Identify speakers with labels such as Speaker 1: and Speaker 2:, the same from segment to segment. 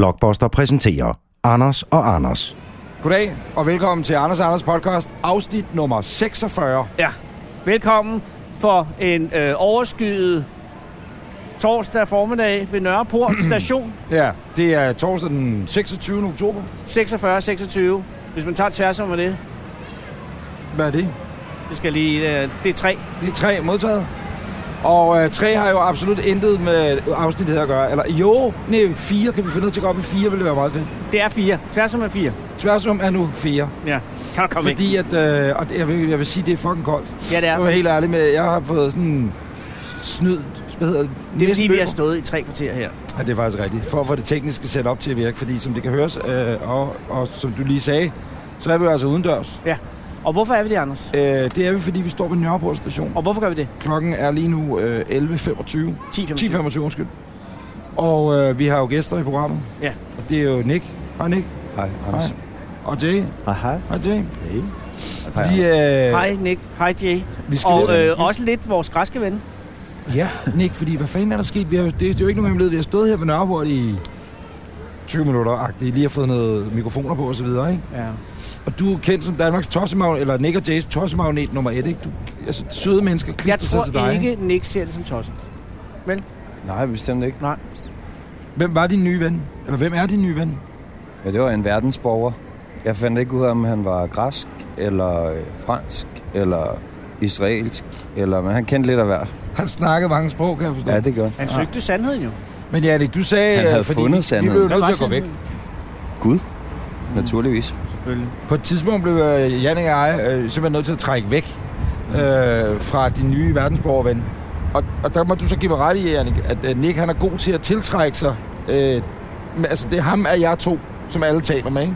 Speaker 1: Blockbuster præsenterer Anders og Anders.
Speaker 2: Goddag, og velkommen til Anders og Anders podcast, afsnit nummer 46.
Speaker 3: Ja. Velkommen for en øh, overskyet torsdag formiddag ved Nørreport station
Speaker 2: Ja, det er torsdag den 26. oktober.
Speaker 3: 46-26. Hvis man tager tværs om det,
Speaker 2: Hvad er det?
Speaker 3: det skal lige, øh, det er tre.
Speaker 2: Det er tre modtaget. Og øh, tre har jo absolut intet med afsnittet at gøre. Eller jo, nej, fire kan vi finde ud til at gå op i fire, ville det være meget fedt.
Speaker 3: Det er fire. Tværs om er fire.
Speaker 2: Tværsum er nu fire.
Speaker 3: Ja. Kan du komme Fordi...
Speaker 2: Fordi at, øh, og det, jeg, vil, jeg vil sige, det er fucking koldt.
Speaker 3: Ja, det er.
Speaker 2: Jeg var helt ærlig med, jeg har fået sådan snyd, hvad hedder det?
Speaker 3: det er fordi, vi
Speaker 2: Næstmøbler.
Speaker 3: har stået i tre kvarter her.
Speaker 2: Ja, det er faktisk rigtigt. For at få det tekniske set op til at virke, fordi som det kan høres, øh, og, og som du lige sagde, så er vi jo altså udendørs.
Speaker 3: Og hvorfor er vi det, Anders?
Speaker 2: Øh, det er vi, fordi vi står på Nørreport station.
Speaker 3: Og hvorfor gør vi det?
Speaker 2: Klokken er lige nu øh, 11.25.
Speaker 3: 10 10.25.
Speaker 2: 10.25, undskyld. Og øh, vi har jo gæster i programmet.
Speaker 3: Ja.
Speaker 2: Og det er jo Nick. Hej Nick.
Speaker 4: Hej,
Speaker 2: Anders. Hej. Og Jay.
Speaker 4: Hej, hej.
Speaker 2: Hej Jay.
Speaker 4: Hey.
Speaker 2: Vi, øh,
Speaker 3: Hej Nick, hej Jay.
Speaker 2: Vi skal
Speaker 3: Og
Speaker 2: lidt-
Speaker 3: øh, også lidt vores græske ven.
Speaker 2: Ja, Nick, fordi hvad fanden er der sket? Vi har, det, det er jo ikke nogen hemmelighed. Vi har stået her på Nørreport i 20 minutter-agtigt. Lige har fået noget mikrofoner på og så videre, ikke?
Speaker 3: Ja.
Speaker 2: Og du er kendt som Danmarks tossemagnet, eller Nick og Jays tossemagnet nummer et, ikke? Du, altså, søde mennesker
Speaker 3: Jeg
Speaker 2: klister sig til
Speaker 3: tror
Speaker 2: dig. Ikke.
Speaker 3: ikke, Nick ser det som tosset.
Speaker 4: Nej, bestemt ikke.
Speaker 3: Nej.
Speaker 2: Hvem var din nye ven? Eller hvem er din nye ven?
Speaker 4: Ja, det var en verdensborger. Jeg fandt ikke ud af, om han var græsk, eller øh, fransk, eller israelsk, eller... Men han kendte lidt af hvert.
Speaker 2: Han snakkede mange sprog, kan jeg forstå.
Speaker 4: Ja, det gør han.
Speaker 3: Han
Speaker 2: Ja.
Speaker 3: søgte sandheden jo.
Speaker 2: Men Janik, du sagde...
Speaker 4: Han havde
Speaker 2: øh,
Speaker 4: fundet
Speaker 2: vi, vi
Speaker 4: sandheden.
Speaker 2: blev jo
Speaker 3: Hvad
Speaker 2: nødt
Speaker 3: var
Speaker 2: til at gå væk.
Speaker 3: sandheden?
Speaker 4: Naturligvis.
Speaker 3: Selvfølgelig.
Speaker 2: På et tidspunkt blev øh, Janik og jeg øh, simpelthen nødt til at trække væk øh, fra din nye verdensborgerven. Og, og der må du så give mig ret i, Janik, at øh, Nick han er god til at tiltrække sig. Øh, men, altså, det er ham af jer to, som alle taler med, ikke?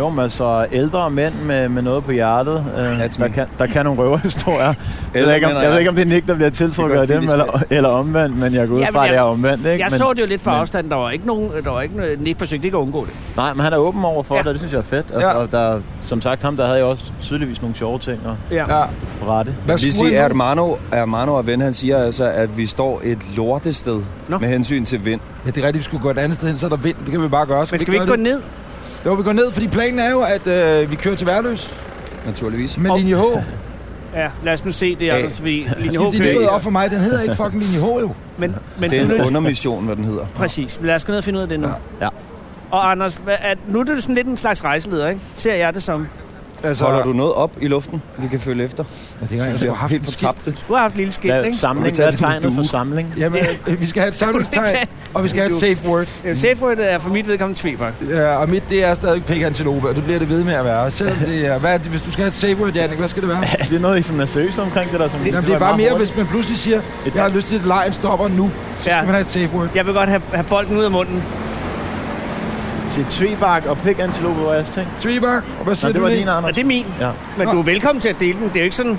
Speaker 5: Jo, men altså ældre mænd med, med noget på hjertet, øh,
Speaker 4: That's
Speaker 5: der,
Speaker 4: me.
Speaker 5: kan, der kan nogle røverhistorier. Jeg ved, ikke, om,
Speaker 4: mænd og
Speaker 5: jeg ved
Speaker 4: jeg.
Speaker 5: ikke, om det er Nick, der bliver tiltrukket
Speaker 4: Det
Speaker 5: af
Speaker 4: er godt
Speaker 5: dem,
Speaker 4: fint,
Speaker 5: eller, eller omvendt, men jeg går ud
Speaker 3: Ja, men
Speaker 5: fra, at
Speaker 3: jeg-
Speaker 5: det er omvendt. Ikke?
Speaker 3: Jeg
Speaker 5: men,
Speaker 3: så det jo lidt fra
Speaker 5: men-
Speaker 3: afstand. Der var ikke nogen, der var ikke noget, Nick forsøgte ikke at undgå det.
Speaker 5: Nej, men han er åben over for
Speaker 3: Ja.
Speaker 5: ja. det, og det synes jeg er fedt. Altså,
Speaker 2: Ja.
Speaker 5: ja. og der, som sagt, ham der havde jo også tydeligvis nogle sjove ting at
Speaker 2: Ja.
Speaker 5: rette.
Speaker 2: Hvad
Speaker 4: Vi
Speaker 2: skulle
Speaker 4: siger,
Speaker 2: han nu?
Speaker 4: Armano, Armano og ven, han siger altså, at vi står et lortested
Speaker 3: Nå.
Speaker 4: no. med hensyn til vind.
Speaker 2: Ja, det er rigtigt, vi skulle gå et andet sted hen, så er der vind. Det kan vi bare gøre.
Speaker 3: Men skal vi
Speaker 2: gøre
Speaker 3: ikke gå ned?
Speaker 2: det? Jo, vi går ned, fordi planen er jo, at øh, vi kører til Værløs
Speaker 4: Naturligvis.
Speaker 2: med
Speaker 3: Og-
Speaker 2: linje H.
Speaker 3: Ja, lad os nu se det,
Speaker 4: Ja.
Speaker 3: Anders, fordi linje H
Speaker 2: Det
Speaker 3: kører
Speaker 2: er
Speaker 3: ikke.
Speaker 2: gået op for mig, den hedder ikke fucking linje H, jo.
Speaker 3: Men, men
Speaker 4: Det
Speaker 3: nu,
Speaker 4: er en
Speaker 3: er det-
Speaker 4: undermission, hvad den hedder.
Speaker 2: Altså-
Speaker 3: præcis. Men Lad os gå ned og finde ud af det nu.
Speaker 5: Ja.
Speaker 3: Og Anders, hvad, er, nu er du sådan lidt en slags rejseleder, ikke? Ser jeg det som.
Speaker 2: Altså,
Speaker 4: Holder du noget op i luften, vi kan følge efter?
Speaker 2: Ja, det er, jeg skulle have Altså,
Speaker 4: bliver
Speaker 2: haft
Speaker 4: helt
Speaker 2: en
Speaker 4: fortabt.
Speaker 3: Du har haft et lille skilt,
Speaker 5: Hvad,
Speaker 3: ikke?
Speaker 4: Skal vi
Speaker 5: samling,
Speaker 4: tage
Speaker 5: hvad er
Speaker 4: det som en
Speaker 5: tegnet
Speaker 4: due?
Speaker 5: for samling?
Speaker 2: skidt. Jamen, øh, vi skal have et samlingstegn, og vi skal have et safe word.
Speaker 3: Øh, Safe er for mit vedkommende tvebak.
Speaker 2: Ja, og mit, det er stadig pikantilope, og det bliver det ved med at være. Selvom det er, hvad er det, hvis du skal have et safe word, Janik, hvad skal det være?
Speaker 5: Er det noget, I sådan er seriøse omkring det der? Som
Speaker 2: Jamen, det er
Speaker 5: var
Speaker 2: bare
Speaker 5: meget
Speaker 2: mere,
Speaker 5: hurtigt?
Speaker 2: hvis man pludselig siger,
Speaker 5: Et-
Speaker 2: jeg har lyst til, at lejen stopper nu, så skal
Speaker 3: Ja.
Speaker 2: man have et safe word.
Speaker 3: Jeg vil godt have, have bolden ud af munden.
Speaker 5: Til tvebak og pik antilope var jeres ting.
Speaker 2: Tvibak, og hvad
Speaker 5: Nå,
Speaker 2: siger
Speaker 5: det var
Speaker 2: du,
Speaker 5: din,
Speaker 2: Nick?
Speaker 3: Og
Speaker 5: Anders.
Speaker 3: det er min.
Speaker 5: Ja.
Speaker 3: Men
Speaker 2: Nå.
Speaker 3: du er velkommen til at dele den. Det er jo ikke sådan...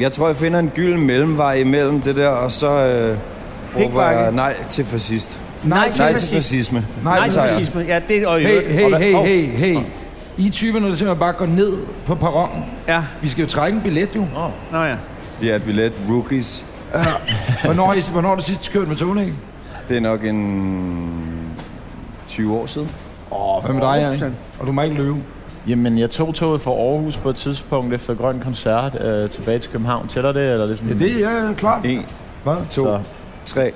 Speaker 4: Jeg tror, jeg finder en gylden mellemvej imellem det der, og så øh, råber
Speaker 3: Pikbakke.
Speaker 4: jeg nej til fascist.
Speaker 2: Nej,
Speaker 3: til
Speaker 2: tak.
Speaker 4: Nej til
Speaker 3: fascist.
Speaker 4: fascisme.
Speaker 2: Nej,
Speaker 3: Nej,
Speaker 2: det
Speaker 3: til
Speaker 2: tager jeg.
Speaker 3: fascisme. Ja, det er og i
Speaker 2: Hey,
Speaker 3: øvrigt-
Speaker 2: hey,
Speaker 3: og hvad-
Speaker 2: hey,
Speaker 3: Hov.
Speaker 2: hey, hey. I er typerne, der simpelthen bare går ned på perronen.
Speaker 3: Ja,
Speaker 2: Vi skal jo trække en billet, jo.
Speaker 5: Åh,
Speaker 3: nå ja.
Speaker 4: Vi er billet rookies.
Speaker 2: Hvornår har, I, hvornår har du sidst kørt med togene, ikke?
Speaker 4: Det er nok en 20 år siden.
Speaker 2: Hvad med dig, Jan? Og du må ikke løbe.
Speaker 5: Jamen, jeg tog toget fra Aarhus på et tidspunkt efter Grøn Koncert øh, tilbage til København. Tæller det, eller ligesom...
Speaker 2: Ja, det er ja, klart.
Speaker 4: 1,
Speaker 2: Hvad?
Speaker 4: 2,
Speaker 5: Så.
Speaker 4: 3.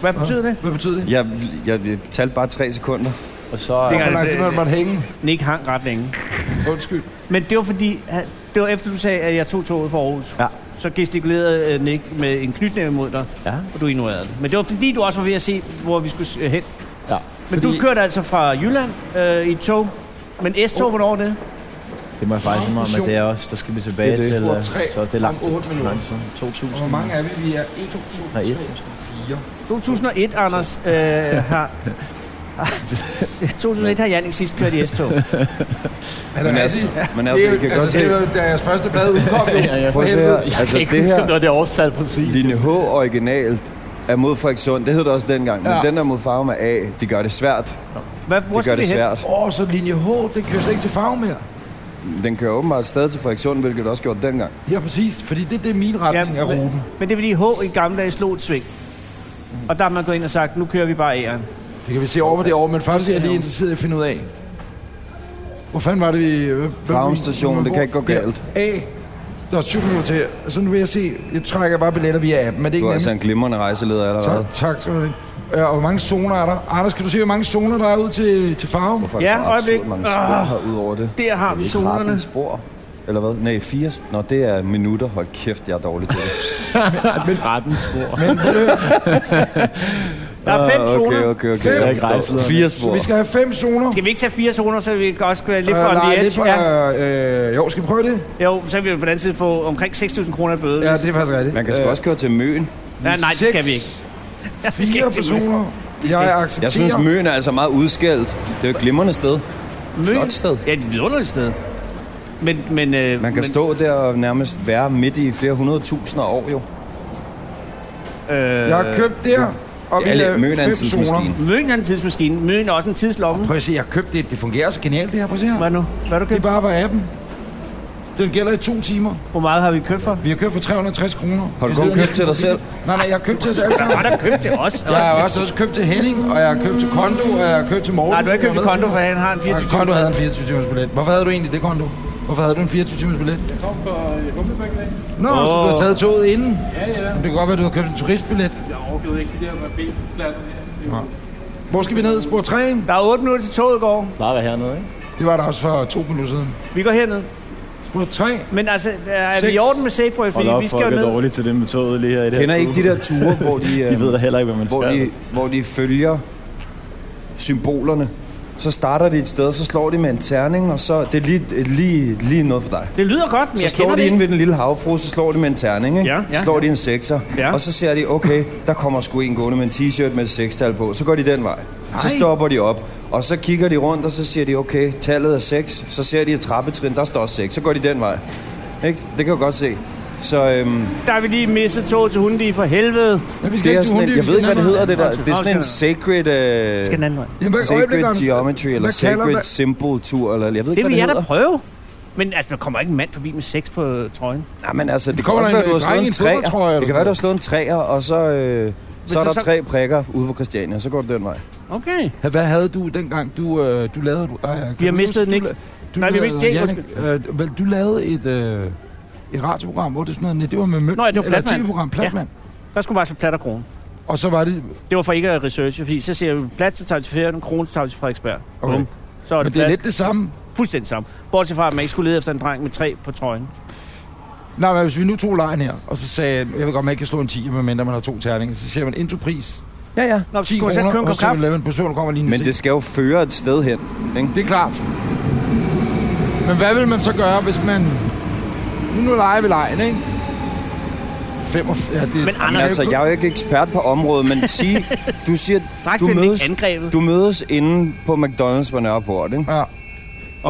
Speaker 3: Hvad betyder det?
Speaker 2: Hvad betyder det?
Speaker 4: Jeg, jeg, jeg talte bare 3 sekunder.
Speaker 5: Og så...
Speaker 3: Det
Speaker 5: Det
Speaker 3: kan-
Speaker 5: kan...
Speaker 2: Hvor lang tid altså, man måtte hænge?
Speaker 3: Nick hang ret længe.
Speaker 2: Undskyld.
Speaker 3: Men det var fordi, han- det var efter du sagde, at jeg tog toget fra Aarhus.
Speaker 5: Ja.
Speaker 3: Så gestikulerede øh, Nick med en knytnæve mod dig,
Speaker 5: Ja.
Speaker 3: og du ignorerede det. Men det var fordi, du også var ved at se, hvor vi skulle øh, hen.
Speaker 5: Ja.
Speaker 3: Men fordi...
Speaker 2: Fordi-
Speaker 3: du kørte altså fra Jylland øh, i et tog. Men S-tog, oh. hvornår er det?
Speaker 5: Det må jeg faktisk indrømme, men det er også... Der skal vi tilbage
Speaker 4: Det er det.
Speaker 5: til...
Speaker 2: Spor
Speaker 5: øh,
Speaker 2: tre
Speaker 5: så det er langt
Speaker 2: om otte
Speaker 5: tid.
Speaker 2: minutter.
Speaker 5: Langt tid. 2000.
Speaker 2: Og hvor mange er vi? Vi er 1, 2, 3,
Speaker 5: Nej, et.
Speaker 2: 4.
Speaker 3: 2001, Anders, øh, har... 2001 har Jannik sidst kørt i S-tog.
Speaker 2: Er det
Speaker 4: Men altså,
Speaker 2: rigtigt?
Speaker 4: men
Speaker 2: Det
Speaker 4: altså,
Speaker 2: er
Speaker 4: I
Speaker 2: jo-
Speaker 4: kan godt
Speaker 2: altså, det
Speaker 4: se.
Speaker 2: er jo deres første plade udkom, jo.
Speaker 5: Ja, ja.
Speaker 4: Prøv at se her. Altså,
Speaker 5: Jeg kan
Speaker 4: det
Speaker 5: ikke huske, om
Speaker 4: her,
Speaker 5: det var det årstal præcis.
Speaker 4: linje H originalt, er mod Frederikssund. Det hed det også dengang. Men
Speaker 2: Ja.
Speaker 4: den der mod Farum er A, de gør det svært.
Speaker 3: Hvad, hvor
Speaker 4: De gør
Speaker 3: skal vi
Speaker 4: det
Speaker 3: hen?
Speaker 4: svært.
Speaker 2: Åh, så linje H, den kører slet ikke til farve mere.
Speaker 4: Den kører åbenbart stadig til Frederikssund, hvilket det også gjorde dengang.
Speaker 2: Ja, præcis. Fordi det, det er min retning af
Speaker 3: men,
Speaker 2: ruten.
Speaker 3: men det er fordi H i gamle dage slog et sving. Og der har man gået ind og sagt, nu kører vi bare æren.
Speaker 2: Det kan vi se over på det år, men faktisk er jeg lige interesseret i at finde ud af. Hvor fanden var det, vi...
Speaker 4: Farum Station, det kan ikke gå
Speaker 2: Der.
Speaker 4: galt.
Speaker 2: A. Der er syv minutter til. Så nu vil jeg se... Jeg trækker bare billetter via appen, men det er
Speaker 4: Du
Speaker 2: ikke
Speaker 4: er altså en
Speaker 2: nemmest.
Speaker 4: glimrende rejseleder allerede.
Speaker 2: Tak, tak skal du have. Øh, Og hvor mange zoner er der? Anders, kan du se, hvor mange zoner der er ud til, til Farum?
Speaker 4: Faktisk
Speaker 3: Ja,
Speaker 4: er der absurd
Speaker 3: øjeblik.
Speaker 4: mange spor
Speaker 3: Ah.
Speaker 4: her ud over det.
Speaker 3: Der har vi
Speaker 4: Ikke retten
Speaker 3: zonerne.
Speaker 4: spor. Eller hvad? Nej, fire. sp- Nå, det er minutter. Hold kæft, jeg er dårlig til det.
Speaker 5: 13 spor.
Speaker 3: Der er fem
Speaker 4: Ah, Okay,
Speaker 3: zoner.
Speaker 4: okay, okay.
Speaker 2: Fem.
Speaker 5: Jeg er
Speaker 4: Jeg
Speaker 5: ikke
Speaker 4: forstår.
Speaker 5: rejseleder.
Speaker 4: Fire
Speaker 2: Så
Speaker 4: spor.
Speaker 2: vi skal have fem zoner.
Speaker 3: Skal vi ikke tage fire zoner, så vi kan også være lidt
Speaker 2: Øh,
Speaker 3: på
Speaker 4: Ah,
Speaker 3: on
Speaker 2: nej,
Speaker 3: the
Speaker 2: lidt
Speaker 3: edge?
Speaker 2: for,
Speaker 3: Ja.
Speaker 2: øh, øh, jo, skal vi prøve det?
Speaker 3: Jo, så vil vi på den anden side få omkring 6.000 kroner i bøde.
Speaker 2: Ja, det er faktisk rigtigt.
Speaker 4: Man kan sgu også køre til Møn.
Speaker 3: Nej, nej, det skal vi ikke. Ja, vi skal
Speaker 2: Fire
Speaker 3: ikke til Møn.
Speaker 2: personer. Jeg accepterer.
Speaker 4: Jeg synes, Møn er altså meget udskældt. Det er jo et glimrende sted.
Speaker 3: Møn.
Speaker 4: Flot sted.
Speaker 3: Ja, det er et vidunderligt sted. Men, men, øh,
Speaker 4: Man kan
Speaker 3: men,
Speaker 4: stå der og nærmest være midt i flere hundrede tusinder år, jo.
Speaker 3: Øh,
Speaker 2: jeg har købt der, og vi
Speaker 4: Alle-
Speaker 2: lavede
Speaker 4: Møn er en
Speaker 2: fem
Speaker 4: tidsmaskine.
Speaker 2: zoner.
Speaker 3: Møn er en tidsmaskine. Møn er også en tidslomme.
Speaker 2: Prøv at se, jeg har købt det. Det fungerer så genialt, det her. Prøv at se her.
Speaker 3: Hvad nu? Hvad har du
Speaker 2: Det er
Speaker 3: købt?
Speaker 2: bare på appen. Den gælder i to timer.
Speaker 3: Hvor meget har vi købt for?
Speaker 2: Vi har købt for 360 kroner.
Speaker 4: Har du
Speaker 2: Det
Speaker 4: kun
Speaker 2: lyder
Speaker 4: købt
Speaker 2: næsten
Speaker 4: til dig selv?
Speaker 2: forbi. Nej, nej, jeg har købt til os alle sammen.
Speaker 3: Har der købt til os?
Speaker 2: Jeg har også, også købt til Henning, og jeg har købt til Kondo, og jeg har købt til Morten.
Speaker 3: Nej, du har ikke købt til Kondo, for han har en
Speaker 2: Nej,
Speaker 3: 24
Speaker 2: Kondo havde en 24-timers billet. Hvorfor havde du egentlig det, Kondo? Hvorfor havde du en 24-timers billet? Jeg kom
Speaker 6: øh,
Speaker 2: fra Humlebæk Nå, oh. så du har taget toget inden? Ja, ja. Det kan godt være, du har købt en turistbillet.
Speaker 6: Jeg overgivet ikke de der med B-pladser her.
Speaker 2: Hvor skal vi ned? Spor 3?
Speaker 3: Der er 8 minutter til toget går.
Speaker 5: Bare være hernede, ikke?
Speaker 2: Det var der også for to minutter siden.
Speaker 3: Vi går herned.
Speaker 2: Spor 3?
Speaker 3: Men altså, er vi
Speaker 2: Seks.
Speaker 3: i orden med safe word,
Speaker 5: Hold
Speaker 3: fordi
Speaker 5: op,
Speaker 3: vi
Speaker 5: folk
Speaker 3: skal jo
Speaker 5: er
Speaker 3: ned.
Speaker 5: dårlige til det med toget lige her i det
Speaker 4: Kender I
Speaker 5: her
Speaker 4: ikke de der ture, hvor de,
Speaker 5: De
Speaker 4: øh,
Speaker 5: ved da heller ikke, hvad man
Speaker 4: hvor
Speaker 5: skal.
Speaker 4: de, hvor de følger symbolerne? Så starter de et sted, så slår de med en terning, og så... Det er lige, lige, lige noget for dig.
Speaker 3: Det lyder godt, men
Speaker 4: Så
Speaker 3: jeg
Speaker 4: slår
Speaker 3: kender
Speaker 4: de
Speaker 3: det
Speaker 4: ind
Speaker 3: ikke.
Speaker 4: ved den lille havfru, så slår de med en terning, ikke?
Speaker 3: Ja, ja.
Speaker 4: så slår de en sekser,
Speaker 3: Ja.
Speaker 4: og så ser de, okay, der kommer sgu en gående med en t-shirt med et sekstal på, så går de den vej. Så
Speaker 2: Ej.
Speaker 4: stopper de op, og så kigger de rundt, og så siger de, okay, tallet er 6, så ser de et trappetrin, der står 6, så går de den vej. Ikke? Det kan du godt se. Så øhm,
Speaker 3: Der har vi lige mistet toget til Hundige for helvede.
Speaker 2: Men vi skal
Speaker 4: det er
Speaker 2: ikke til
Speaker 4: sådan en,
Speaker 2: Hundby,
Speaker 4: jeg
Speaker 2: vi
Speaker 4: ved
Speaker 2: skal
Speaker 4: ikke,
Speaker 2: den
Speaker 4: hvad det hedder
Speaker 2: anden
Speaker 4: det
Speaker 2: vej.
Speaker 4: der. Det er sådan en sacred, øh,
Speaker 3: Skal den anden vej.
Speaker 2: Jamen, hvad- øjeblik,
Speaker 4: sacred
Speaker 2: Anders.
Speaker 4: geometry, eller
Speaker 2: Hvad kalder
Speaker 4: sacred
Speaker 2: man-
Speaker 4: symbol tour, eller jeg ved ikke,
Speaker 3: Det
Speaker 4: hvad
Speaker 3: vil
Speaker 4: det
Speaker 3: jeg da
Speaker 4: hedder.
Speaker 3: prøve. Men altså, der kommer ikke en mand forbi med sex på øh, trøjen.
Speaker 4: Nej, men altså, det, kan
Speaker 2: kommer der
Speaker 4: også være,
Speaker 2: en øh,
Speaker 4: at du har
Speaker 2: dreng
Speaker 4: slået
Speaker 2: i
Speaker 4: en
Speaker 2: en
Speaker 4: træer.
Speaker 2: fodboldtrøje,
Speaker 4: Det kan være,
Speaker 2: eller
Speaker 4: du har slået en træer, og så, øh, så er
Speaker 2: det
Speaker 4: der
Speaker 2: så-
Speaker 4: tre prikker ude på Christiania. Så går du den vej.
Speaker 3: Okay.
Speaker 2: Hvad havde du dengang, du, øh, du lavede... Du, øh, kan
Speaker 3: Vi har
Speaker 2: du
Speaker 3: mistet
Speaker 2: huske,
Speaker 3: den,
Speaker 2: du
Speaker 3: ikke?
Speaker 2: la- Du
Speaker 3: Nej, vi har
Speaker 2: lavede,
Speaker 3: mistet-
Speaker 2: Jannik, øh, vel, du lavede et, øh, et radioprogram, hvor det sådan noget, nej, det var med Møn.
Speaker 3: Nå ja, det var
Speaker 2: Eller
Speaker 3: Platmand.
Speaker 2: TV-program, Platmand.
Speaker 3: Der skulle bare så plat og krone.
Speaker 2: Ja. Og så var det...
Speaker 3: Det var for ikke at researche, fordi så siger vi plat til Tavs Ferien, krone til Tavs Frederiksberg.
Speaker 2: Okay.
Speaker 3: Bum. Så er
Speaker 2: Men
Speaker 3: det,
Speaker 2: det er
Speaker 3: plat.
Speaker 2: lidt det samme.
Speaker 3: fuldstændig samme. Bortset fra, at man ikke skulle lede efter en dreng med tre på trøjen.
Speaker 2: Nej, men hvis vi nu tog lejen her, og så sagde jeg, jeg ved godt, man ikke kan slå en 10, medmindre man har to terninger, så siger man indopris.
Speaker 4: Ja, ja.
Speaker 3: Nå,
Speaker 2: 10
Speaker 3: skulle man så købe en
Speaker 2: kroner,
Speaker 3: kop
Speaker 2: og så
Speaker 3: kaffe?
Speaker 2: 11 på Søvn kommer lige
Speaker 4: Men det skal jo føre et sted hen. Ikke?
Speaker 2: det er klart. Men hvad vil man så gøre, hvis man... Nu, nu leger vi lejen, ikke? 5 og... f- Ja, det,
Speaker 3: Men
Speaker 4: Men
Speaker 3: Anders,
Speaker 4: altså, jeg er jo ikke ekspert på området, men sig, du siger,
Speaker 3: Straks
Speaker 4: du
Speaker 3: vil den ikke
Speaker 4: mødes,
Speaker 3: angrebet.
Speaker 4: du mødes inde på McDonald's på Nørreport, ikke?
Speaker 2: Ja.
Speaker 4: og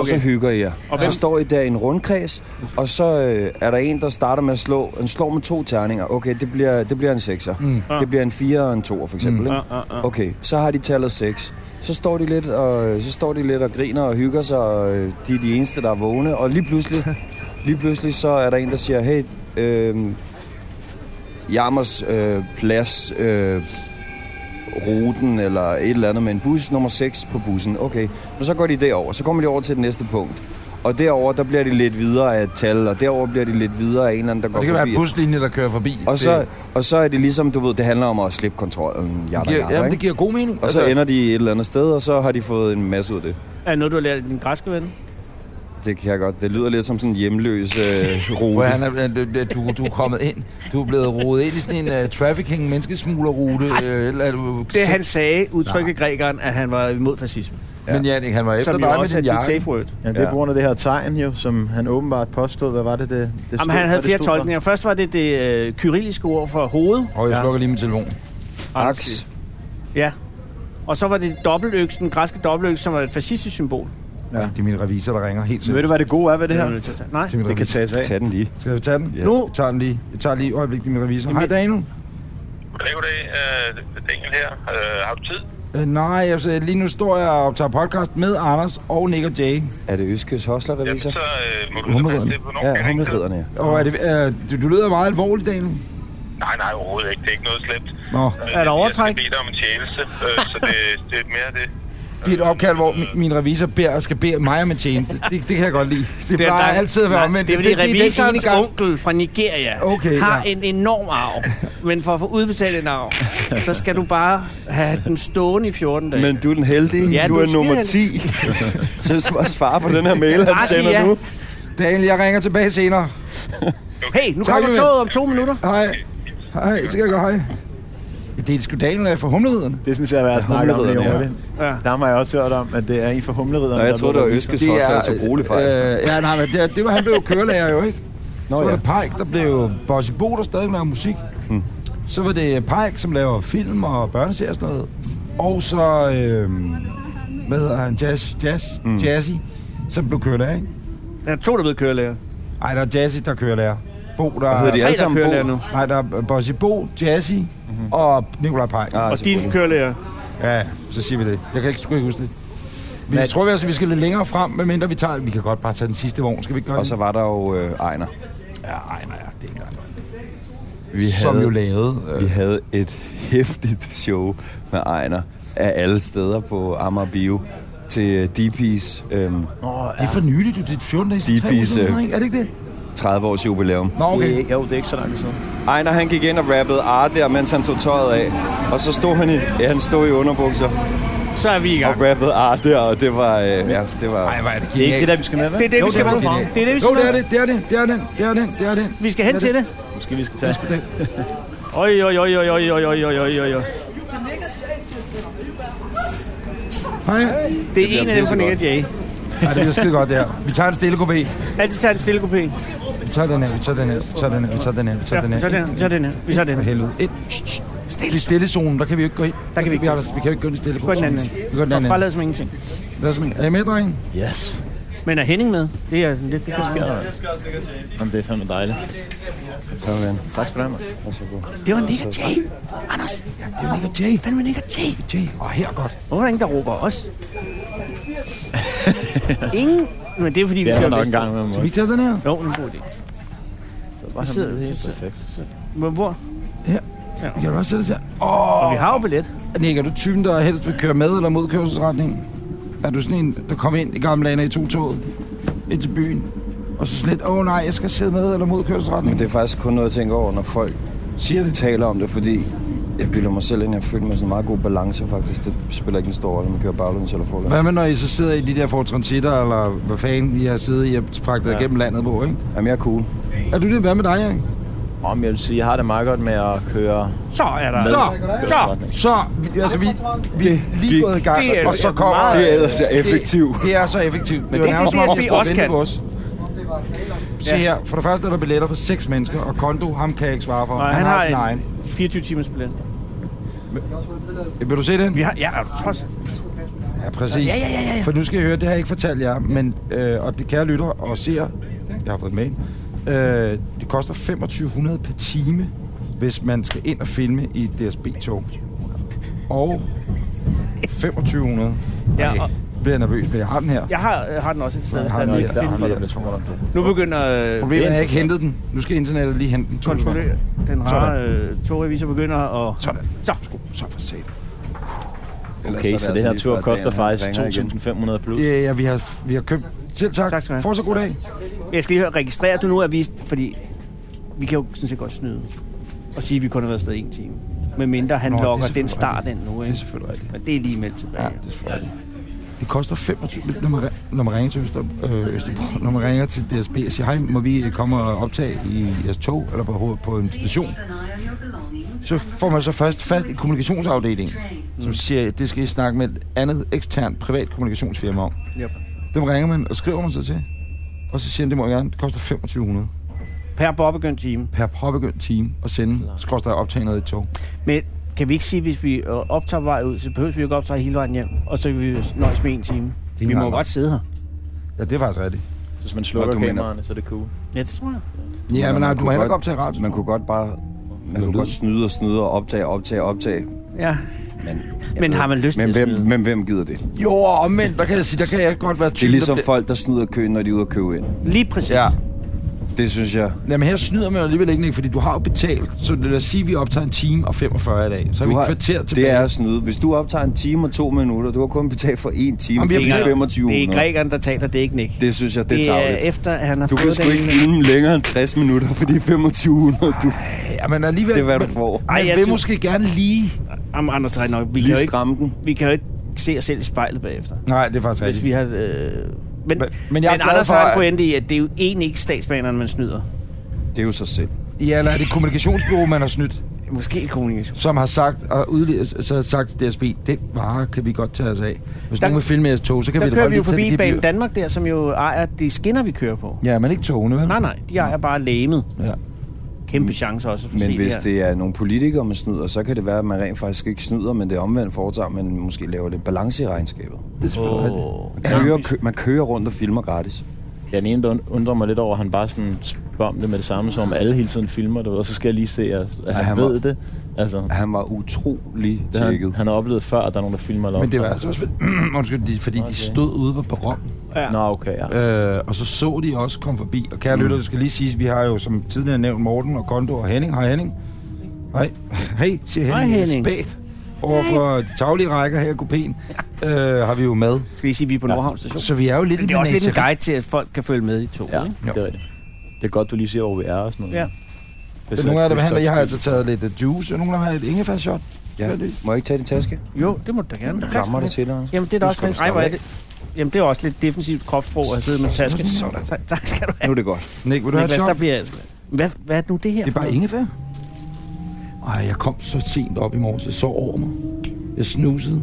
Speaker 4: så
Speaker 3: Okay.
Speaker 4: hygger I jer.
Speaker 3: Og hvem-
Speaker 4: så står I der i en rundkreds, og så øh, er der en, der starter med at slå, han slår med to terninger. Okay, det bliver, det bliver en sekser. Mm. Det bliver en 4 og en 2 for eksempel. Ikke?
Speaker 3: Ja, ja, ja.
Speaker 4: Okay, så har de tallet 6. Så står de lidt og, så står de lidt og griner og hygger sig, og øh, de er de eneste, der er vågne. Og lige pludselig, lige pludselig så er der en, der siger, hey, øh, Jammers øh, plads, øh, ruten eller et eller andet med en bus, nummer 6 på bussen. Okay, men så går de derover, så kommer de over til det næste punkt. Og derover der bliver de lidt videre af et tal, og derover bliver de lidt videre af en eller anden, der går
Speaker 2: Og det kan være
Speaker 4: forbi.
Speaker 2: en buslinje, der kører forbi.
Speaker 4: og,
Speaker 2: til-
Speaker 4: så, og så er det ligesom, du ved, det handler om at slippe kontrollen.
Speaker 2: Det
Speaker 4: Jada,
Speaker 2: giver,
Speaker 4: jada,
Speaker 2: jamen,
Speaker 4: ikke?
Speaker 2: det giver god mening. Altså,
Speaker 4: Og så
Speaker 3: Altså-
Speaker 4: ender de et eller andet sted, og så har de fået en masse ud af det.
Speaker 3: Er det noget, du har lært af din græske ven?
Speaker 4: Det kan jeg godt. Det lyder lidt som sådan en hjemløs øh,
Speaker 2: Hvor
Speaker 4: rute.
Speaker 2: han er, øh, du, du er kommet ind. Du er blevet rodet ind i sådan en uh, trafficking menneskesmuglerrute. Uh, eller, uh,
Speaker 3: Det han sagde, udtrykte grækeren, at han var imod fascisme.
Speaker 2: Men Jannik, han var efter
Speaker 3: Som
Speaker 2: dig
Speaker 3: jo
Speaker 2: med
Speaker 3: også er
Speaker 2: sin
Speaker 3: dit
Speaker 2: jakke.
Speaker 3: safe word.
Speaker 5: Ja, det er
Speaker 4: Ja.
Speaker 5: på grund af det her tegn jo, som han åbenbart påstod. Hvad var det, det, det
Speaker 3: Jamen, han
Speaker 5: hvad
Speaker 3: havde
Speaker 5: det
Speaker 3: flere
Speaker 5: stod for?
Speaker 3: tolkninger. Først var det det øh, kyrilliske ord for hoved.
Speaker 2: Og jeg
Speaker 5: Ja.
Speaker 2: slukker lige min telefon.
Speaker 4: Aks.
Speaker 3: Ja. Og så var det dobbeltøks, den græske dobbeltøks, som var et fascistisk symbol.
Speaker 2: Ja. Det er min revisor, der ringer helt
Speaker 5: Men ved
Speaker 2: sikkert.
Speaker 5: du, hvad det gode er ved det her?
Speaker 3: Nej.
Speaker 2: Det er min
Speaker 5: Det kan
Speaker 2: revisor.
Speaker 5: tages af.
Speaker 4: Tag den lige.
Speaker 2: Skal vi tage den?
Speaker 4: Ja.
Speaker 3: Nu-
Speaker 2: Jeg tager den lige. Jeg tager lige et øjeblik, det er min revisor. Hej, Daniel.
Speaker 7: Goddag, goddag. Øh, det er Daniel her. Øh, har du tid?
Speaker 2: Øh, nej, altså, lige nu står jeg og tager podcast med Anders og Nick og Jay.
Speaker 4: Er det Østkys Hosler,
Speaker 7: Ja,
Speaker 4: revisor?
Speaker 7: så øh, må du
Speaker 2: Humleriderne.
Speaker 7: på nogle
Speaker 4: Ja, humleriderne.
Speaker 2: Og er det, øh, du, du lyder meget alvorlig, Daniel.
Speaker 7: Nej, nej, overhovedet ikke. Det er ikke noget slemt.
Speaker 2: Nå,
Speaker 7: Øh,
Speaker 3: Er der overtræk?
Speaker 7: Jeg skal bede dig om en tjeneste, øh, så det, det er mere det.
Speaker 2: det er et opkald, hvor mi- min revisor beder, skal bede mig om en tjeneste. Det, det kan jeg godt lide. Det, det
Speaker 3: er
Speaker 2: plejer
Speaker 3: nok-
Speaker 2: altid at være
Speaker 3: nej,
Speaker 2: omvendt.
Speaker 3: Det er fordi
Speaker 2: det er den
Speaker 3: revisorens
Speaker 2: ene gang-
Speaker 3: onkel fra Nigeria
Speaker 2: Okay,
Speaker 3: har
Speaker 2: ja.
Speaker 3: en enorm arv. Men for at få udbetalt en arv, så skal du bare have den stående i 14 dage.
Speaker 4: Men du er den heldige.
Speaker 3: Ja,
Speaker 4: du,
Speaker 3: du
Speaker 4: er
Speaker 3: er
Speaker 4: nummer 10. Til at sv- svare på den her mail,
Speaker 3: Bare
Speaker 4: han
Speaker 3: sig
Speaker 4: sender
Speaker 3: ja.
Speaker 4: nu.
Speaker 2: Daniel, jeg ringer tilbage senere.
Speaker 3: Hey, nu
Speaker 2: Tak,
Speaker 3: kommer
Speaker 2: min
Speaker 3: toget om to minutter.
Speaker 2: Hej. Hej, det skal jeg godt, hej. Det er sgu Daniel der er for humlerideren.
Speaker 5: Det synes jeg er værd at snakke om lige
Speaker 4: humleriderne,
Speaker 5: hurtigt.
Speaker 3: Ja.
Speaker 5: Der har jeg også hørt om, at det er en for humleriderne.
Speaker 4: Nå, jeg
Speaker 5: der
Speaker 4: troede,
Speaker 5: blev
Speaker 4: det var
Speaker 5: der-
Speaker 4: Øskes også, der er så rolig fejl.
Speaker 2: øh, ja, nej, men det, er- det var, han blev jo kørelærer jo, ikke? Nå, så var
Speaker 4: ja.
Speaker 2: ja. det Pike, der blev Bossy Bo, der stadig laver musik. Hmm. Så var det Pike, som laver film og børneserier og sådan noget. Og så, øh, hvad hedder han, Jazz, Jazz,
Speaker 4: Hmm.
Speaker 2: mm. Jazzy, som blev kørelærer, ikke?
Speaker 3: Der er to, der er blevet kørelærer.
Speaker 2: Ej, der er Jazzy, der er kørelærer. Bo, der
Speaker 3: Tre,
Speaker 4: hedder de Mhm. alle
Speaker 3: der er
Speaker 4: sammen
Speaker 3: kørelærer
Speaker 4: Bo.
Speaker 3: nu.
Speaker 2: Nej, der er Bossy Bo, Jazzy mm-hmm. og Nikolaj Pike.
Speaker 4: Ah,
Speaker 3: Og din
Speaker 4: selvfølgelig.
Speaker 3: kørelærer.
Speaker 2: Ja, så siger vi det. Jeg kan ikke, sgu ikke huske det. Vi jeg tror, vi, altså, vi skal lidt længere frem, medmindre vi tager... Vi kan godt bare tage den sidste vogn, skal vi ikke gøre
Speaker 4: Og så
Speaker 2: det?
Speaker 4: var der jo øh, Ejner.
Speaker 2: Ja, ej, nej, det er ikke engang.
Speaker 4: Vi
Speaker 2: Som jo lavede...
Speaker 4: Vi
Speaker 2: Øh,
Speaker 4: havde et hæftigt show med Ejner af alle steder på Amager Bio til øh, DP's øhm,
Speaker 2: det er for nyligt, du. Det er 14 dage,
Speaker 4: De
Speaker 2: 3 uger
Speaker 4: pisse.
Speaker 2: siden, ikke? Er det ikke det?
Speaker 4: 30 års jubilæum.
Speaker 2: Nå, okay.
Speaker 5: Det er ikke- Jo, det er ikke så langt siden.
Speaker 4: Ejner han gik ind og rappede R der, mens han tog tøjet af. Og så stod han i, ja, han stod i underbukser
Speaker 3: Så er vi i
Speaker 4: og
Speaker 3: gang.
Speaker 4: rappede R der, og det var, øh, ja, det var...
Speaker 2: Ej, hvor er det
Speaker 5: Det er ikke
Speaker 2: genialt.
Speaker 5: det, der vi skal med,
Speaker 3: Det er
Speaker 5: vel?
Speaker 3: det, vi skal
Speaker 2: var
Speaker 3: med.
Speaker 2: genialt.
Speaker 3: Det er det,
Speaker 2: Jo,
Speaker 3: vi skal
Speaker 2: det er
Speaker 3: med.
Speaker 2: det, det er det, det er den, det er den, det er den.
Speaker 3: Vi skal hen til det.
Speaker 5: Måske vi skal tage...
Speaker 3: Oj, oj, oj, oj, oj, oj, oj, oj, oj, oj.
Speaker 2: Hej.
Speaker 3: Det er en af dem fra Nick Jay.
Speaker 2: Ej, det bliver skide godt, det her. Vi tager en stille kopé.
Speaker 3: Altid tage en stille kopi.
Speaker 2: Vi tager den her, vi tager den her, vi tager den her, vi tager den her, vi
Speaker 3: Ja,
Speaker 2: tager den her.
Speaker 3: så er den her, så er den her. Vi tager den
Speaker 2: For
Speaker 3: her.
Speaker 2: helvede. Et. Stille. Stille zone, der kan vi jo ikke gå ind.
Speaker 3: Der kan vi ikke gå
Speaker 2: Vi, vi kan jo ikke gå ind i stille
Speaker 3: Gå den anden.
Speaker 2: Vi går den
Speaker 3: Nå,
Speaker 2: anden.
Speaker 3: Bare
Speaker 2: ende.
Speaker 3: lad som ingenting.
Speaker 2: Lad os med. Er I med, drenge?
Speaker 5: Yes.
Speaker 3: Men er Henning med? Det er sådan lidt... Det,
Speaker 5: Jamen, det er fandme dejligt. øh,
Speaker 4: Sådan.
Speaker 5: Tak skal du have, mand.
Speaker 3: det var Nick Jay. Anders. Ja, det var Nick Jay. Fandme Nick Jay.
Speaker 2: Jay. Åh, her er godt.
Speaker 3: Hvorfor er der ingen, der råber os? ingen... Men det er fordi, vi
Speaker 5: Det er der
Speaker 3: kører
Speaker 5: nok en
Speaker 3: vest.
Speaker 5: gang med
Speaker 2: Vi
Speaker 5: mig.
Speaker 2: tager den her.
Speaker 3: Jo, det er en god idé. Vi sidder her. så-
Speaker 5: Perfekt.
Speaker 3: Men hvor?
Speaker 2: Her.
Speaker 3: Ja.
Speaker 2: Vi kan du også sætte os her. Åh,
Speaker 3: Og vi har jo billet.
Speaker 2: Nick, er du typen, der helst vil køre med eller mod kørselsretningen? Er du sådan en, der kom ind i gamle dage når i to toget ind til byen? Og så sådan lidt, åh oh, nej, jeg skal sidde med eller mod
Speaker 4: Men
Speaker 2: kørselsretningen.
Speaker 4: det er faktisk kun noget, jeg tænker over, når folk
Speaker 2: Siger det.
Speaker 4: taler om det, fordi jeg bilder mig selv ind, jeg føler mig sådan en meget god balance faktisk. Det spiller ikke en stor rolle, om man kører baglæns eller forlæns.
Speaker 2: Hvad med, når I så sidder i de der Ford Transitter, eller hvad fanden I har siddet i og fragtet ja. gennem landet på, ikke?
Speaker 4: Jamen, jeg er cool.
Speaker 2: Er du det? Hvad med dig, Erik?
Speaker 5: Om jeg vil sige, jeg har det meget godt med at køre...
Speaker 3: Så er der...
Speaker 5: med
Speaker 2: Så.
Speaker 5: kørselsretning.
Speaker 2: Så, vi- altså vi, vi er lige
Speaker 4: det-
Speaker 2: gået i gang,
Speaker 3: det er-
Speaker 2: og så
Speaker 3: det er
Speaker 2: kommer...
Speaker 3: meget-
Speaker 4: Det er ellers effektivt.
Speaker 2: Det, det er så effektivt. Men
Speaker 3: det er det, DSB også kan.
Speaker 2: Os. Se her, for det første er der billetter for seks mennesker, og Kondo, ham kan jeg ikke svare for.
Speaker 3: Nej,
Speaker 2: han,
Speaker 3: han
Speaker 2: har,
Speaker 3: har
Speaker 2: sin
Speaker 3: en-
Speaker 2: egen.
Speaker 3: 24 timers billet.
Speaker 2: Vil du se den?
Speaker 3: Vi har... Ja, er du tosset?
Speaker 2: Ja, præcis. Ja, ja, ja, ja. For nu skal jeg høre, det har jeg ikke fortalt jer, men, øh, og det kære lytter og ser, jeg har fået en mail, øh, det koster 2500 per time, hvis man skal ind og filme i et DSB-tog. Og 2500.
Speaker 3: Ja,
Speaker 2: Okay.
Speaker 3: og-
Speaker 2: bliver jeg nervøs, men jeg har den her.
Speaker 3: Jeg har, jeg har den også et sted.
Speaker 2: Jeg har den
Speaker 3: der er
Speaker 2: lige
Speaker 3: lidt
Speaker 2: der.
Speaker 3: fint.
Speaker 2: har
Speaker 5: Fordi
Speaker 2: lidt.
Speaker 5: det tror jeg, du-
Speaker 3: Nu begynder... øh,
Speaker 2: Problemet er, at jeg ikke hentede den. Nu skal internettet lige hente den. To
Speaker 3: kontrollere. Den rare
Speaker 2: Sådan.
Speaker 3: øh, togrevisor begynder at...
Speaker 2: Sådan.
Speaker 3: Så.
Speaker 2: sekunder. Så for sat.
Speaker 4: Ellers
Speaker 5: Okay,
Speaker 4: er
Speaker 5: så
Speaker 4: det
Speaker 5: den her
Speaker 4: altså lige
Speaker 5: tur
Speaker 4: før,
Speaker 5: koster
Speaker 4: Dan, han
Speaker 5: faktisk
Speaker 4: ringer igen.
Speaker 5: 2.500 plus.
Speaker 2: Det er, ja, vi har, vi har købt. Selv tak.
Speaker 3: Tak skal du have.
Speaker 2: Fortsat god dag.
Speaker 3: Jeg skal lige høre, registrerer du nu avist? Fordi vi kan jo sådan set godt snyde og sige, at vi kun har været afsted i en time. Med mindre han
Speaker 2: Nå, det er
Speaker 3: lokker den
Speaker 2: selvfølgelig
Speaker 3: start
Speaker 2: rigtigt.
Speaker 3: ind nu,
Speaker 2: Det er
Speaker 3: ikke?
Speaker 2: selvfølgelig rigtigt.
Speaker 3: Men det er lige meldt
Speaker 2: Ja,
Speaker 3: tilbage.
Speaker 2: det er selvfølgelig rigtigt. Det koster 25... Når man, ri- når man ringer til Øster, øh, Østerbro, når man ringer til DSB og siger, hej, må vi øh, komme og optage i jeres tog eller på, hoved- på en station? Så får man så først fast i kommunikationsafdelingen, som siger, at det skal I snakke med et andet eksternt privat kommunikationsfirma om.
Speaker 3: Yep.
Speaker 2: Dem ringer man og skriver man så til. Og så siger han, det må jeg gerne. Det koster 2500
Speaker 3: Per påbegyndt time.
Speaker 2: per påbegyndt time at sende. Så koster jeg at optage noget i et tog.
Speaker 3: Men kan vi ikke sige, at hvis vi øh, optager vej ud, så behøver vi jo ikke optage hele vejen hjem, og så kan vi jo nøjes med en time.
Speaker 2: er
Speaker 3: Vi må jo
Speaker 2: meget
Speaker 3: godt sidde her.
Speaker 2: Ja, det er faktisk rigtigt.
Speaker 5: Så hvis man slukker
Speaker 4: Og du mener-
Speaker 5: kameraerne, så er det cool.
Speaker 3: Ja, det tror jeg.
Speaker 2: Ja, men nej,
Speaker 4: man
Speaker 2: du må
Speaker 4: kunne
Speaker 2: heller ikke
Speaker 4: godt-
Speaker 2: optage radio.
Speaker 4: Man kunne godt bare man kunne
Speaker 2: lyd.
Speaker 4: godt snyde og snyde og optage, optage, optage.
Speaker 3: Ja. Men, men har man lyst til
Speaker 4: Men
Speaker 3: at
Speaker 4: hvem,
Speaker 3: snyde?
Speaker 4: men hvem gider det? Det
Speaker 2: Jo, og omvendt, der kan jeg sige, der kan jeg godt være
Speaker 4: er
Speaker 2: typen,
Speaker 4: ligesom
Speaker 2: der-
Speaker 4: folk, der snyder køen, når de er ude og købe ind.
Speaker 3: Lige præcis.
Speaker 2: Ja.
Speaker 4: Det synes jeg.
Speaker 2: Jamen her snyder man jo alligevel ikke, Nick, fordi du har jo betalt. Så lad os sige, at vi optager en time og 45 i dag. Så har
Speaker 4: Du
Speaker 2: vi et
Speaker 4: har,
Speaker 2: kvarter tilbage.
Speaker 4: det er snyde. Hvis du optager en time og to minutter, du har kun betalt for en time.
Speaker 2: Jamen, vi har
Speaker 4: det er
Speaker 2: betalt-
Speaker 4: 25
Speaker 3: Det er
Speaker 4: minutter.
Speaker 3: grækeren, der taler, det er ikke Nick.
Speaker 4: Det synes jeg, det er
Speaker 3: det er
Speaker 4: tageligt.
Speaker 3: efter, at han har
Speaker 4: Du kan
Speaker 3: fået
Speaker 4: sgu ikke
Speaker 3: den.
Speaker 4: filme længere end 60 minutter, fordi 2500, du,
Speaker 2: Ja, men alligevel...
Speaker 4: det er, hvad du
Speaker 2: men-
Speaker 4: får.
Speaker 3: Ej,
Speaker 2: Man
Speaker 3: jeg
Speaker 2: vil
Speaker 3: synes-
Speaker 2: måske gerne lige...
Speaker 3: Jamen, Anders, det er nok. Vi, kan
Speaker 4: Lige
Speaker 3: jo ikke,
Speaker 4: stramme den.
Speaker 3: vi kan jo ikke se os selv i spejlet bagefter.
Speaker 2: Nej, det er faktisk
Speaker 3: Hvis
Speaker 2: rigtigt.
Speaker 3: vi har... Øh, men,
Speaker 2: Men-
Speaker 3: men, men,
Speaker 2: men jeg er
Speaker 3: men
Speaker 2: glad
Speaker 3: Anders
Speaker 2: for,
Speaker 3: har en
Speaker 2: at-
Speaker 3: pointe i, at det er jo egentlig ikke statsbanerne, man snyder.
Speaker 4: Det er jo sig selv.
Speaker 2: Ja, eller er det kommunikationsbureau, man har snydt,
Speaker 3: Måske kommunikation.
Speaker 2: som har sagt, og udle- så har sagt til DSB, den vare kan vi godt tage os af. Hvis
Speaker 3: Der-
Speaker 2: nogen vil filme jeres tog, så kan vi
Speaker 3: Der
Speaker 2: da
Speaker 3: kører
Speaker 2: godt
Speaker 3: vi jo
Speaker 2: lige tage
Speaker 3: forbi
Speaker 2: det gebyr.
Speaker 3: Banen Danmark der, som jo ejer de skinner, vi kører på.
Speaker 2: Ja, men ikke togene, vel?
Speaker 3: Nej, nej, de ejer bare læmet.
Speaker 2: Ja.
Speaker 3: Kæmpe chance også for at
Speaker 4: Men
Speaker 3: se
Speaker 4: hvis
Speaker 3: det her.
Speaker 4: det er nogle politikere, man snyder, så kan det være, at man rent faktisk ikke snyder, men det er omvendt foretager, men måske laver lidt balance i regnskabet.
Speaker 2: Det er selvfølgelig rigtigt.
Speaker 3: Åh,
Speaker 4: Man kører,
Speaker 3: Krampus.
Speaker 4: kø, man kører rundt og filmer gratis.
Speaker 5: Ja, den ene, der und- undrer mig lidt over, at han bare sådan spørger om det med det samme, som om alle hele tiden filmer det, og så skal jeg lige se, at, at han,
Speaker 4: han
Speaker 5: han
Speaker 4: var-
Speaker 5: ved det. Altså,
Speaker 4: Han var utrolig
Speaker 5: det har han,
Speaker 4: tjekket.
Speaker 5: han har oplevet før, at der er nogen, der filmer eller
Speaker 2: Men det var
Speaker 5: optager.
Speaker 2: altså også... Undskyld, de- fordi de stod ude på perronen.
Speaker 3: Ja.
Speaker 5: Nå, okay, ja.
Speaker 2: Øh, og så så de også komme forbi. Og kære lytter, det skal lige siges, vi har jo som tidligere nævnt Morten og Kondo og Henning. Hej Henning. Hej. Hej, siger
Speaker 3: Hej,
Speaker 2: Henning.
Speaker 3: Henning.
Speaker 2: Spæt over for de taglige rækker her i kopien, øh, har vi jo med.
Speaker 3: Skal lige sige, at vi er på Nordhavn station?
Speaker 2: Så vi er jo lidt
Speaker 3: Men det er også lidt en
Speaker 2: menageri.
Speaker 3: guide til, at folk kan følge med i toget.
Speaker 5: Ja,
Speaker 3: Ja. Ikke?
Speaker 5: det er rigtigt. Det er godt, du lige siger, hvor vi er og sådan noget.
Speaker 3: Ja.
Speaker 5: Hvis
Speaker 2: Det er nogle af
Speaker 5: at-
Speaker 2: dem
Speaker 5: hvis
Speaker 2: handler.
Speaker 5: der-
Speaker 2: Jeg har altså taget lidt øh, juice, og nogle af dem har et ingefærshot.
Speaker 4: Ja. Må jeg ikke tage din taske?
Speaker 3: Jo, det må du da gerne.
Speaker 4: Klammer det til dig.
Speaker 3: Jamen, det er da
Speaker 4: Nu
Speaker 3: også
Speaker 4: skal
Speaker 3: lidt...
Speaker 4: du
Speaker 3: Ej, hvor er
Speaker 4: slappe
Speaker 3: det... Jamen, det er også lidt defensivt kropsprog at sidde med tasken.
Speaker 4: Sådan.
Speaker 3: Tak, tak skal du have.
Speaker 4: Nu er det godt.
Speaker 2: Nick, vil du have et
Speaker 3: Niklas,
Speaker 2: shot?
Speaker 3: der bliver altså... Hvad, hvad er det nu, det her?
Speaker 2: Det er bare
Speaker 3: for?
Speaker 2: ingefær. Ej, jeg kom så sent op i morges. Jeg sov over mig. Jeg snusede.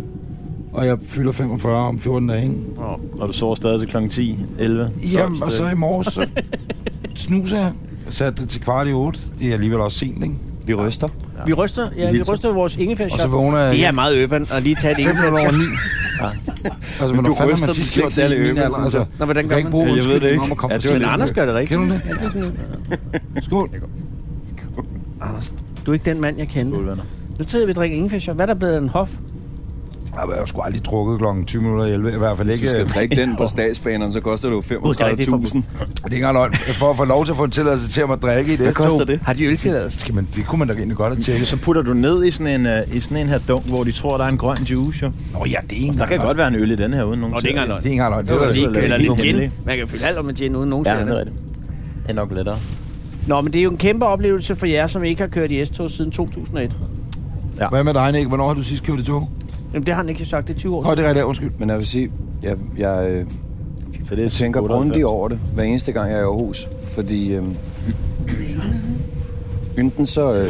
Speaker 2: Og jeg fylder 45 om 14 dage, ikke?
Speaker 5: Og du sover stadig til kl. 10, 11.
Speaker 2: Jamen, og så
Speaker 5: stadig.
Speaker 2: i morges, så snuser jeg. Jeg satte det til kvart i otte. Det er alligevel også sent, ikke?
Speaker 4: Vi ryster.
Speaker 3: Vi ryster, ja, vi
Speaker 2: Hilsen.
Speaker 3: ryster vores ingefær
Speaker 2: Og så vågner jeg
Speaker 3: Det er meget øben at lige tage et
Speaker 2: fem
Speaker 3: ingefær
Speaker 2: minutter over ni. Altså, men
Speaker 4: du
Speaker 2: du fanden har
Speaker 4: ryster
Speaker 2: man
Speaker 4: den
Speaker 2: sidst gjort
Speaker 4: slet
Speaker 2: det i
Speaker 4: ikke
Speaker 2: min
Speaker 4: særlig
Speaker 2: alder?
Speaker 4: øvel,
Speaker 2: Altså,
Speaker 3: Nå, hvordan
Speaker 2: du
Speaker 3: gør
Speaker 2: kan ikke
Speaker 3: man?
Speaker 2: bruge
Speaker 4: Ja, jeg ved det
Speaker 2: undskyldningen
Speaker 4: ikke.
Speaker 2: om at komme
Speaker 4: Ja,
Speaker 2: for
Speaker 4: det var
Speaker 2: sent.
Speaker 3: Men Anders gør det rigtigt.
Speaker 2: Kender du det?
Speaker 3: Ja, det er sådan,
Speaker 2: Skål.
Speaker 3: Anders, du er ikke den mand, jeg kendte.
Speaker 5: Gulvvenner.
Speaker 3: Nu sidder vi og drikker ingefær. Hvad er der blevet en hof?
Speaker 2: Jeg har jo sgu aldrig drukket klokken 20 minutter i 11. I hvert fald
Speaker 4: Hvis du
Speaker 2: ikke.
Speaker 4: skal
Speaker 2: øh,
Speaker 4: drikke den på statsbanerne, så koster det jo
Speaker 3: det er rigtigt,
Speaker 4: 35.000.
Speaker 2: Det er ikke engang løgn. For at få lov til at få en tilladelse til at man drikke i det.
Speaker 4: Hvad koster det?
Speaker 3: Har de øltilladelse?
Speaker 2: Skal man, det kunne man da egentlig godt have tjekket.
Speaker 5: Så putter du ned i sådan en, øh, i sådan en her dunk, hvor de tror, der er en grøn juice. Jo.
Speaker 2: Nå ja, det er ikke
Speaker 5: Der kan godt være en øl i den her uden nogen.
Speaker 3: Nå, det er ikke engang
Speaker 5: siger
Speaker 3: løgn.
Speaker 2: Det er ikke engang løgn.
Speaker 3: Det var
Speaker 2: Det
Speaker 5: lige-
Speaker 2: er
Speaker 3: lige,
Speaker 5: lidt
Speaker 3: eller lige
Speaker 5: lidt
Speaker 3: gin.
Speaker 5: hemmeligt.
Speaker 3: Man kan fylde alt op med gin, uden nogen
Speaker 5: det. Ja,
Speaker 3: ser
Speaker 5: det er
Speaker 3: det.
Speaker 5: rigtigt. Det er nok lettere.
Speaker 3: Nå, men det er jo en kæmpe oplevelse for jer, som ikke har kørt i S-tog siden 2001.
Speaker 5: Ja.
Speaker 2: Hvad med dig, Nick? Hvornår har du sidst kørt i tog?
Speaker 3: Jamen, det har han ikke sagt, det er 20 år
Speaker 2: Nå,
Speaker 3: siden.
Speaker 2: det er rigtigt. Undskyld.
Speaker 4: Men jeg vil sige, jeg, jeg, øh,
Speaker 5: Så det er
Speaker 4: Jeg tænker
Speaker 5: 98.
Speaker 4: grundigt over det, hver eneste gang jeg er i Aarhus. Fordi øhm, enten så øh,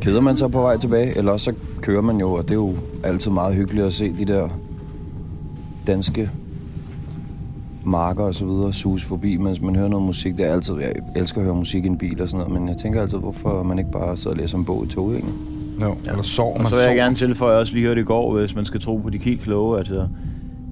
Speaker 4: keder man sig på vej tilbage, eller også så kører man jo, og det er jo altid meget hyggeligt at se de der danske marker og så videre sus forbi, mens man hører noget musik. Det er altid, jeg elsker at høre musik i en bil og sådan noget, men jeg tænker altid, hvorfor man ikke bare sidder og læser en bog i toget egentlig.
Speaker 2: Jo, eller sover man
Speaker 5: Og så vil jeg
Speaker 2: sover.
Speaker 5: gerne tilføje, at jeg også lige hørte i går, hvis man skal tro på de helt kloge, at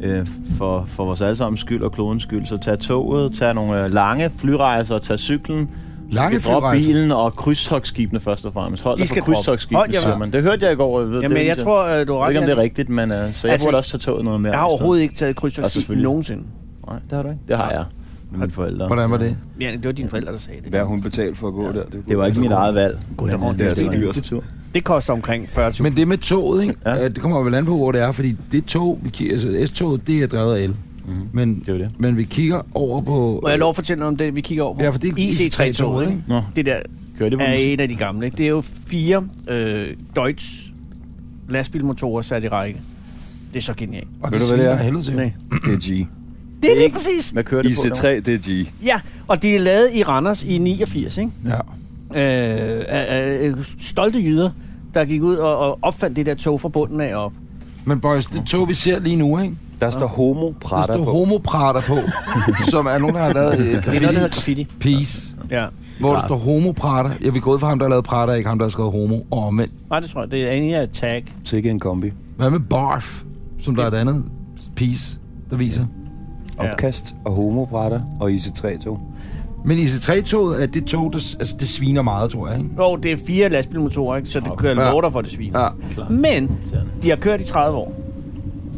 Speaker 5: øh, for, for vores allesammens skyld og klodens skyld, så tag toget, tag nogle øh, lange flyrejser, tag cyklen,
Speaker 2: Lange
Speaker 5: drop
Speaker 2: flyrejser?
Speaker 5: bilen og krydstogsskibene først og fremmest. Hold
Speaker 3: De
Speaker 5: dig for
Speaker 3: skal droppe.
Speaker 5: krydstogsskibene,
Speaker 3: Hold jer
Speaker 5: siger
Speaker 3: fra.
Speaker 5: man. Det hørte jeg i går. Jeg ved,
Speaker 3: Jamen,
Speaker 5: det,
Speaker 3: jeg tror, øh, du har
Speaker 5: Jeg ved ikke, om
Speaker 3: ret.
Speaker 5: det er rigtigt, men øh, så jeg
Speaker 3: Altså,
Speaker 5: altså, burde også tage toget noget mere.
Speaker 3: Jeg har
Speaker 5: i stedet.
Speaker 3: overhovedet ikke taget
Speaker 5: Og
Speaker 3: krydstogsskib
Speaker 5: selvfølgelig.
Speaker 3: nogensinde.
Speaker 5: Nej, det har du ikke. Det har jeg. Med mine forældre.
Speaker 2: Hvordan var det?
Speaker 3: Ja, det var dine forældre, der sagde det.
Speaker 4: Hvad har hun betalt for at gå der?
Speaker 5: Det var ikke mit eget valg.
Speaker 4: det er rundt. Det er altså dyrt.
Speaker 3: Det koster omkring 40.000.
Speaker 2: Men det med toget, ikke?
Speaker 5: Ja.
Speaker 2: ja. det kommer vel an på, hvor det er, fordi det tog, vi kigger, altså S-toget, det er drevet af el. Mm-hmm. Men,
Speaker 5: Det er jo det.
Speaker 2: men vi kigger over på...
Speaker 3: Må jeg lov at fortælle noget om det, vi kigger over på?
Speaker 2: Ja, for det er
Speaker 3: IC3-toget,
Speaker 2: IC3-toget,
Speaker 3: ikke?
Speaker 5: Nå,
Speaker 3: Det der
Speaker 5: kører det på
Speaker 3: er
Speaker 5: musik?
Speaker 3: en af de gamle. Ikke? Det er jo fire øh, Deutsch lastbilmotorer sat i række. Det er så genialt.
Speaker 2: Og
Speaker 4: Ved
Speaker 2: det
Speaker 4: du, hvad det
Speaker 2: sviner
Speaker 4: er?
Speaker 2: helvede til.
Speaker 3: Nej.
Speaker 4: Det er G.
Speaker 3: Det er lige præcis.
Speaker 5: Hvad kører det på?
Speaker 4: IC3, det er G.
Speaker 3: Ja, og det er lavet i Randers i 89, ikke?
Speaker 2: Ja.
Speaker 3: Øh, af, af, stolte jyder, der gik ud og, og opfandt det der tog fra bunden af og op.
Speaker 2: Men boys, det tog, vi ser lige nu, ikke?
Speaker 4: Der står homo
Speaker 2: Der står homoprater på, som er nogen, der har lavet et
Speaker 3: Det er noget, der hedder
Speaker 2: graffiti
Speaker 3: graffiti.
Speaker 2: piece,
Speaker 3: Ja.
Speaker 2: hvor der står homoprater. Jeg vil gå ud for ham, der har lavet prater, ikke ham, der har skrevet homo. Og omvendt.
Speaker 3: Nej, det tror jeg. Det er en af tag.
Speaker 4: Sikke en kombi.
Speaker 2: Hvad med barf, som der er et andet piece, der viser?
Speaker 3: Ja.
Speaker 4: Opkast og homobrætter og IC3-tog.
Speaker 2: Men IC3-toget er det tog, der, s- altså, det sviner meget, tror jeg, ikke?
Speaker 3: Jo, det er fire lastbilmotorer, ikke? Så det kører
Speaker 2: Ja.
Speaker 3: lorter for det svin.
Speaker 2: Ja.
Speaker 3: Men de har kørt i 30 år.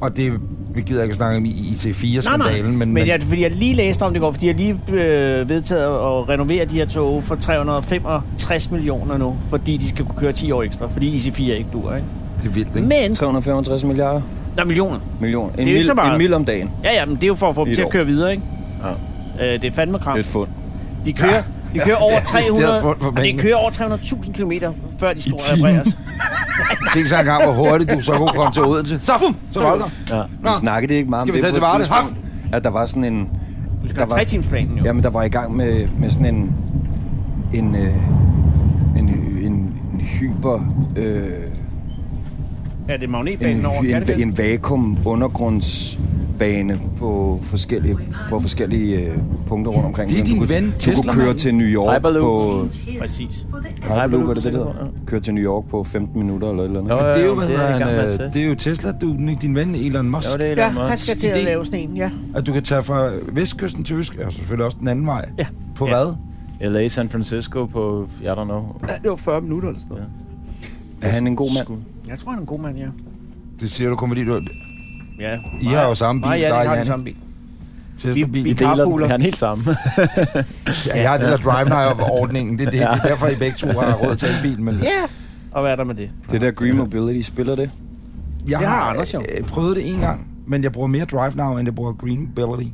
Speaker 2: Og det, vi gider ikke at snakke om IT4-skandalen, men,
Speaker 3: men, men jeg, fordi jeg lige læste om det i går, fordi jeg lige øh, vedtaget at renovere de her tog for 365 millioner nu, fordi de skal kunne køre 10 år ekstra, fordi IC4 ikke dur, ikke?
Speaker 2: det er vildt, ikke?
Speaker 3: Men,
Speaker 4: 365 milliarder?
Speaker 3: der er millioner.
Speaker 4: Million. En,
Speaker 3: ikke så
Speaker 4: mil,
Speaker 3: meget.
Speaker 4: en mil om dagen. Det
Speaker 3: Ja, ja, men det er jo for at få
Speaker 4: I
Speaker 3: dem
Speaker 4: et
Speaker 3: til at
Speaker 4: år.
Speaker 3: køre videre, ikke?
Speaker 5: Ja.
Speaker 3: Øh, det er fandme
Speaker 4: er
Speaker 3: kram.
Speaker 4: et fund.
Speaker 3: De kører, de kører over
Speaker 2: decideret
Speaker 3: 300,
Speaker 2: fund for
Speaker 3: og de
Speaker 2: pengene.
Speaker 3: kører over 300.000 km, før de skulle repareres.
Speaker 2: Tænk så engang, hvor hurtigt du så kunne komme til Odense. Så, fum, så var det der.
Speaker 5: Ja.
Speaker 2: Nå.
Speaker 4: Vi snakkede ikke meget om
Speaker 2: Skal vi
Speaker 4: det
Speaker 2: tage til
Speaker 4: på et
Speaker 2: Varde?
Speaker 4: tidspunkt, at der var sådan en...
Speaker 3: Du skal
Speaker 4: Der
Speaker 3: have
Speaker 4: var-
Speaker 3: tretimersplanen jo.
Speaker 4: Jamen, der var i gang med, med sådan en... En... øh, En, en, en hyper... Øh,
Speaker 3: Ja, det er magnetbanen
Speaker 4: en,
Speaker 3: over
Speaker 4: en,
Speaker 3: Kattegat.
Speaker 4: en vakuum undergrundsbane på forskellige, på forskellige øh, punkter rundt omkring.
Speaker 2: Det er
Speaker 4: Men du
Speaker 2: din
Speaker 4: kunne-
Speaker 2: ven,
Speaker 4: Du kunne
Speaker 2: Tesla-manden.
Speaker 4: køre til New York
Speaker 5: Hyperloop.
Speaker 4: på...
Speaker 3: Præcis.
Speaker 4: Hyperloop, er det det, det hedder? Køre til New York på 15 minutter eller et eller andet.
Speaker 5: Jo,
Speaker 2: Det er jo,
Speaker 5: jo,
Speaker 2: hvad
Speaker 5: det er jeg
Speaker 2: hedder
Speaker 5: i gang med at
Speaker 2: han,
Speaker 5: tage.
Speaker 2: øh, det er jo Tesla, du ikke din ven Elon Musk.
Speaker 5: Jo, det er
Speaker 3: Ja,
Speaker 5: Elon Musk.
Speaker 3: han skal til at
Speaker 2: idé.
Speaker 3: lave sådan en, ja.
Speaker 2: At du kan tage fra vestkysten til øst, og selvfølgelig også den anden vej.
Speaker 3: Ja.
Speaker 2: På
Speaker 3: Ja.
Speaker 2: hvad?
Speaker 5: LA San Francisco på, I don't know.
Speaker 3: Ja, Det var 40 minutter eller sådan noget.
Speaker 4: Er han en god mand?
Speaker 3: Jeg tror, han er en god mand, ja.
Speaker 2: Det siger du kun fordi du
Speaker 3: Ja.
Speaker 2: I har jo samme bil,
Speaker 3: Nej,
Speaker 2: dig
Speaker 3: ja,
Speaker 2: og
Speaker 3: det har den
Speaker 2: Janne.
Speaker 3: samme bil.
Speaker 2: Tesla-bil.
Speaker 3: Vi-
Speaker 5: Vi
Speaker 3: vi-
Speaker 5: deler den.
Speaker 3: Carpooler.
Speaker 5: Vi har den helt sammen.
Speaker 2: Ja, jeg har det der drive-now-ordningen. Det, er det, det er derfor, I begge to har råd til en bil. Men
Speaker 3: Ja. Og hvad er der med det?
Speaker 4: Det der Green Mobility, spiller det?
Speaker 2: jeg
Speaker 3: det har Anders jo.
Speaker 2: øh, prøvet det en gang, men jeg bruger mere drive-now, end jeg bruger green mobility.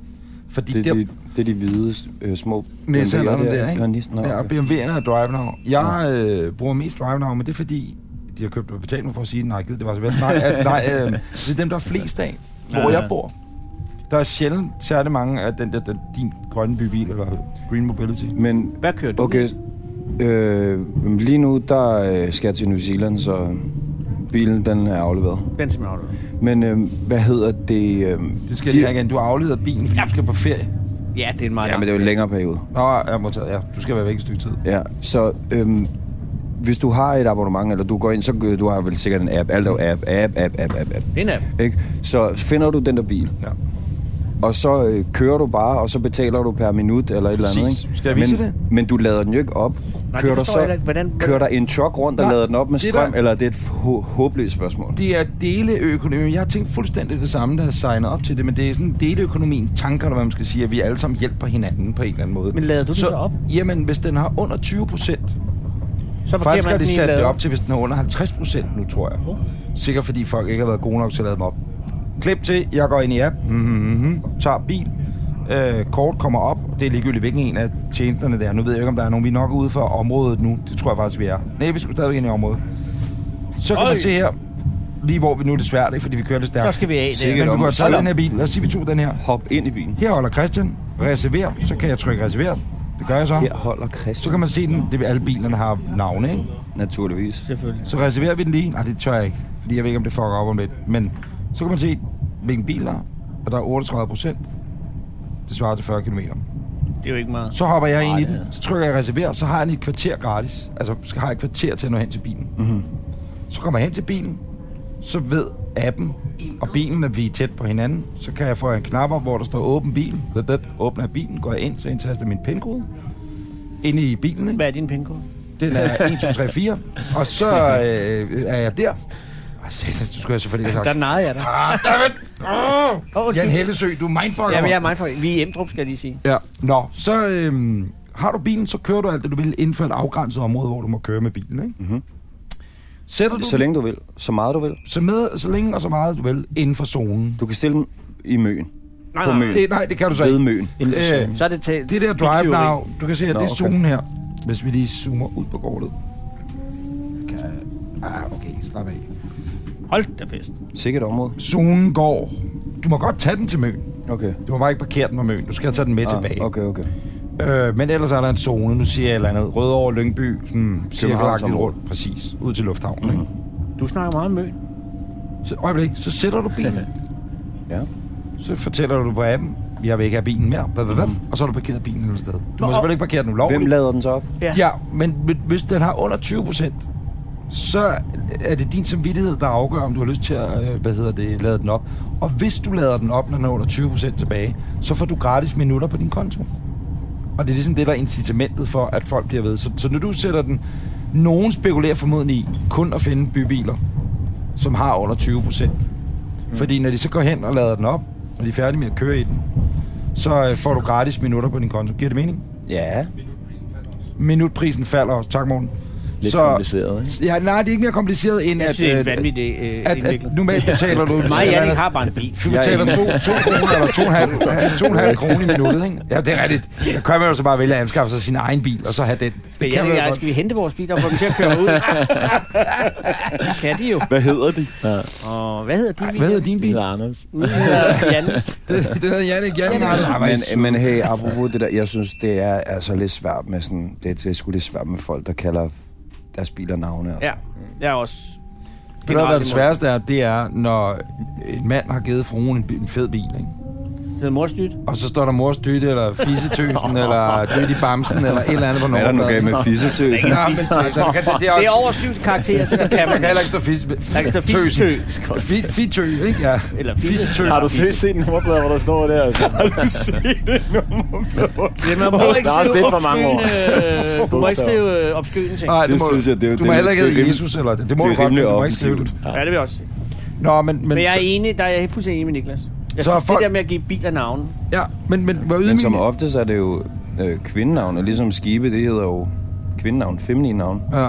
Speaker 2: Fordi
Speaker 4: Det
Speaker 2: det,
Speaker 4: er
Speaker 2: der
Speaker 4: de, det er de hvide øh, små
Speaker 2: Nissan er
Speaker 4: BMW'er
Speaker 2: der, der,
Speaker 4: Ja,
Speaker 2: ikke?
Speaker 4: Nissan, nå,
Speaker 2: Ja,
Speaker 4: okay.
Speaker 2: BMW'erne er drive now. Jeg øh, bruger mest drive now, men det er fordi, de har købt og betalt mig for at sige, nej, gid, det var så vel. Nej, at, nej øh, det er dem, der er flest af, hvor
Speaker 5: Ja.
Speaker 2: jeg bor. Der er sjældent særlig mange af den der, den, din grønne bybil, eller Green Mobility.
Speaker 4: Men
Speaker 3: Hvad kører du?
Speaker 4: okay, øh, men lige nu der øh, skal jeg til New Zealand, så bilen den er afleveret.
Speaker 3: Den som jeg har du.
Speaker 4: Men øh, hvad hedder det? Øh,
Speaker 2: Det skal jeg lige have igen. Du afleder bilen, fordi du skal på ferie.
Speaker 3: Ja, det er en meget
Speaker 4: Ja, men det er jo en længere periode.
Speaker 2: Nå, jeg må tage, ja, du skal være væk et stykke tid.
Speaker 4: Ja, så øhm, hvis du har et abonnement, eller du går ind, så øh, du har vel sikkert en app. Alt er jo app, app, app, app, app, app.
Speaker 3: Det er en app.
Speaker 4: Ikke? Så finder du den der bil,
Speaker 2: Ja.
Speaker 4: og så øh, kører du bare, og så betaler du per minut eller et eller andet.
Speaker 2: Præcis.
Speaker 4: Ikke?
Speaker 2: Skal jeg vise
Speaker 4: men,
Speaker 2: det?
Speaker 4: Men du lader den jo ikke op.
Speaker 3: det
Speaker 4: kører, der
Speaker 3: forstår jeg ikke. Hvordan-
Speaker 4: kører der en truck rundt og
Speaker 2: Nej,
Speaker 4: lader den op med
Speaker 2: det er
Speaker 4: strøm,
Speaker 2: der-
Speaker 4: eller er det et hå- håbløst spørgsmål?
Speaker 2: Det er deleøkonomi. Jeg har tænkt fuldstændig det samme, der har signet op til det, men det er sådan deleøkonomien, tanker, eller hvad man skal sige, at vi alle sammen hjælper hinanden på en eller anden måde.
Speaker 3: Men lader du den så op?
Speaker 2: Jamen, hvis den har under 20 procent,
Speaker 3: Så parkerer
Speaker 2: Faktisk har
Speaker 3: man
Speaker 2: de
Speaker 3: den i en
Speaker 2: sat det
Speaker 3: lade.
Speaker 2: op til, hvis den er under 50 procent nu, tror jeg. Sikkert fordi folk ikke har været gode nok til at lade dem op. Klip til, jeg går ind i app, mm-hmm, tager bil, øh, kort kommer op. Det er ligegyldigt, hvilken en af tjenesterne der. er. Nu ved jeg ikke, om der er nogen. Vi er nok ude for området nu. Det tror jeg faktisk, vi er. Nej, vi skulle stadig ind i området. Så kan Øj.
Speaker 3: Øj.
Speaker 2: man se her, lige hvor vi nu er det svært, ikke? fordi vi kører lidt stærkt.
Speaker 3: Så skal vi af der.
Speaker 4: Sikkert.
Speaker 2: Men du
Speaker 4: om.
Speaker 2: kan godt tage
Speaker 4: Hold
Speaker 2: den
Speaker 4: op.
Speaker 2: her bil. Lad os sige, vi tog den her.
Speaker 4: Hop ind i bilen.
Speaker 2: Her holder Christian. Reserver. Så kan jeg trykke reserver. Det gør jeg så.
Speaker 4: Her holder
Speaker 2: Så
Speaker 4: Christian.
Speaker 2: kan man se den. Det, alle bilerne har navne, ikke?
Speaker 4: Naturligvis.
Speaker 3: Selvfølgelig.
Speaker 2: Så reserverer vi den lige. Nej, det tør jeg ikke, fordi jeg ved ikke, om det fucker op om lidt. Men så kan man se, hvilken bil der er, og der er 38 procent. Det svarer til 40 km.
Speaker 3: Det er jo ikke meget.
Speaker 2: Så hopper jeg ind i
Speaker 5: Ej,
Speaker 2: den,
Speaker 5: ja.
Speaker 2: så trykker jeg reserver, så har jeg lige et kvarter gratis. Altså, skal har jeg et kvarter til at nå hen til bilen. Mm-hmm.
Speaker 5: Mhm.
Speaker 2: Så kommer jeg hen til bilen, så ved appen og bilen, at vi er tæt på hinanden. Så kan jeg få en knap op, hvor der står åben bil. Blup, blup. Åbner jeg bilen, går jeg ind, så indtaster min pindkode. Inde i bilen, ikke?
Speaker 3: Hvad er din pindkode?
Speaker 2: Den er 1, 2, 3, 4. Og så øh, er jeg der. Og satan, du skulle jeg selvfølgelig ikke have
Speaker 3: Der
Speaker 2: sagt.
Speaker 3: nagede jeg dig.
Speaker 2: Ah, dammit! Oh,
Speaker 3: Åh, undskyld.
Speaker 2: Jan Hellesø, du er mindfucker
Speaker 3: Jamen,
Speaker 2: mig.
Speaker 3: jeg er meget for Vi er i Emdrup, skal jeg lige sige.
Speaker 2: Ja. Nå, så øhm, har du bilen, så kører du alt det, du vil inden for et afgrænset område, hvor du må køre med bilen, ikke? Mm-hmm. Sætter du
Speaker 4: Mhm. Så længe du vil. Så meget du vil.
Speaker 2: så, med, så længe og så meget du vil inden for zonen.
Speaker 4: Du kan stille dem i møen.
Speaker 3: Nej,
Speaker 4: på
Speaker 3: nej,
Speaker 4: møen.
Speaker 2: Det, nej, det kan du så
Speaker 4: Ved
Speaker 2: ikke.
Speaker 4: møen.
Speaker 2: Øh,
Speaker 3: Så er det til
Speaker 2: det der drive now, du kan se, at
Speaker 4: Nå,
Speaker 2: det er
Speaker 4: okay.
Speaker 2: zonen her. Hvis vi lige zoomer ud på kortet. Kan, ah, okay, slap af.
Speaker 3: Hold da fest.
Speaker 4: Sikkert område.
Speaker 2: Zonen går. Du må godt tage den til Møn.
Speaker 4: Okay.
Speaker 2: Du må bare ikke parkere den på Møn. Du skal tage den med ah, tilbage.
Speaker 4: Okay, okay.
Speaker 2: Øh, men ellers er der en zone. Nu siger jeg et eller andet. Rødovre, Lyngby. Hmm, cirkelagtigt
Speaker 4: Københavnsområdet.
Speaker 2: rundt. Præcis. Ud til lufthavnen. Mm-hmm.
Speaker 4: Mhm.
Speaker 3: Du snakker meget om møn.
Speaker 2: Så, øjeblik, så sætter du bilen.
Speaker 4: Ja.
Speaker 2: så fortæller du på appen, jeg vil ikke have bilen mere. Hvad, hvad, hvad? Og så har du parkeret bilen et eller andet sted. Du
Speaker 3: Nå.
Speaker 2: må selvfølgelig ikke parkere den ulovligt.
Speaker 4: Mhm. Hvem lader den så op?
Speaker 2: Ja, men hvi- hvis den har under 20 procent, så er det din samvittighed, der afgør, om du har lyst til at øh, hvad hedder det, lade den op. Og hvis du lader den op, når den er under 20 procent tilbage, så får du gratis minutter på din konto. Og det er ligesom det, der er incitamentet for, at folk bliver ved. Så, så når du sætter den... Nogen spekulerer formodentlig i kun at finde bybiler, som har under 20 procent. Mm. Fordi når de så går hen og lader den op, og de er færdige med at køre i den, så øh, får du gratis minutter på din konto. Giver det mening?
Speaker 4: Ja.
Speaker 2: Minutprisen falder også. Tak, Morten.
Speaker 5: Lidt så... kompliceret, ikke?
Speaker 2: Ja, nej, det er ikke mere kompliceret end
Speaker 3: Jeg
Speaker 2: at...
Speaker 3: synes, det er
Speaker 2: øh,
Speaker 3: en vanvittig øh,
Speaker 2: at, Altså,
Speaker 3: indvikling.
Speaker 2: at normalt betaler du...
Speaker 3: Mig og Jannik har bare en bil.
Speaker 2: Du betaler to, to kroner eller to og en halv- to og en halv kroner i minuttet, ikke? Ja, det er rigtigt. Der kan man jo så bare vælge at anskaffe sig sin egen bil, og så have den. Det
Speaker 3: Det
Speaker 2: kan
Speaker 3: Jannik
Speaker 2: man
Speaker 3: og
Speaker 2: jo
Speaker 3: jeg,
Speaker 2: godt.
Speaker 3: skal vi hente vores biler og få dem til at køre ud? Det kan de jo.
Speaker 5: Hvad hedder de? Ja.
Speaker 3: Og hvad hedder din bil?
Speaker 2: Hvad hedder din bil?
Speaker 5: Lille Anders.
Speaker 3: Min hedder Jannik.
Speaker 2: Det, det hedder Jannik. Jannik har det. Ej, hvor er I søde.
Speaker 4: Men, men hey, apropos det der, jeg synes, det er altså lidt svært med sådan... Det er, det er sgu lidt svært med folk, der kalder deres biler navne. Altså.
Speaker 3: Ja, jeg er også...
Speaker 2: Ved du, hvad
Speaker 3: generelt
Speaker 2: der er det
Speaker 3: imod.
Speaker 2: sværeste er, det er, når en mand har givet fruen en, bi- en fed bil, ikke?
Speaker 3: Det hedder morstyt.
Speaker 2: Og så står der mors dytte, eller fisetøsen, eller dyt i bamsen, eller et eller andet på
Speaker 4: Hvad er der nu
Speaker 2: nummerpladen.
Speaker 4: galt med fissetøsen?
Speaker 2: Nå, men det, det, kan- det, er
Speaker 3: Det er
Speaker 2: også...
Speaker 3: over syv karakterer, så det kan
Speaker 2: Man
Speaker 3: man
Speaker 2: kan heller
Speaker 3: ikke.
Speaker 2: ikke stå fisse...
Speaker 3: Der kan stå
Speaker 2: tøsen.
Speaker 3: fisetø.
Speaker 2: Fi- Fitø, ikke? Ja.
Speaker 3: Eller fisse.
Speaker 5: Har du set set nummerplader, hvor der står der? Altså?
Speaker 3: Det man
Speaker 5: Der
Speaker 3: må
Speaker 5: er
Speaker 3: ikke
Speaker 5: også
Speaker 3: skrive
Speaker 5: lidt for mange
Speaker 3: opskydende, øh, Du må ikke skrive øh, opskydende ting.
Speaker 2: Nej,
Speaker 4: Det synes jeg, det er jo-
Speaker 2: Du
Speaker 4: det
Speaker 2: må
Speaker 4: er-
Speaker 2: heller ikke
Speaker 4: det er
Speaker 2: hedde
Speaker 4: rimelig-
Speaker 2: Jesus, eller det, det må
Speaker 4: det
Speaker 2: du
Speaker 4: er
Speaker 2: godt, men
Speaker 4: rimelig
Speaker 2: du må ikke skrive det.
Speaker 4: offensivt.
Speaker 3: Ja, det vil jeg også sige.
Speaker 2: Nå, men...
Speaker 3: Men jeg er enig, der er jeg fuldstændig enig med Niklas. Jeg
Speaker 2: Så
Speaker 3: synes,
Speaker 2: er folk-
Speaker 3: det der med at give biler navne,
Speaker 2: Ja, men, men hvor
Speaker 4: Men
Speaker 2: ydmyg...
Speaker 4: som oftest er det jo øh, kvindenavne, ligesom skibe, det hedder jo kvindenavn, feminine navn.
Speaker 2: Ja.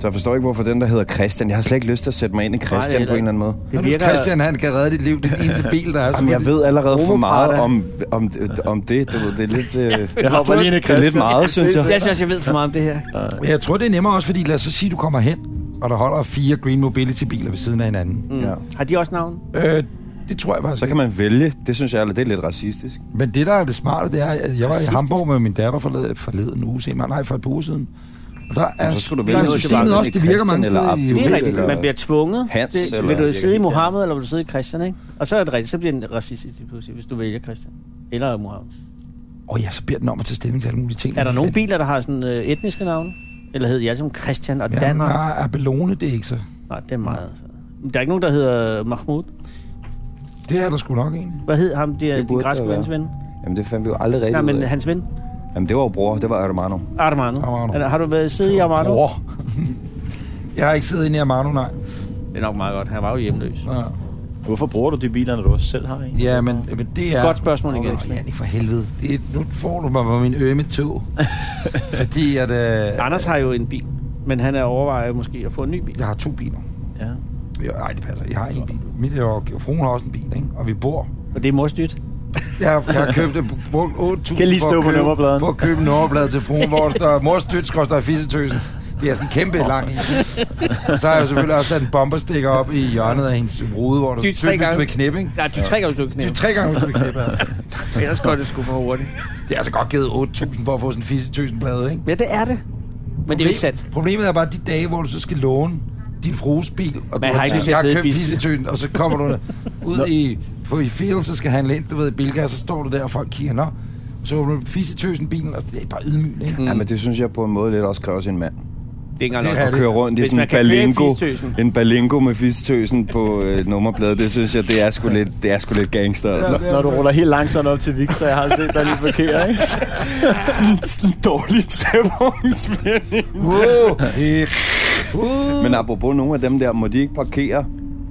Speaker 4: Så jeg forstår ikke, hvorfor den, der hedder Christian... Jeg har slet ikke lyst til at sætte mig ind i Christian
Speaker 3: Nej, det er
Speaker 4: på en eller anden måde.
Speaker 3: det
Speaker 2: Virker...
Speaker 3: virker...
Speaker 2: Christian, han kan redde dit liv. Det er den eneste bil, der er.
Speaker 4: Jamen, jeg ved allerede for
Speaker 3: Romerparter.
Speaker 4: meget om, om, om det. Du ved, det er lidt... Øh,
Speaker 5: Jeg hopper lige ind i
Speaker 4: det er lidt meget, synes jeg.
Speaker 3: Jeg synes, jeg ved for meget om det her.
Speaker 2: Jeg tror, det er nemmere også, fordi lad os så sige, du kommer hen, og der holder fire Green Mobility-biler ved siden af hinanden. Mm.
Speaker 4: Ja.
Speaker 3: Har de også navn?
Speaker 2: Øh, det tror jeg bare.
Speaker 4: Så kan man vælge. Det synes jeg allerede, det er lidt racistisk.
Speaker 2: Men det, der er det smarte, det er, at jeg var i Hamburg med min datter forleden, forleden uge, se, nej, for et par uger siden. Og der er,
Speaker 4: så skulle du
Speaker 2: der
Speaker 4: vælge
Speaker 2: er
Speaker 4: noget,
Speaker 2: systemet
Speaker 4: der var
Speaker 2: også, det
Speaker 4: Christian
Speaker 2: virker mange
Speaker 4: eller
Speaker 2: steder. i-
Speaker 4: Abdul.
Speaker 3: Det er
Speaker 4: ved,
Speaker 3: rigtigt.
Speaker 4: eller
Speaker 3: Man bliver tvunget.
Speaker 4: Hans,
Speaker 3: til,
Speaker 4: eller-
Speaker 3: vil du
Speaker 4: jeg
Speaker 3: sidde i
Speaker 4: kan-
Speaker 3: Mohammed, eller vil du sidde i Christian, ikke? Og så er det rigtigt. Så bliver den racistisk lige pludselig, hvis du vælger Christian. Eller Mohammed.
Speaker 2: Åh oh, ja, så beder den om at tage stilling til alle mulige ting.
Speaker 3: Er der nogen biler, der har sådan øh, etniske navne? Eller hedder de alle sammen Christian og
Speaker 2: Ja,
Speaker 3: Danner?
Speaker 2: nej, Abelone, det er ikke så.
Speaker 3: Nej, det er meget. Altså. Der er ikke nogen, der hedder Mahmoud.
Speaker 2: Det er der sgu nok en.
Speaker 3: Hvad hed ham, det er
Speaker 4: Det
Speaker 3: din
Speaker 4: burde
Speaker 3: græske
Speaker 4: der være.
Speaker 3: vens ven?
Speaker 4: Jamen, det fandt vi jo aldrig rigtigt
Speaker 3: Nej,
Speaker 4: Nej,
Speaker 3: men
Speaker 4: han...
Speaker 3: hans ven,
Speaker 4: Jamen, det var jo bror. Det var Armano.
Speaker 3: Armando.
Speaker 2: Armando.
Speaker 3: Armando. Har du været siddet i Armando?
Speaker 2: Bror. jeg har ikke siddet inde i Amano, nej.
Speaker 3: Det er nok meget godt. Han var jo hjemløs.
Speaker 2: Ja.
Speaker 5: Hvorfor bruger du de biler, når du også selv har en?
Speaker 2: Ja, men, men det er...
Speaker 3: Godt spørgsmål igen.
Speaker 2: Åh, Jannik, for helvede. Det er, nu får du mig på min ømme tog. Fordi at... Øh,
Speaker 3: Anders har jo en bil, men han er overvejet måske at få en ny bil.
Speaker 2: jeg har to biler.
Speaker 5: Ja.
Speaker 2: Jo, Nej, det passer. Jeg har en bil. Mit og og fruen har også en bil, ikke? Og vi bor.
Speaker 3: Og det er morstyrt.
Speaker 2: Jeg har, jeg har købt en brugt 8.000
Speaker 5: Kan lige
Speaker 2: for at
Speaker 5: stå på
Speaker 2: købe-
Speaker 5: nummerpladen.
Speaker 2: For at købe en nummerplade til fruen, hvor der står mors døds, koster fissetøsen. Det er sådan en kæmpe lang en. Så har jeg jo selvfølgelig også sat en bomberstikker op i hjørnet af hendes rude, hvor der
Speaker 3: Dyt tre
Speaker 2: står typisk
Speaker 3: gange.
Speaker 2: med knip, ikke?
Speaker 3: Nej, du ja. trækker jo stykket
Speaker 2: Det er tre gange, hvis du vil knippe.
Speaker 3: Ellers går det sgu for hurtigt.
Speaker 2: Det er altså godt givet 8.000 for at få sådan en fissetøsen plade, ikke?
Speaker 3: Ja, det er det. Men det er jo
Speaker 2: Problem-
Speaker 3: ikke sandt.
Speaker 2: Problemet er bare de dage, hvor du så skal låne din frues bil, og du
Speaker 3: har ikke lyst til
Speaker 2: jeg har
Speaker 3: at sidde i
Speaker 2: købt
Speaker 3: fisken."
Speaker 2: fissetøen, og så kommer du ud i, på i field, så skal han ind, du ved, i Bilka, og så står du der, og folk kigger, nå, så åbner du fissetøsen bilen, og det er bare ydmygende, ikke?
Speaker 4: Mm. Jamen, det synes jeg på en måde lidt også kræver sin mand.
Speaker 3: Det er ikke engang
Speaker 2: Det
Speaker 3: nok.
Speaker 2: er
Speaker 4: At køre rundt i
Speaker 3: Hvis
Speaker 4: sådan
Speaker 3: man
Speaker 4: en
Speaker 3: kan køre i
Speaker 4: balingo,
Speaker 3: fistøsen.
Speaker 4: en balingo med fistøsen på øh, nummerpladen, det synes jeg, det er sgu lidt, det er sgu lidt gangster. Altså.
Speaker 5: Når du ruller helt langsomt op til Victor, jeg har set dig lige parkere, ikke? sådan, sådan en dårlig trevognsvending.
Speaker 2: Wow. Øh,
Speaker 4: Men apropos nogle af dem der, må de ikke parkere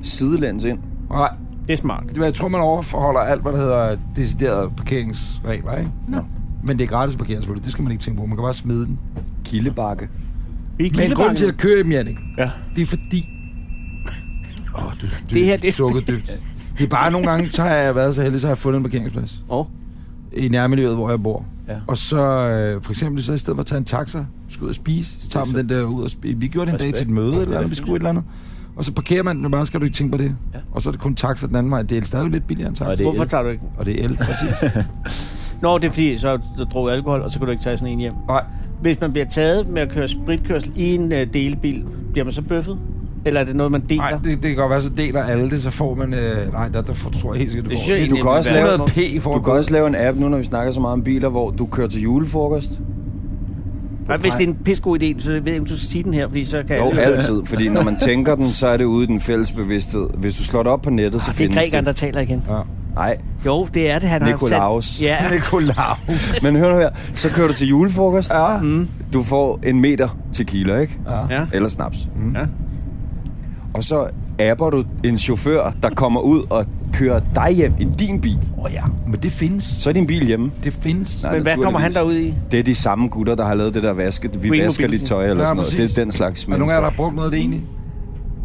Speaker 4: sidelæns ind?
Speaker 2: Nej,
Speaker 3: Det er smart.
Speaker 2: det- jeg tror, man overforholder alt, hvad der hedder deciderede parkeringsregler, ikke?
Speaker 4: Nå.
Speaker 2: Men det er gratis at parkere, selvfølgelig. Det skal man ikke tænke på. Man kan bare smide den.
Speaker 4: Kildebakke.
Speaker 3: Vi er
Speaker 2: Men grunden til at køre i dem, Jannik,
Speaker 5: Ja.
Speaker 2: det er fordi... Åh, oh, du, du
Speaker 3: Det
Speaker 2: det
Speaker 3: her,
Speaker 2: her,
Speaker 3: det-
Speaker 2: det... sukkede dybt. Det er bare nogle gange, så har jeg været så heldig, så har jeg fundet en parkeringsplads.
Speaker 3: Åh.
Speaker 2: I nærmiljøet, hvor jeg bor.
Speaker 5: Ja.
Speaker 2: Og så øh, for eksempel, så i stedet for at tage en taxa, skulle ud og spise, så tager man den der ud og spise. Vi gjorde det en dag
Speaker 5: Respekt.
Speaker 2: til et møde, eller et eller andet, vi
Speaker 5: fint.
Speaker 2: skulle et eller andet. Og så parkerer man den, og bare skal du ikke tænke på det.
Speaker 5: Ja.
Speaker 2: Og så er det kun taxa den anden vej. Det er stadig lidt billigere end taxa.
Speaker 5: Og det-
Speaker 3: Hvorfor tager du ikke den?
Speaker 2: og det er el, præcis.
Speaker 3: Nå, det er fordi, så har du drukket alkohol, og så kan du ikke tage sådan en hjem.
Speaker 2: Nej,
Speaker 3: Hvis man bliver taget med at køre spritkørsel i en øh, delebil, bliver man så bøffet? Eller er det noget, man deler?
Speaker 2: nej det, det, kan godt være, så deler alle det, så får man... Øh, nej, der, der får, tror jeg helt sikkert, du
Speaker 3: Det
Speaker 2: får
Speaker 3: synes jeg
Speaker 4: Du kan også
Speaker 3: ville være
Speaker 4: lave
Speaker 3: noget
Speaker 2: P for
Speaker 4: Du kan også lave en app nu, når vi snakker så meget om biler, hvor du kører til julefrokost.
Speaker 3: Nej, hvis det er en pissegod idé, så ved jeg ikke, om du skal sige den her, fordi så kan
Speaker 4: Jo,
Speaker 3: alle-
Speaker 4: altid. Fordi når man tænker den, så er det ude i den fælles bevidsthed. Hvis du slår det op på nettet, så
Speaker 3: Ah, Det er
Speaker 4: findes
Speaker 3: grækeren, der
Speaker 4: det.
Speaker 3: taler igen.
Speaker 2: Ja.
Speaker 4: Nej,
Speaker 3: Jo, det er det, han har
Speaker 4: Nikolaus.
Speaker 3: sat. Ja,
Speaker 2: Nikolaus.
Speaker 4: men hør nu her. Så kører du til julefrokost. Ja. Du får en meter tequila, ikke?
Speaker 2: Ja.
Speaker 3: Ja.
Speaker 4: Eller snaps.
Speaker 3: Ja.
Speaker 4: Og så apper du en chauffør, der kommer ud og kører dig hjem i din bil,
Speaker 3: Åh oh, ja.
Speaker 2: Men det findes.
Speaker 4: så er din bil hjemme.
Speaker 2: Det findes.
Speaker 4: Nej,
Speaker 3: Men hvad kommer han
Speaker 4: naturligvis.
Speaker 3: derud i?
Speaker 4: Det er de samme gutter, der har lavet det der vaske. Vi
Speaker 3: Green
Speaker 4: vasker
Speaker 3: Mobility.
Speaker 4: dit tøj eller
Speaker 2: Ja,
Speaker 4: sådan noget.
Speaker 2: præcis.
Speaker 4: Det er den slags
Speaker 2: Er
Speaker 4: mennesker.
Speaker 2: nogen af jer, der har brugt noget af det egentlig?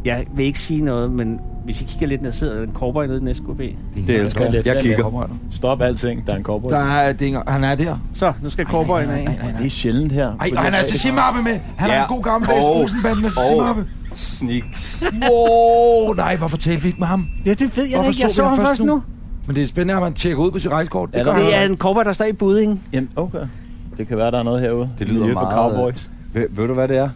Speaker 3: Jeg vil ikke sige noget, men hvis I kigger lidt ned, sidder der en cowboy nede i den næste kupé.
Speaker 4: Det elsker jeg. Jeg kigger.
Speaker 5: Stop alting, der er en cowboy.
Speaker 2: Der er, det er, ingen- han er der.
Speaker 3: Så, nu skal cowboyen af.
Speaker 5: Det er sjældent her.
Speaker 2: Ej, og han er til Simappe med. Han er en god gammeldags
Speaker 4: Og-
Speaker 2: Rosenbanden med
Speaker 4: og
Speaker 2: Simappe.
Speaker 4: Sneaks.
Speaker 2: Wow, nej, hvorfor talte vi ikke med ham?
Speaker 3: Ja, det ved jeg
Speaker 2: Hvorfor
Speaker 3: ikke. Jeg
Speaker 2: så
Speaker 3: så
Speaker 2: vi ham
Speaker 3: ham
Speaker 2: først
Speaker 3: først nu.
Speaker 2: Men det er spændende, at man tjekker ud på sit rejsekort.
Speaker 5: Ja,
Speaker 2: Det gør
Speaker 5: der-
Speaker 2: han.
Speaker 3: Det er en cowboy, der står i budding.
Speaker 5: Jamen, okay. Det kan være, der er noget herude.
Speaker 4: Det lyder
Speaker 5: Miljø for
Speaker 4: meget-
Speaker 5: cowboys.
Speaker 4: Ved, ved du, hvad det er?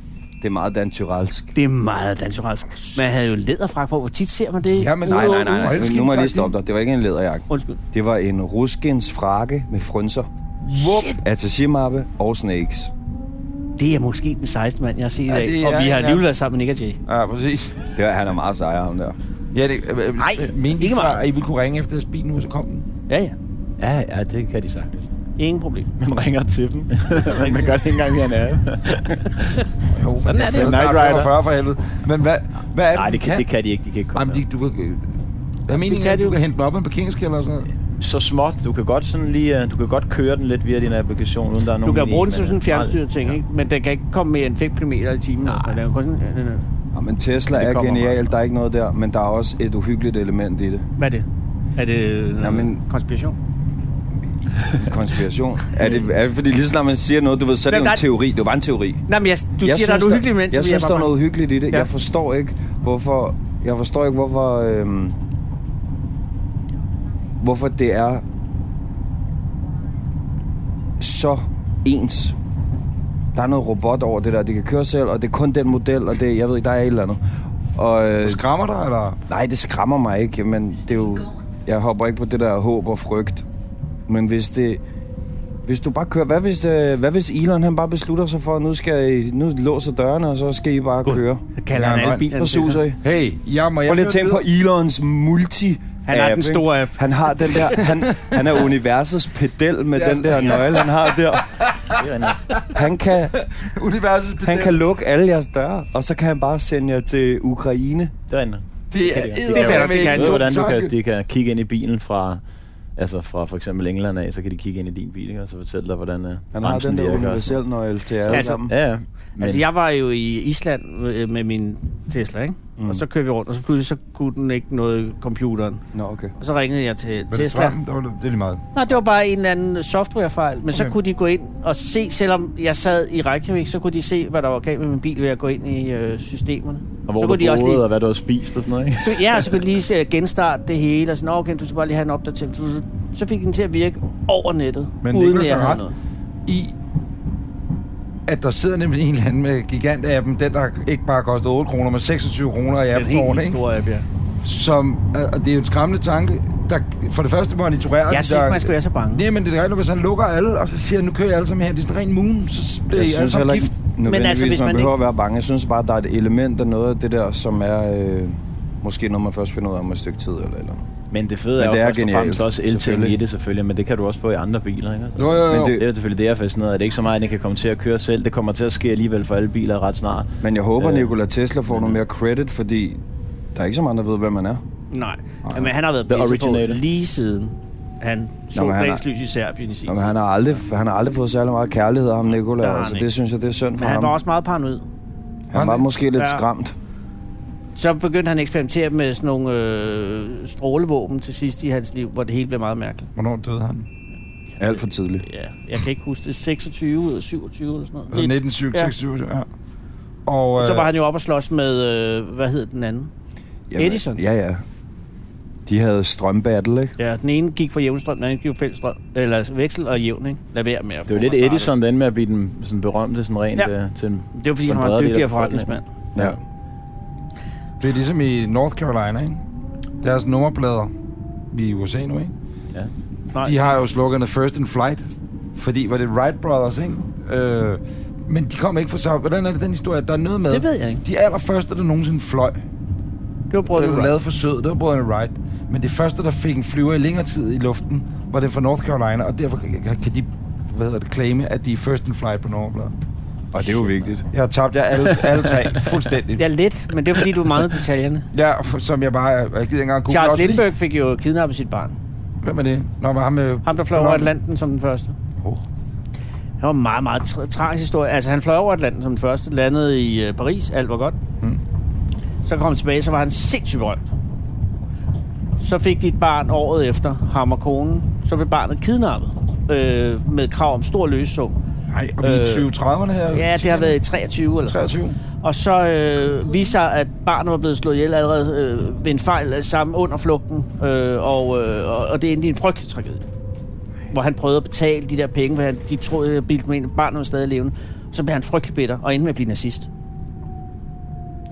Speaker 4: Det er meget Dan Tyralsk.
Speaker 3: Det er meget dansuralsk. Man havde jo læderfrak på. Hvor tit ser man det?
Speaker 2: Ja, men-
Speaker 4: Nej, nej, nej.
Speaker 2: Og
Speaker 4: nej.
Speaker 2: elskins-
Speaker 4: Nu må jeg lige stoppe dig. Det var ikke en læderjakke.
Speaker 3: Undskyld.
Speaker 4: Det var en ruskens frakke med frynser. Shit. Attaché-mappe og snakes.
Speaker 3: Det er måske den sejeste mand, jeg har set i
Speaker 2: Ja,
Speaker 3: dag.
Speaker 2: det er-
Speaker 3: og vi
Speaker 2: ja.
Speaker 3: har alligevel været sammen med Nick og Jay.
Speaker 2: Ja, præcis.
Speaker 4: Det var, han er meget sejere, ham der.
Speaker 2: Ja, det, øh,
Speaker 3: Nej,
Speaker 2: øh, mente
Speaker 3: ikke
Speaker 2: ikke fra,
Speaker 3: mig.
Speaker 2: at I ville kunne ringe efter bilen nu, så kom den.
Speaker 3: Ja, ja.
Speaker 5: Ja, ja, det kan de sagtens.
Speaker 3: Ingen problem.
Speaker 5: Man ringer til dem. Man gør det ikke engang, vi er nær.
Speaker 2: Jo,
Speaker 3: Sådan er det jo.
Speaker 5: Knight Rider.
Speaker 2: 40 for helvede. Men hvad, hvad er
Speaker 5: Nej,
Speaker 2: den
Speaker 5: det kan,
Speaker 2: kan?
Speaker 5: det kan de ikke. De kan ikke komme
Speaker 2: Jamen, de, du
Speaker 5: med.
Speaker 2: kan... øh, Hvad mener
Speaker 3: Det
Speaker 2: I,
Speaker 3: kan
Speaker 2: at
Speaker 3: de
Speaker 2: du
Speaker 3: jo.
Speaker 2: kan hente mig op af en parkeringskælder og sådan noget?
Speaker 5: Så småt. Du kan godt sådan lige, øh, du kan godt køre den lidt via din applikation, uden der er
Speaker 3: Du
Speaker 5: nogen
Speaker 3: kan
Speaker 5: idé,
Speaker 3: bruge den som
Speaker 5: men-
Speaker 3: sådan en fjernstyret ting, ikke? Men den kan ikke komme mere end 5 km i timen. Nej. Den er kun sådan, øh, øh, øh.
Speaker 4: Jamen, Tesla
Speaker 2: Det
Speaker 4: er
Speaker 2: kommer meget.
Speaker 4: genial. Der er ikke noget der. Men der er også et uhyggeligt element i det.
Speaker 3: Hvad er det? Er det øh,
Speaker 4: Jamen-
Speaker 3: konspiration?
Speaker 4: Konspiration. er, det, er det, fordi lige så snart man siger noget, du ved, så er det
Speaker 3: Men
Speaker 4: jo
Speaker 3: der
Speaker 4: en
Speaker 3: er-
Speaker 4: teori. Det var bare en teori.
Speaker 3: Nej, men jeg, du siger, der er et uhyggeligt menneske.
Speaker 4: Jeg
Speaker 3: men
Speaker 4: synes,
Speaker 3: var
Speaker 4: der er
Speaker 3: bange.
Speaker 4: noget uhyggeligt i det.
Speaker 3: Ja.
Speaker 4: Ja. Jeg forstår ikke, hvorfor... Jeg forstår ikke, hvorfor... Øhm, hvorfor det er så ens. Der er noget robot over det der. Det kan køre selv, og det er kun den model, og det, jeg ved ikke, der er et eller andet. Og, øh,
Speaker 2: Det skræmmer dig, eller?
Speaker 4: nej, det skræmmer mig ikke, men det er jo... Jeg hopper ikke på det der håb og frygt. Men hvis det... Hvis du bare kører... Hvad hvis, øh, hvad hvis Elon han bare beslutter sig for, at nu, skal I, nu låser dørene, og så skal I bare God. køre?
Speaker 3: Så kalder han
Speaker 2: Nej,
Speaker 3: alle
Speaker 2: nej.
Speaker 3: bilerne
Speaker 4: Så suser I.
Speaker 2: Hey, jeg må jeg
Speaker 4: Prøv lige at
Speaker 2: køre
Speaker 4: tænke på Elons multi
Speaker 3: Han har den store app.
Speaker 4: Han har den der, han, han er universets pedel med
Speaker 2: Det er
Speaker 4: den der nøgle, han har der. Han kan,
Speaker 2: videre? Universets
Speaker 4: han
Speaker 2: bedævn.
Speaker 4: kan lukke alle jeres døre, og så kan han bare sende jer til Ukraine.
Speaker 5: Det er rigtigt.
Speaker 2: Det er
Speaker 5: det kan-
Speaker 2: eddermame
Speaker 3: det kan-
Speaker 2: en
Speaker 5: Jeg ved,
Speaker 2: dum
Speaker 5: hvordan du
Speaker 2: tanke.
Speaker 5: kan, de kan kigge ind i bilen fra... Altså fra for eksempel England af, så kan de kigge ind i din bil, ikke? og så fortælle dig, hvordan uh,
Speaker 4: Han har den der universelle nøgle til jer alle
Speaker 3: Altså-
Speaker 4: sammen.
Speaker 5: Ja, ja. Men
Speaker 3: Altså, jeg var jo i Island øh, med min Tesla, ikke? Mm. Og så kørte vi rundt, og så pludselig så kunne den ikke noget computeren.
Speaker 4: Nå, okay.
Speaker 3: Og så ringede jeg til
Speaker 2: Var det
Speaker 3: Tesla.
Speaker 2: strømmen? Der var noget- Det er lige meget.
Speaker 3: Nej, det var bare en eller anden softwarefejl. Men okay. så
Speaker 2: Okay.
Speaker 3: kunne de gå ind og se, selvom jeg sad i Reykjavik, så kunne de se, hvad der var galt med min bil ved at gå ind i øh, systemerne.
Speaker 5: og
Speaker 3: så
Speaker 5: hvor du
Speaker 3: kunne de
Speaker 5: boede,
Speaker 3: også
Speaker 5: lige... og
Speaker 3: lige...
Speaker 5: hvad du har spist og sådan noget, ikke?
Speaker 3: Så, ja, og så kunne de lige se- genstarte det hele, og sådan, "Nå, okay, du skal bare lige have en opdatering. Så fik den til at virke over nettet,
Speaker 2: Men
Speaker 3: uden
Speaker 2: Niklas
Speaker 3: at jeg
Speaker 2: har
Speaker 3: havde
Speaker 2: ret.
Speaker 3: noget.
Speaker 2: i, at der sidder nemlig en eller anden med gigant-appen, den der ikke bare koster 8 kroner, men 26 kroner i
Speaker 3: Det er en helt
Speaker 2: appen
Speaker 3: vildt
Speaker 2: ikke?
Speaker 3: stor app, ja.
Speaker 2: Som, øh, og det er jo en skræmmende tanke, der for det første monitorerer... de
Speaker 3: Jeg synes
Speaker 2: der,
Speaker 3: ikke, man skal være så bange.
Speaker 2: Nej, men det er rigtigt, hvis han lukker alle, og så siger han, nu kører jeg alle sammen her, det er sådan en ren moon, så bliver
Speaker 4: Jeg
Speaker 2: I alle
Speaker 4: synes
Speaker 2: sammen
Speaker 4: heller
Speaker 2: gift.
Speaker 4: ikke nødvendigvis,
Speaker 3: altså, hvis
Speaker 4: man,
Speaker 3: man
Speaker 4: behøver
Speaker 3: ikke-
Speaker 4: at være bange. Jeg synes bare, der er et element af noget af det der, som er... Øh, måske noget, man først finder ud af om et stykke tid eller et eller andet.
Speaker 5: Men det fede er,
Speaker 4: Men
Speaker 5: jo
Speaker 4: det er
Speaker 5: først og
Speaker 4: genialt,
Speaker 5: fremmest også elting i
Speaker 4: selvfølgelig.
Speaker 5: det selvfølgelig, men det kan du også få i andre biler, ikke? Altså.
Speaker 2: Jo, jo, jo.
Speaker 4: Men
Speaker 5: Det er jo selvfølgelig det, jeg er fascineret af. Det er ikke så meget, at den kan komme til at køre selv. Det kommer til at ske alligevel for alle biler ret snart.
Speaker 4: Men jeg håber,
Speaker 5: Øh,
Speaker 4: øh, Nikola Tesla får noget mere credit, fordi der er ikke så mange, der ved, hvem man er.
Speaker 3: Nej, men han har været
Speaker 5: The
Speaker 3: pisset på
Speaker 5: originale.
Speaker 3: lige siden han så
Speaker 4: men han har-
Speaker 3: dagslys i Serbien i sin
Speaker 4: Nå,
Speaker 3: tid.
Speaker 4: men han, har aldrig, han har aldrig fået særlig meget kærlighed af ham, Nikola.
Speaker 3: Det har han
Speaker 4: altså,
Speaker 3: ikke.
Speaker 4: det synes jeg, det er synd for
Speaker 3: Men han
Speaker 4: ham.
Speaker 3: var også meget paranoid.
Speaker 4: Han var måske lidt
Speaker 3: Ja.
Speaker 4: ja. skræmt.
Speaker 3: Så begyndte han at eksperimentere med sådan nogle øh, strålevåben til sidst i hans liv, hvor det hele blev meget mærkeligt.
Speaker 2: Hvornår døde han?
Speaker 4: Alt for tidligt.
Speaker 3: Ja, jeg kan ikke huske det. 26 ud af 27 eller sådan noget.
Speaker 2: Altså
Speaker 3: Lidt.
Speaker 2: 1927, ja. Og, øh,
Speaker 3: Så var han jo op og slås med, øh, hvad hed den anden? Edison?
Speaker 4: Ja, ja. De havde strømbattle, ikke?
Speaker 3: Ja, den ene gik for jævnstrøm, den anden gik for fællesstrøm. Eller veksel og jævn, ikke? Lad være med at
Speaker 5: Det er jo lidt Edison, der endte med at blive den sådan berømte sådan rent
Speaker 3: Ja.
Speaker 5: ja. øh, til en,
Speaker 3: Det er jo fordi,
Speaker 5: for
Speaker 3: han
Speaker 5: en
Speaker 3: var
Speaker 5: bredere
Speaker 3: en
Speaker 5: del af
Speaker 3: dygtigere
Speaker 5: befolkningen.
Speaker 3: forretningsmand.
Speaker 4: Ja.
Speaker 2: Det er ligesom i North Carolina, ikke? Deres nummerplader, vi er i USA nu, ikke?
Speaker 5: Ja.
Speaker 3: Nej.
Speaker 2: De har jo sloganet First in Flight, fordi var det Wright Brothers, ikke? Øh, men de kom ikke fra sig. Hvordan er det den historie? Der er noget med...
Speaker 3: Det ved jeg ikke.
Speaker 2: De allerførste, der nogensinde fløj,
Speaker 3: Det var
Speaker 2: det
Speaker 3: brødrene
Speaker 2: var
Speaker 3: Wright.
Speaker 2: lavet forsøget, det var brødrene Wright. Men det første, der fik en flyver i længere tid i luften, var det fra North Carolina, og derfor kan kan de hvad hedder det, claime, at de er First in Flight på nummerpladen.
Speaker 4: Og det er jo vigtigt.
Speaker 2: Jeg tabte jeg alle, alle tre fuldstændig.
Speaker 3: Ja, lidt, men det er fordi, du mangler detaljerne.
Speaker 2: Ja, f- som jeg bare... Jeg gider ikke engang google.
Speaker 3: Charles
Speaker 2: Også fordi-
Speaker 3: Lindbergh fik jo kidnappet sit barn.
Speaker 2: Hvem er det? Nå, var ham med...
Speaker 3: Ham, øh, der fløj over Atlanten som den første.
Speaker 2: Oh.
Speaker 3: Det var en meget, meget tra- tragisk historie. Altså, han fløj over Atlanten som den første, landede i øh, Paris, alt var godt.
Speaker 5: Hmm.
Speaker 2: Mm.
Speaker 3: Så kom han tilbage, så var han sindssygt berømt. Så fik de et barn året efter, ham og konen. Så blev barnet kidnappet øh, med krav om stor løsesum.
Speaker 2: Nej, og vi er i
Speaker 3: Øh,
Speaker 2: 2030'erne her.
Speaker 3: Ja, det har været i 23 eller sådan
Speaker 2: 23.
Speaker 3: Og så øh, viste sig, at barnet var blevet slået ihjel allerede øh, ved en fejl øh, sammen under flugten, øh, og, øh, og, og det endte i en frygtelig tragedie. Hvor han prøvede at betale de der penge, for han, de troede, at Bilt mente, at barnet var stadig levende. Så blev han frygtelig bitter og endte med at blive nazist.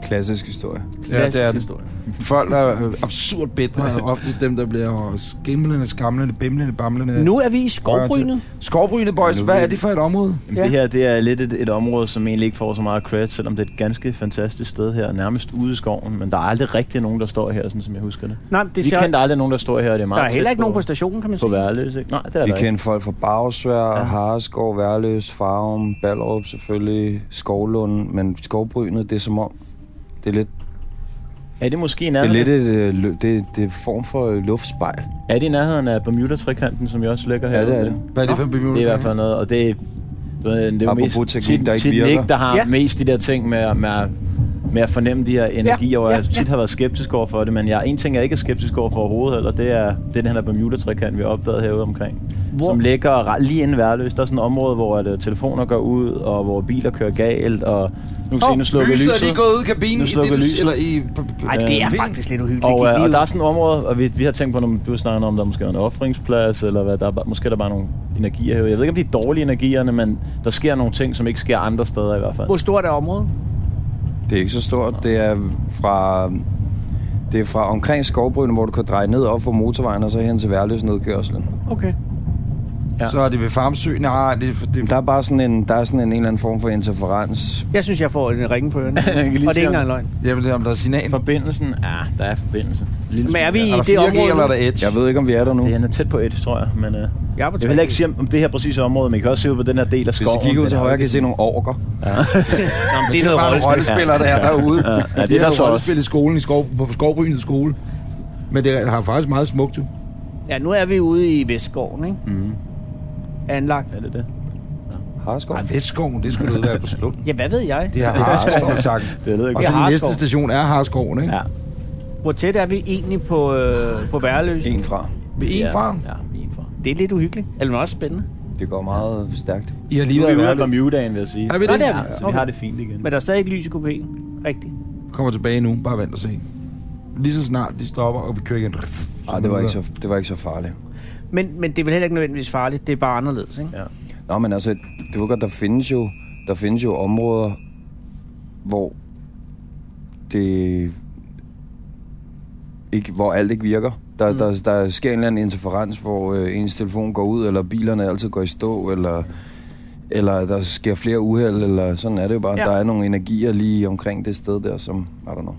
Speaker 4: Klassisk historie.
Speaker 2: Ja, det er den.
Speaker 3: historie.
Speaker 2: Folk er øh, absurd bedre, er ofte dem, der bliver skimlende, skamlende, bimlende, bamlende.
Speaker 3: Nu er vi i skovbrynet.
Speaker 2: Skovbryne, boys,
Speaker 5: Nu er
Speaker 2: hvad
Speaker 5: vi-
Speaker 2: er det for et område?
Speaker 5: Jamen,
Speaker 3: Ja.
Speaker 5: ja. Det her det er lidt et, et område, som egentlig ikke får så meget credit, selvom det er et ganske fantastisk sted her, nærmest ude i skoven. Men der er aldrig rigtig nogen, der står her, sådan som jeg husker det.
Speaker 3: Nej, men det
Speaker 5: Vi
Speaker 3: ser,
Speaker 5: kendte aldrig nogen, der står her, og det er
Speaker 3: der
Speaker 5: meget
Speaker 3: er heller
Speaker 5: tæt
Speaker 3: ikke nogen
Speaker 5: på,
Speaker 3: på stationen, kan man
Speaker 5: på
Speaker 3: sige.
Speaker 5: Værløs, ikke? Nej, det er
Speaker 4: Vi
Speaker 5: der ikke.
Speaker 4: kendte folk fra Bagsvær, ja. Hareskov, Værløs, Farum, Ballerup selvfølgelig, Skovlund, men Skovbrynet, det er som om, det er lidt,
Speaker 5: Er det måske i
Speaker 4: det er
Speaker 5: nærheden,
Speaker 4: lidt et, øh, lø- det, det er form for øh, luftspejl.
Speaker 5: er det i nærheden af Bermuda-trikanten, som jeg også ligger her?
Speaker 4: Ja, det er det.
Speaker 2: Hvad er det for en
Speaker 5: Det
Speaker 2: bebyggelse?
Speaker 5: er i hvert fald noget, og det er, du ved, det er jo
Speaker 4: Apropos
Speaker 5: mest
Speaker 4: teknik, der ikke
Speaker 5: tit
Speaker 4: virker.
Speaker 5: Nick, der har
Speaker 3: Ja.
Speaker 5: ja. mest de der ting med, med, at- med at fornemme de her energier, og
Speaker 3: ja,
Speaker 5: jeg tit har været skeptisk over for det, men jeg, en ting, jeg ikke er skeptisk over for overhovedet heller, det er den her Bermuda-trekant, vi har opdaget herude omkring,
Speaker 3: Hvor-
Speaker 5: hvor? som ligger ra- lige inden værløs. Der er sådan et område, hvor at, øh, telefoner går ud, og hvor biler kører galt, og nu kan oh, se, nu slukker
Speaker 2: lyset.
Speaker 5: lyset.
Speaker 2: er lige gået ud i kabinen,
Speaker 5: Nu
Speaker 2: i det,
Speaker 5: slukker
Speaker 2: du,
Speaker 5: lyset.
Speaker 2: eller i...
Speaker 3: Nej, det er
Speaker 2: Øh,
Speaker 3: faktisk lidt uhyggeligt.
Speaker 5: Og,
Speaker 3: Gik
Speaker 5: øh,
Speaker 3: lige
Speaker 5: og
Speaker 3: ud.
Speaker 5: der er sådan et område, og vi, vi har tænkt på, når du snakker om, der måske er en offringsplads, eller hvad, der er, bare- måske er der bare nogle energier herude. Jeg ved ikke, om de er dårlige energierne, men der sker nogle ting, som ikke sker andre steder i hvert fald.
Speaker 3: Hvor stort er området?
Speaker 4: Det er ikke så stort. Det er fra, det er fra omkring Skovbrynet, hvor du kan dreje ned op for motorvejen, og så hen til Værløs nedkørslen.
Speaker 3: Okay.
Speaker 5: Ja.
Speaker 2: Så er det ved Farmsø. Nej, det er... for- det er-
Speaker 4: Der er bare sådan en, der er sådan en, en eller anden form for interferens.
Speaker 3: Jeg synes, jeg får en ringen på ørerne.
Speaker 5: Jeg kan lige
Speaker 3: og det er
Speaker 5: se,
Speaker 3: ikke
Speaker 5: om-
Speaker 3: engang løgn.
Speaker 2: Jeg ved, om der er signal.
Speaker 5: Forbindelsen? Ja, der er forbindelse. Lille
Speaker 3: Men er vi
Speaker 5: smule,
Speaker 3: i
Speaker 5: ja.
Speaker 2: Er der
Speaker 3: det
Speaker 2: 4G,
Speaker 3: område?
Speaker 2: eller er der Edge?
Speaker 4: Jeg ved ikke, om vi er der nu.
Speaker 5: Det er tæt på et, tror jeg, men... Øh,
Speaker 3: Jeg er på
Speaker 5: jeg vil heller
Speaker 3: 3G.
Speaker 5: ikke sige om om det her præcise område, men I kan også se ud på den her del af
Speaker 4: Hvis
Speaker 5: skoven.
Speaker 4: I kigger ud
Speaker 5: Den
Speaker 4: til
Speaker 5: er jo
Speaker 4: højre,
Speaker 5: ikke
Speaker 4: kan I se
Speaker 5: sådan-
Speaker 4: nogle orker.
Speaker 3: Nå, men det er
Speaker 2: Der er
Speaker 3: noget
Speaker 2: nogle
Speaker 3: rollespil.
Speaker 2: rollespillere, der er derude. Ja,
Speaker 5: er
Speaker 2: de
Speaker 5: der
Speaker 2: har
Speaker 5: så
Speaker 2: jo
Speaker 5: også.
Speaker 2: rollespil i skolen, i skov, på Skovbrynet skole. Men det har faktisk meget smukt, jo.
Speaker 3: Ja, nu er vi ude i Vestskoven, ikke?
Speaker 5: Mhm.
Speaker 3: Anlagt.
Speaker 5: Er det det?
Speaker 4: Harskov.
Speaker 2: Ej, Vestskoven, det skulle nødt være på slum.
Speaker 3: Ja, hvad ved jeg?
Speaker 2: Det har Harskoven sagt.
Speaker 5: Det ved jeg
Speaker 2: Og
Speaker 5: ikke.
Speaker 3: Ja.
Speaker 2: fordi
Speaker 3: Harskov.
Speaker 2: næste station er Harskoven, ikke?
Speaker 5: Ja.
Speaker 3: Hvor tæt er vi egentlig på, øh, på Værløs?
Speaker 4: En fra.
Speaker 2: Ved en
Speaker 5: ja.
Speaker 2: fra.
Speaker 5: Ja, en fra.
Speaker 3: Det er lidt uhyggeligt. Eller men også spændende.
Speaker 4: Det går meget stærkt.
Speaker 2: I har lige
Speaker 5: Nu er
Speaker 2: været
Speaker 5: vi ude af
Speaker 2: været
Speaker 5: Bermudaen, vil jeg sige.
Speaker 2: Er vi
Speaker 5: Så-
Speaker 2: det?
Speaker 5: Ja, så vi har det fint igen.
Speaker 3: Men der er stadig ikke lys i kupéen. Rigtigt.
Speaker 2: Kommer tilbage nu, bare vent og se. Lige så snart de stopper, og vi kører igen.
Speaker 4: Nej, det var ikke så, det var ikke så farligt.
Speaker 3: Men, men det er vel heller ikke nødvendigvis farligt. Det er bare anderledes, ikke?
Speaker 5: Ja.
Speaker 4: Nå, men altså, det var godt, der findes jo, der findes jo områder, hvor det ikke, hvor alt ikke virker. Der, mm. der, der sker en eller anden interferens, hvor øh, ens telefon går ud, eller bilerne altid går i stå, eller, eller der sker flere uheld, eller sådan er det jo bare.
Speaker 3: Ja.
Speaker 4: Ja. Der er nogle energier lige omkring det sted der, som, I don't know.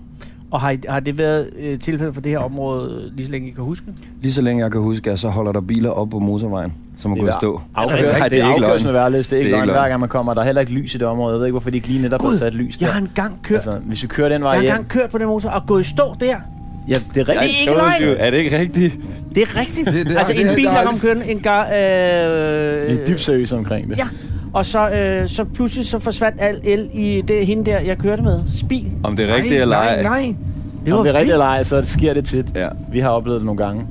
Speaker 3: Og har, I- har det været øh, tilfældet for det her område, øh, lige så længe I kan huske?
Speaker 4: Lige så længe jeg kan huske, ja, så holder der biler op på motorvejen, som er gået i stå.
Speaker 5: Afkørsel,
Speaker 4: Ej,
Speaker 5: det er
Speaker 4: ikke
Speaker 5: afkørsel
Speaker 4: løgn.
Speaker 5: med værløs. Det er ikke
Speaker 4: Det er
Speaker 5: løgn.
Speaker 4: ikke
Speaker 5: Hver
Speaker 4: løgn.
Speaker 5: gang man kommer, der er heller ikke lys i det område. Jeg ved ikke, hvorfor de ikke lige netop har sat lys der.
Speaker 3: jeg har engang kørt.
Speaker 5: Altså, hvis vi kører den vej
Speaker 3: jeg har
Speaker 5: hjem...
Speaker 3: engang kørt på den motor og gået i stå der.
Speaker 5: Ja, det er
Speaker 3: Det
Speaker 5: rigtigt.
Speaker 3: er ikke løgn.
Speaker 4: Er det ikke rigtigt?
Speaker 3: Det er rigtigt.
Speaker 2: Det- det-
Speaker 3: altså,
Speaker 2: det-
Speaker 3: en
Speaker 2: det-
Speaker 3: bil,
Speaker 2: der er
Speaker 3: der
Speaker 2: aldrig-
Speaker 3: kom kørende, en gar... Øh,
Speaker 5: Vi er dybt seriøse omkring det.
Speaker 3: Ja, og så, øh, så pludselig så forsvandt al el i det, hende der, jeg kørte med. Spil.
Speaker 4: Om det er rigtigt eller
Speaker 2: nej,
Speaker 4: ej.
Speaker 2: nej.
Speaker 3: Det
Speaker 5: Om det er rigtigt
Speaker 3: vildt.
Speaker 5: eller ej, så sker det tit.
Speaker 4: Ja.
Speaker 5: Vi har oplevet det nogle gange.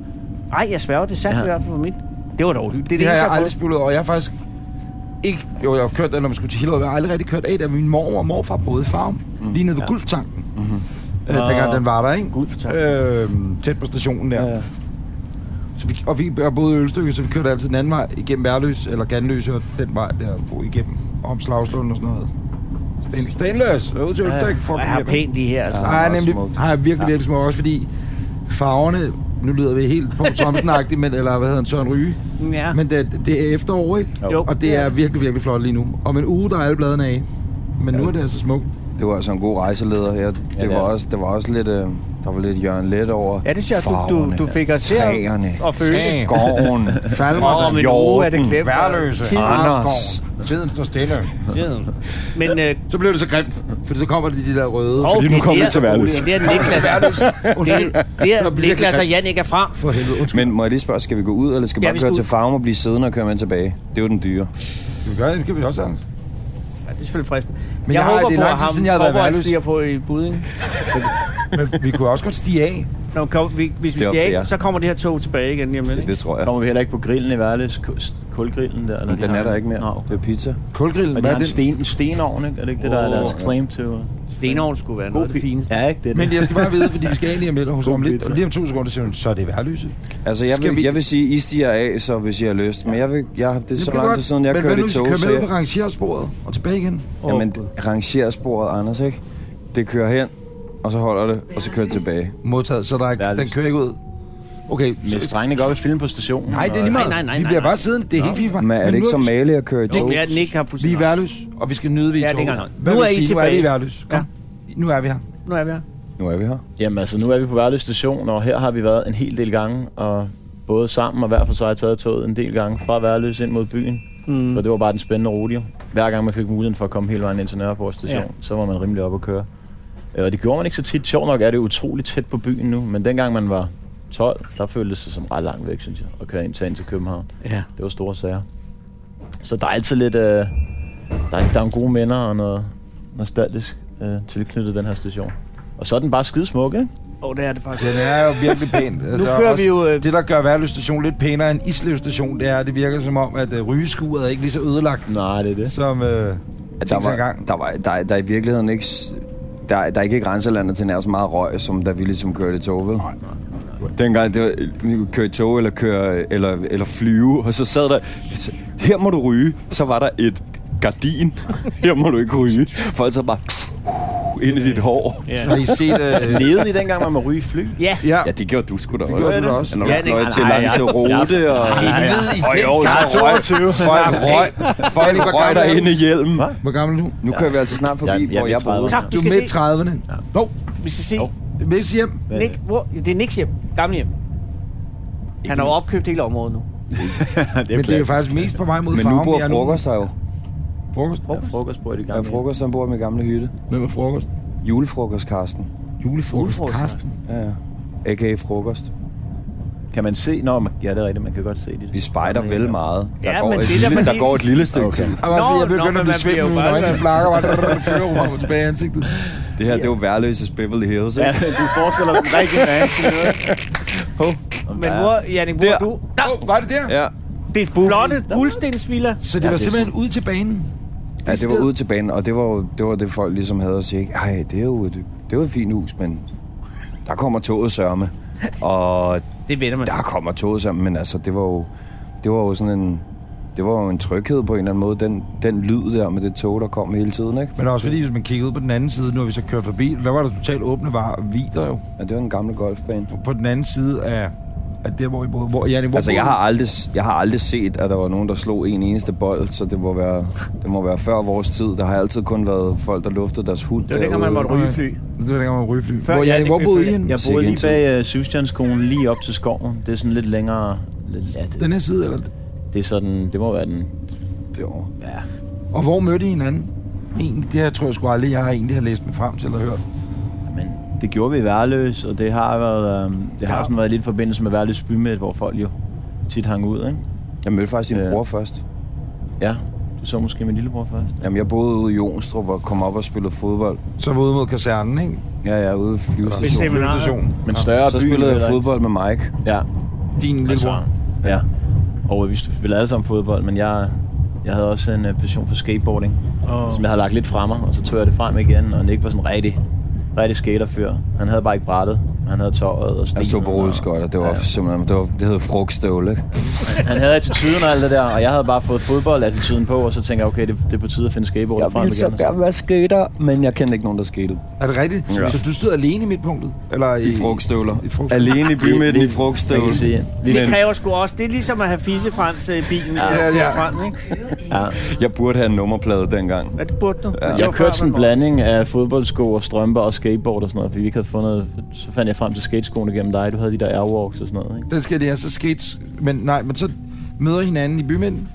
Speaker 3: Ej, jeg sværger, det er sandt ja.
Speaker 5: Ja.
Speaker 3: i hvert fald for mit. Det var dog uhyggeligt. Det er
Speaker 2: Det
Speaker 3: det,
Speaker 2: har
Speaker 3: eneste,
Speaker 2: jeg
Speaker 3: jeg
Speaker 2: aldrig
Speaker 3: aldrig...
Speaker 2: spillet over. Jeg har faktisk ikke... Jo, jeg har kørt den, når man skulle til Hillerød. Jeg har aldrig rigtig kørt af, da min mor og morfar boede i farm. Mm. Lige nede ved ja. Gulftanken. Mm-hmm. Øh, dengang den var der, ikke?
Speaker 3: Gulftanken.
Speaker 2: Øh, tæt på stationen der. Ja, ja. Så vi, og vi jeg boede i Ølstykke, så vi kørte altid den anden vej igennem Værløs, eller Ganløse, og den vej der bo igennem om Slagslund og sådan noget. Sten, Stenløs, ud til Ølstykke. fucking
Speaker 3: Jeg har
Speaker 2: hjem.
Speaker 3: pænt lige her, altså.
Speaker 4: Ja.
Speaker 3: Ja.
Speaker 2: Har jeg
Speaker 4: meget
Speaker 2: nemlig
Speaker 4: smukt.
Speaker 2: har jeg virkelig, virkelig smukt også, fordi farverne, nu lyder vi helt på thomsen men eller hvad hedder han, Søren Ryge,
Speaker 3: ja. Men,
Speaker 2: men det, det er efterår, ikke?
Speaker 3: Jo.
Speaker 2: Og det er virkelig, virkelig flot lige nu. Om en uge, der er alle bladene af. Men nu er det altså smukt.
Speaker 4: Det var altså en god rejseleder. Jeg, det,
Speaker 5: det
Speaker 4: var
Speaker 5: er det.
Speaker 4: også, det var også lidt... Øh, Der var lidt Jørgen Let over
Speaker 3: Ja, det synes jeg, du, du,
Speaker 4: farverne,
Speaker 3: du fik os til at-
Speaker 4: træerne,
Speaker 3: at føle.
Speaker 2: Træerne.
Speaker 4: skoven,
Speaker 2: Falmer,
Speaker 3: Åh, men nu
Speaker 4: Jorten,
Speaker 3: er det glemt. altså.
Speaker 2: Værløse,
Speaker 3: Tiden.
Speaker 2: Anders. Tiden står stille.
Speaker 3: Tiden. Men øh,
Speaker 2: Så blev det så grimt, for så kommer de, de der røde.
Speaker 3: og
Speaker 4: nu
Speaker 3: det er
Speaker 4: kommer vi
Speaker 3: der-
Speaker 4: til Værløse.
Speaker 3: Det er Niklas.
Speaker 2: Undskyld.
Speaker 3: Det, det
Speaker 2: Så bliver
Speaker 3: er
Speaker 2: det
Speaker 3: Niklas og
Speaker 2: grimt.
Speaker 3: Jan ikke er fra.
Speaker 2: For helvede, undskyld.
Speaker 4: Men må jeg lige spørge, skal vi gå ud, eller skal vi
Speaker 3: Ja,
Speaker 4: bare
Speaker 3: vi
Speaker 4: køre
Speaker 3: skal
Speaker 4: til
Speaker 3: ud.
Speaker 4: farven og blive siddende og køre med tilbage? Det er jo den dyre.
Speaker 2: Skal vi gøre det? Det kan vi også sagtens.
Speaker 3: Ja, det er selvfølgelig fristende. Men
Speaker 2: Men
Speaker 3: jeg,
Speaker 2: jeg har-
Speaker 3: håber
Speaker 2: det
Speaker 3: på,
Speaker 2: er lang
Speaker 3: at
Speaker 2: tid
Speaker 3: ham
Speaker 2: siden, jeg har været
Speaker 3: håber, at
Speaker 2: værløs.
Speaker 3: stiger på i budding.
Speaker 2: Men vi kunne også godt stige af.
Speaker 3: Når kom, vi, hvis vi
Speaker 4: Det er op til
Speaker 3: stiger
Speaker 4: jer.
Speaker 3: af, så kommer det her tog tilbage igen. Jamen,
Speaker 4: Det, det tror jeg.
Speaker 5: Kommer vi heller ikke på grillen i Værløs, Kul- kulgrillen der? Eller
Speaker 4: Men
Speaker 5: de
Speaker 4: den
Speaker 5: har
Speaker 4: er der ikke
Speaker 5: Nå,
Speaker 4: mere.
Speaker 5: okay.
Speaker 4: Det er pizza.
Speaker 2: Kulgrillen,
Speaker 5: Men de
Speaker 2: hvad
Speaker 5: har
Speaker 2: er
Speaker 5: en
Speaker 2: det?
Speaker 5: sten, stenovn, ikke? Er det ikke det, der er
Speaker 4: Åh,
Speaker 5: deres
Speaker 4: ja.
Speaker 5: claim to?
Speaker 3: Stenovn skulle være noget af det fineste.
Speaker 5: Ja, ikke det.
Speaker 2: Men jeg skal bare vide, fordi vi skal af lige om lidt, og hos om lidt,
Speaker 5: pizza.
Speaker 2: og lige om to sekunder, siger hun, så er det værløse.
Speaker 4: Altså, jeg
Speaker 2: Skal
Speaker 4: vil,
Speaker 2: vi-
Speaker 4: jeg vil sige, I stiger af, så hvis I har lyst. Men jeg vil, jeg, det er så lang tid siden, jeg
Speaker 2: men
Speaker 4: kørte i
Speaker 2: Men
Speaker 4: tog,
Speaker 2: hvad nu, hvis vi
Speaker 4: så
Speaker 2: kører med ud på
Speaker 4: jeg,
Speaker 2: rangersporet og tilbage igen?
Speaker 4: jamen, rangersporet, Anders, ikke? Det kører hen, og så holder det, og så kører det tilbage.
Speaker 2: Modtaget, så der er,
Speaker 5: Værløse.
Speaker 2: den kører ikke ud. Okay,
Speaker 5: Men
Speaker 2: så,
Speaker 5: drengene går op i film på stationen.
Speaker 2: nej, det er lige
Speaker 5: og-
Speaker 2: meget.
Speaker 3: nej, nej,
Speaker 2: vi
Speaker 3: nej,
Speaker 2: bliver
Speaker 3: nej.
Speaker 2: bare siddende. Det er helt fint. for mig.
Speaker 4: Men er det
Speaker 2: nu
Speaker 4: ikke så
Speaker 2: vi-
Speaker 4: malig at køre i
Speaker 3: Det
Speaker 4: tog?
Speaker 3: er mere, at Nick har
Speaker 2: Vi er
Speaker 3: fuldstændig.
Speaker 2: værløse, og vi skal nyde ved i
Speaker 3: Ja, det
Speaker 2: toget.
Speaker 3: er godt.
Speaker 2: Hvad
Speaker 3: Nu
Speaker 2: vil
Speaker 3: er
Speaker 2: det
Speaker 3: I
Speaker 2: sige? Nu er vi i
Speaker 3: tilbage.
Speaker 2: værløse. Kom. Nu er vi her.
Speaker 3: Nu er vi her.
Speaker 4: Nu er vi her.
Speaker 5: Jamen altså, nu er vi på Værløs station, og her har vi været en hel del gange, og både sammen og hver for sig taget toget en del gange fra Værløs ind mod byen. Mm. For det var bare den spændende rute. jo. Hver gang man fik muligheden for at komme hele vejen ind til Nørreport station,
Speaker 3: Ja.
Speaker 5: ja. så var man rimelig op at køre. Øh, Og det gjorde man ikke så tit. Sjovt nok er det utroligt tæt på byen nu, men dengang man var 12, der føltes det som ret langt væk, synes jeg, at køre ind til, ind til København.
Speaker 3: Ja.
Speaker 5: Det var store sager. Så der er altid lidt... Øh, der, er, der er nogle gode minder og noget nostalgisk øh, tilknyttet den her station. Og så er den bare skidesmuk, ikke?
Speaker 3: Og det er det faktisk.
Speaker 2: Den er jo virkelig pæn. Altså,
Speaker 3: Nu kører vi jo... øh,
Speaker 2: Det, der gør Værløs station lidt pænere end Islev station, det er, at det virker som om, at øh, rygeskuret er ikke lige så ødelagt,
Speaker 5: Nej, det er det.
Speaker 2: som... Øh,
Speaker 4: Der
Speaker 2: Tænk så
Speaker 4: var,
Speaker 2: engang.
Speaker 4: der, var, der, der er i virkeligheden ikke... s- Der, der er ikke i grænselandet til nær så meget røg, som der vi ligesom kørte i tog, vel? Nej, nej. Dengang det var, vi kunne køre i tog eller, køre, eller, eller flyve, og så sad der, altså, her må du ryge, så var der et gardin, her må du ikke ryge. Folk så bare ind i dit hår.
Speaker 3: Ja.
Speaker 2: Har I set... Øh,
Speaker 5: Levede I dengang, man må ryge i fly?
Speaker 3: Ja.
Speaker 2: ja,
Speaker 4: Ja, det gjorde du sgu da også.
Speaker 2: gjorde du da også.
Speaker 4: Når du
Speaker 3: Ja, det-
Speaker 4: fløj
Speaker 3: nej,
Speaker 4: til
Speaker 3: nej,
Speaker 4: Lanzarote og... Og i år, så røg, folk røg, folk røg
Speaker 2: gammel er
Speaker 4: dig
Speaker 2: du?
Speaker 4: ind i hjelmen.
Speaker 2: hvor gammel er du?
Speaker 4: Nu kører vi altså snart forbi,
Speaker 5: Jeg- jeg er
Speaker 4: hvor
Speaker 5: midt
Speaker 4: jeg boede.
Speaker 5: 30'erne.
Speaker 3: Kom,
Speaker 2: Du
Speaker 3: vi
Speaker 2: er
Speaker 3: skal
Speaker 2: midt
Speaker 3: se.
Speaker 2: 30'erne. Nå,
Speaker 3: Vi skal se.
Speaker 2: Mids hjem.
Speaker 3: Nick, hvor, det er Nicks hjem. Gamle hjem. Han har jo opkøbt hele området nu.
Speaker 5: det
Speaker 2: Men det er jo faktisk mest på vej mod
Speaker 4: Men
Speaker 2: farven.
Speaker 4: nu bor
Speaker 2: vi er
Speaker 4: frokost her jo.
Speaker 2: Frokost?
Speaker 5: Ja, frokost bor i det
Speaker 4: Ja,
Speaker 5: gamle.
Speaker 4: frokost, han bor i min gamle hytte.
Speaker 2: Hvem er frokost?
Speaker 4: Julefrokost, Karsten.
Speaker 2: Julefrokost.
Speaker 3: Julefrokost,
Speaker 2: Karsten.
Speaker 4: Ja, ja. A.k.a. frokost.
Speaker 5: hjem. Kan man se? Nå, man, ja, det er rigtigt. Man kan godt se det.
Speaker 4: Vi spejder vel meget. Der,
Speaker 3: Ja,
Speaker 4: går,
Speaker 3: men
Speaker 4: et
Speaker 3: det er da
Speaker 4: lille,
Speaker 3: fordi-
Speaker 4: der går et lille stykke okay. til.
Speaker 2: Ej, bare
Speaker 3: Nå,
Speaker 2: fordi jeg
Speaker 3: nå,
Speaker 2: begynder
Speaker 3: men
Speaker 2: at
Speaker 3: man
Speaker 2: blive svimt
Speaker 3: bliver
Speaker 2: nu,
Speaker 3: jo bare-
Speaker 2: når jeg flakker bare kører over mig tilbage i ansigtet.
Speaker 4: Det her, det er jo værløses Beverly Hills, ikke?
Speaker 5: Ja, du forestiller dig en rigtig mansion.
Speaker 4: Hov.
Speaker 3: Men hvor, Jannik, hvor
Speaker 4: Der.
Speaker 3: er du? Der,
Speaker 2: Åh, oh, var det der?
Speaker 4: Ja.
Speaker 3: det er flotte guldstensvilla.
Speaker 2: Så det var
Speaker 4: det er
Speaker 2: simpelthen ud til banen?
Speaker 4: ja, det var ud til banen, og det var, jo- det var det, folk ligesom havde at sige. Ej, det er jo et, det er jo et fint hus, men der kommer toget sørme. Og
Speaker 3: Det vender man sig
Speaker 4: der kommer toget sammen, men altså, det var jo, det var jo sådan en, det var jo en tryghed på en eller anden måde, den, den lyd der med det tog, der kom hele tiden, ikke?
Speaker 2: Men også fordi, hvis man kiggede ud på den anden side, nu har vi så kørt forbi, der var der totalt åbne var vider jo.
Speaker 4: Ja, det var den gamle golfbane.
Speaker 2: På den anden side af, af der, hvor I boede. Hvor, Janne, hvor
Speaker 4: Altså,
Speaker 2: boede
Speaker 4: jeg
Speaker 2: du?
Speaker 4: har, aldrig, jeg har aldrig set, at der var nogen, der slog en eneste bold, så det må være, det må være før vores tid. Der har altid kun været folk, der luftede deres hund.
Speaker 3: Det var dengang, man
Speaker 4: derude.
Speaker 3: måtte ryge fly.
Speaker 2: Det var dengang, man ryfly.
Speaker 3: Før
Speaker 2: Hvor,
Speaker 3: Jannik
Speaker 2: Janne, hvor
Speaker 3: blev
Speaker 2: boede I
Speaker 3: født.
Speaker 2: henne?
Speaker 5: Jeg
Speaker 4: Sikke
Speaker 5: boede
Speaker 4: en
Speaker 5: lige
Speaker 4: tid.
Speaker 5: bag uh, Syvstjerneskolen, lige op til skoven. Det er sådan lidt længere... Lidt, ja, det,
Speaker 2: Den her side, eller?
Speaker 5: det er sådan... Det må være den...
Speaker 4: Derovre.
Speaker 5: Ja,
Speaker 2: Og hvor mødte I hinanden? Egentlig, det her tror jeg sgu aldrig, jeg har egentlig har læst mig frem til eller hørt.
Speaker 5: men det gjorde vi i Værløs, og det har været... Um, det har sådan været lidt i forbindelse med Værløs bymæt, hvor folk jo tit hang ud, ikke?
Speaker 4: Jeg mødte faktisk din
Speaker 5: Ja.
Speaker 4: bror først.
Speaker 5: Ja, du så måske min lillebror først.
Speaker 4: Jamen, jeg boede ude i Jonstrup og kom op og spillede fodbold.
Speaker 2: Så var ude mod kasernen, ikke?
Speaker 4: Ja, ja, ude i
Speaker 3: Hvis det
Speaker 4: flyvestationen.
Speaker 3: er- Seminaret.
Speaker 2: Flyvestationen.
Speaker 5: Men større
Speaker 4: Så
Speaker 5: by,
Speaker 4: spillede jeg
Speaker 5: eller-
Speaker 4: fodbold med Mike.
Speaker 5: Ja,
Speaker 2: Din lille bror.
Speaker 5: Ja. Og øh, vi spillede alle sammen fodbold, men jeg, jeg havde også en øh, passion for skateboarding, oh. som jeg havde lagt lidt fremme, og så tog jeg det frem igen, og Nick var sådan en rigtig, rigtig skaterfyr. Han havde bare ikke brættet. Han havde tøjet og
Speaker 4: Jeg stod
Speaker 5: stilen
Speaker 4: på
Speaker 5: og-
Speaker 4: rulleskøjter, Altså, det var ja, ja. simpelthen, det, var, det hed frugtstøvle. ikke?
Speaker 5: Han havde attituden og alt det der, og jeg havde bare fået fodboldattituden på, og så tænkte jeg, okay, det, det er på tide at finde skateboard
Speaker 4: Jeg
Speaker 5: frem
Speaker 4: ville
Speaker 5: igen. altså.
Speaker 4: så gerne være skater, men jeg kendte ikke nogen, der skatede.
Speaker 2: Er det rigtigt?
Speaker 4: Ja.
Speaker 2: Ja. Så du sidder alene i midtpunktet? Eller i,
Speaker 4: I frugtstøvler.
Speaker 2: I frugtstøvler.
Speaker 4: Alene i bymidten i
Speaker 5: Jeg kan
Speaker 4: frugtstøvler.
Speaker 5: sige, vi
Speaker 3: Det
Speaker 5: men,
Speaker 3: kræver sgu også. Det er ligesom at have fissefrans øh, i bilen. Ja,
Speaker 2: ja.
Speaker 3: ja. Frem, ikke?
Speaker 5: ja,
Speaker 4: Jeg burde have en nummerplade dengang.
Speaker 3: Hvad det burde du? Ja.
Speaker 5: jeg kørte sådan en blanding af fodboldsko og strømper og skateboard og sådan noget, fordi vi ikke havde fundet... Så fandt jeg frem til skateskoene gennem dig. Du havde de der airwalks og sådan noget, ikke?
Speaker 2: Den skal det her, så skates. Men nej, men så møder hinanden i bymidten.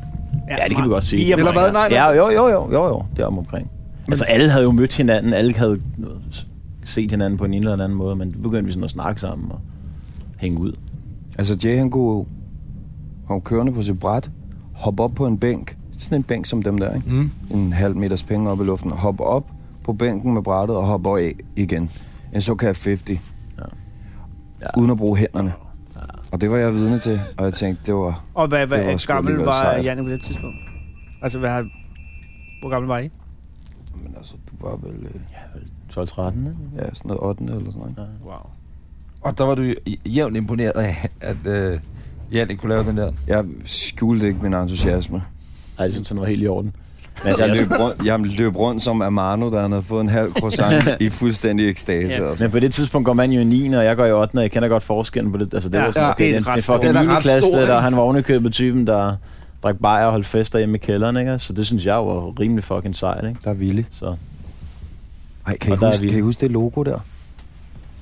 Speaker 5: Ja, det kan vi godt sige.
Speaker 3: Via
Speaker 2: Eller hvad? Nej, nej.
Speaker 5: Ja, jo, jo, jo, jo, jo. Det er om omkring. Altså, alle havde jo mødt hinanden. Alle havde set hinanden på en eller anden måde, men begyndte vi sådan at snakke sammen og hænge ud.
Speaker 4: Altså Jay, han kunne komme kørende på sit bræt, hoppe op på en bænk, sådan en bænk som dem der, ikke? Mm. en halv meters penge op i luften, hoppe op på bænken med brættet og hoppe af igen. En såkaldt 50. Ja. Ja. Uden at bruge hænderne. Og det var jeg vidne til, og jeg tænkte, det var...
Speaker 3: Og hvad,
Speaker 4: Det var
Speaker 3: hvad
Speaker 4: sgu
Speaker 3: gammel
Speaker 4: alligevel
Speaker 3: var
Speaker 4: sejt.
Speaker 3: Janne på det tidspunkt? Altså, hvad har... Hvor gammel var I?
Speaker 4: Men altså, du var vel... øh,
Speaker 5: 12-13, ikke?
Speaker 4: Ja, sådan noget 8. eller sådan noget. Ja.
Speaker 3: Wow.
Speaker 2: Og der var du i- jævnt imponeret af, at øh, Janne kunne lave den der.
Speaker 4: Jeg skjulte ikke min entusiasme.
Speaker 5: Ej, det synes han var helt i orden. Men altså,
Speaker 4: Jeg
Speaker 5: jeg,
Speaker 4: løb rundt, jeg løb rundt som Amano, der havde fået en halv croissant i fuldstændig ekstase.
Speaker 3: Ja.
Speaker 4: Ja. Altså.
Speaker 5: men på det tidspunkt går man jo i 9. og jeg går i 8. og jeg kender godt forskellen på det. Altså, det
Speaker 3: Ja,
Speaker 5: var sådan,
Speaker 2: ja,
Speaker 5: det,
Speaker 3: det er
Speaker 5: er den,
Speaker 3: ret
Speaker 5: den
Speaker 3: stor.
Speaker 5: fucking
Speaker 2: Den er ret
Speaker 5: niendeklasse,
Speaker 2: stor,
Speaker 5: der,
Speaker 2: ikke?
Speaker 5: han var ovenikøbet typen, der drak bajer og holdt fester hjemme i kælderen, ikke? Så det synes jeg jo var rimelig fucking sejt, ikke?
Speaker 4: Der er vildt.
Speaker 5: Så
Speaker 4: Ej, kan I,
Speaker 5: Og der er
Speaker 4: huske,
Speaker 5: Willy.
Speaker 4: kan I huske det logo der?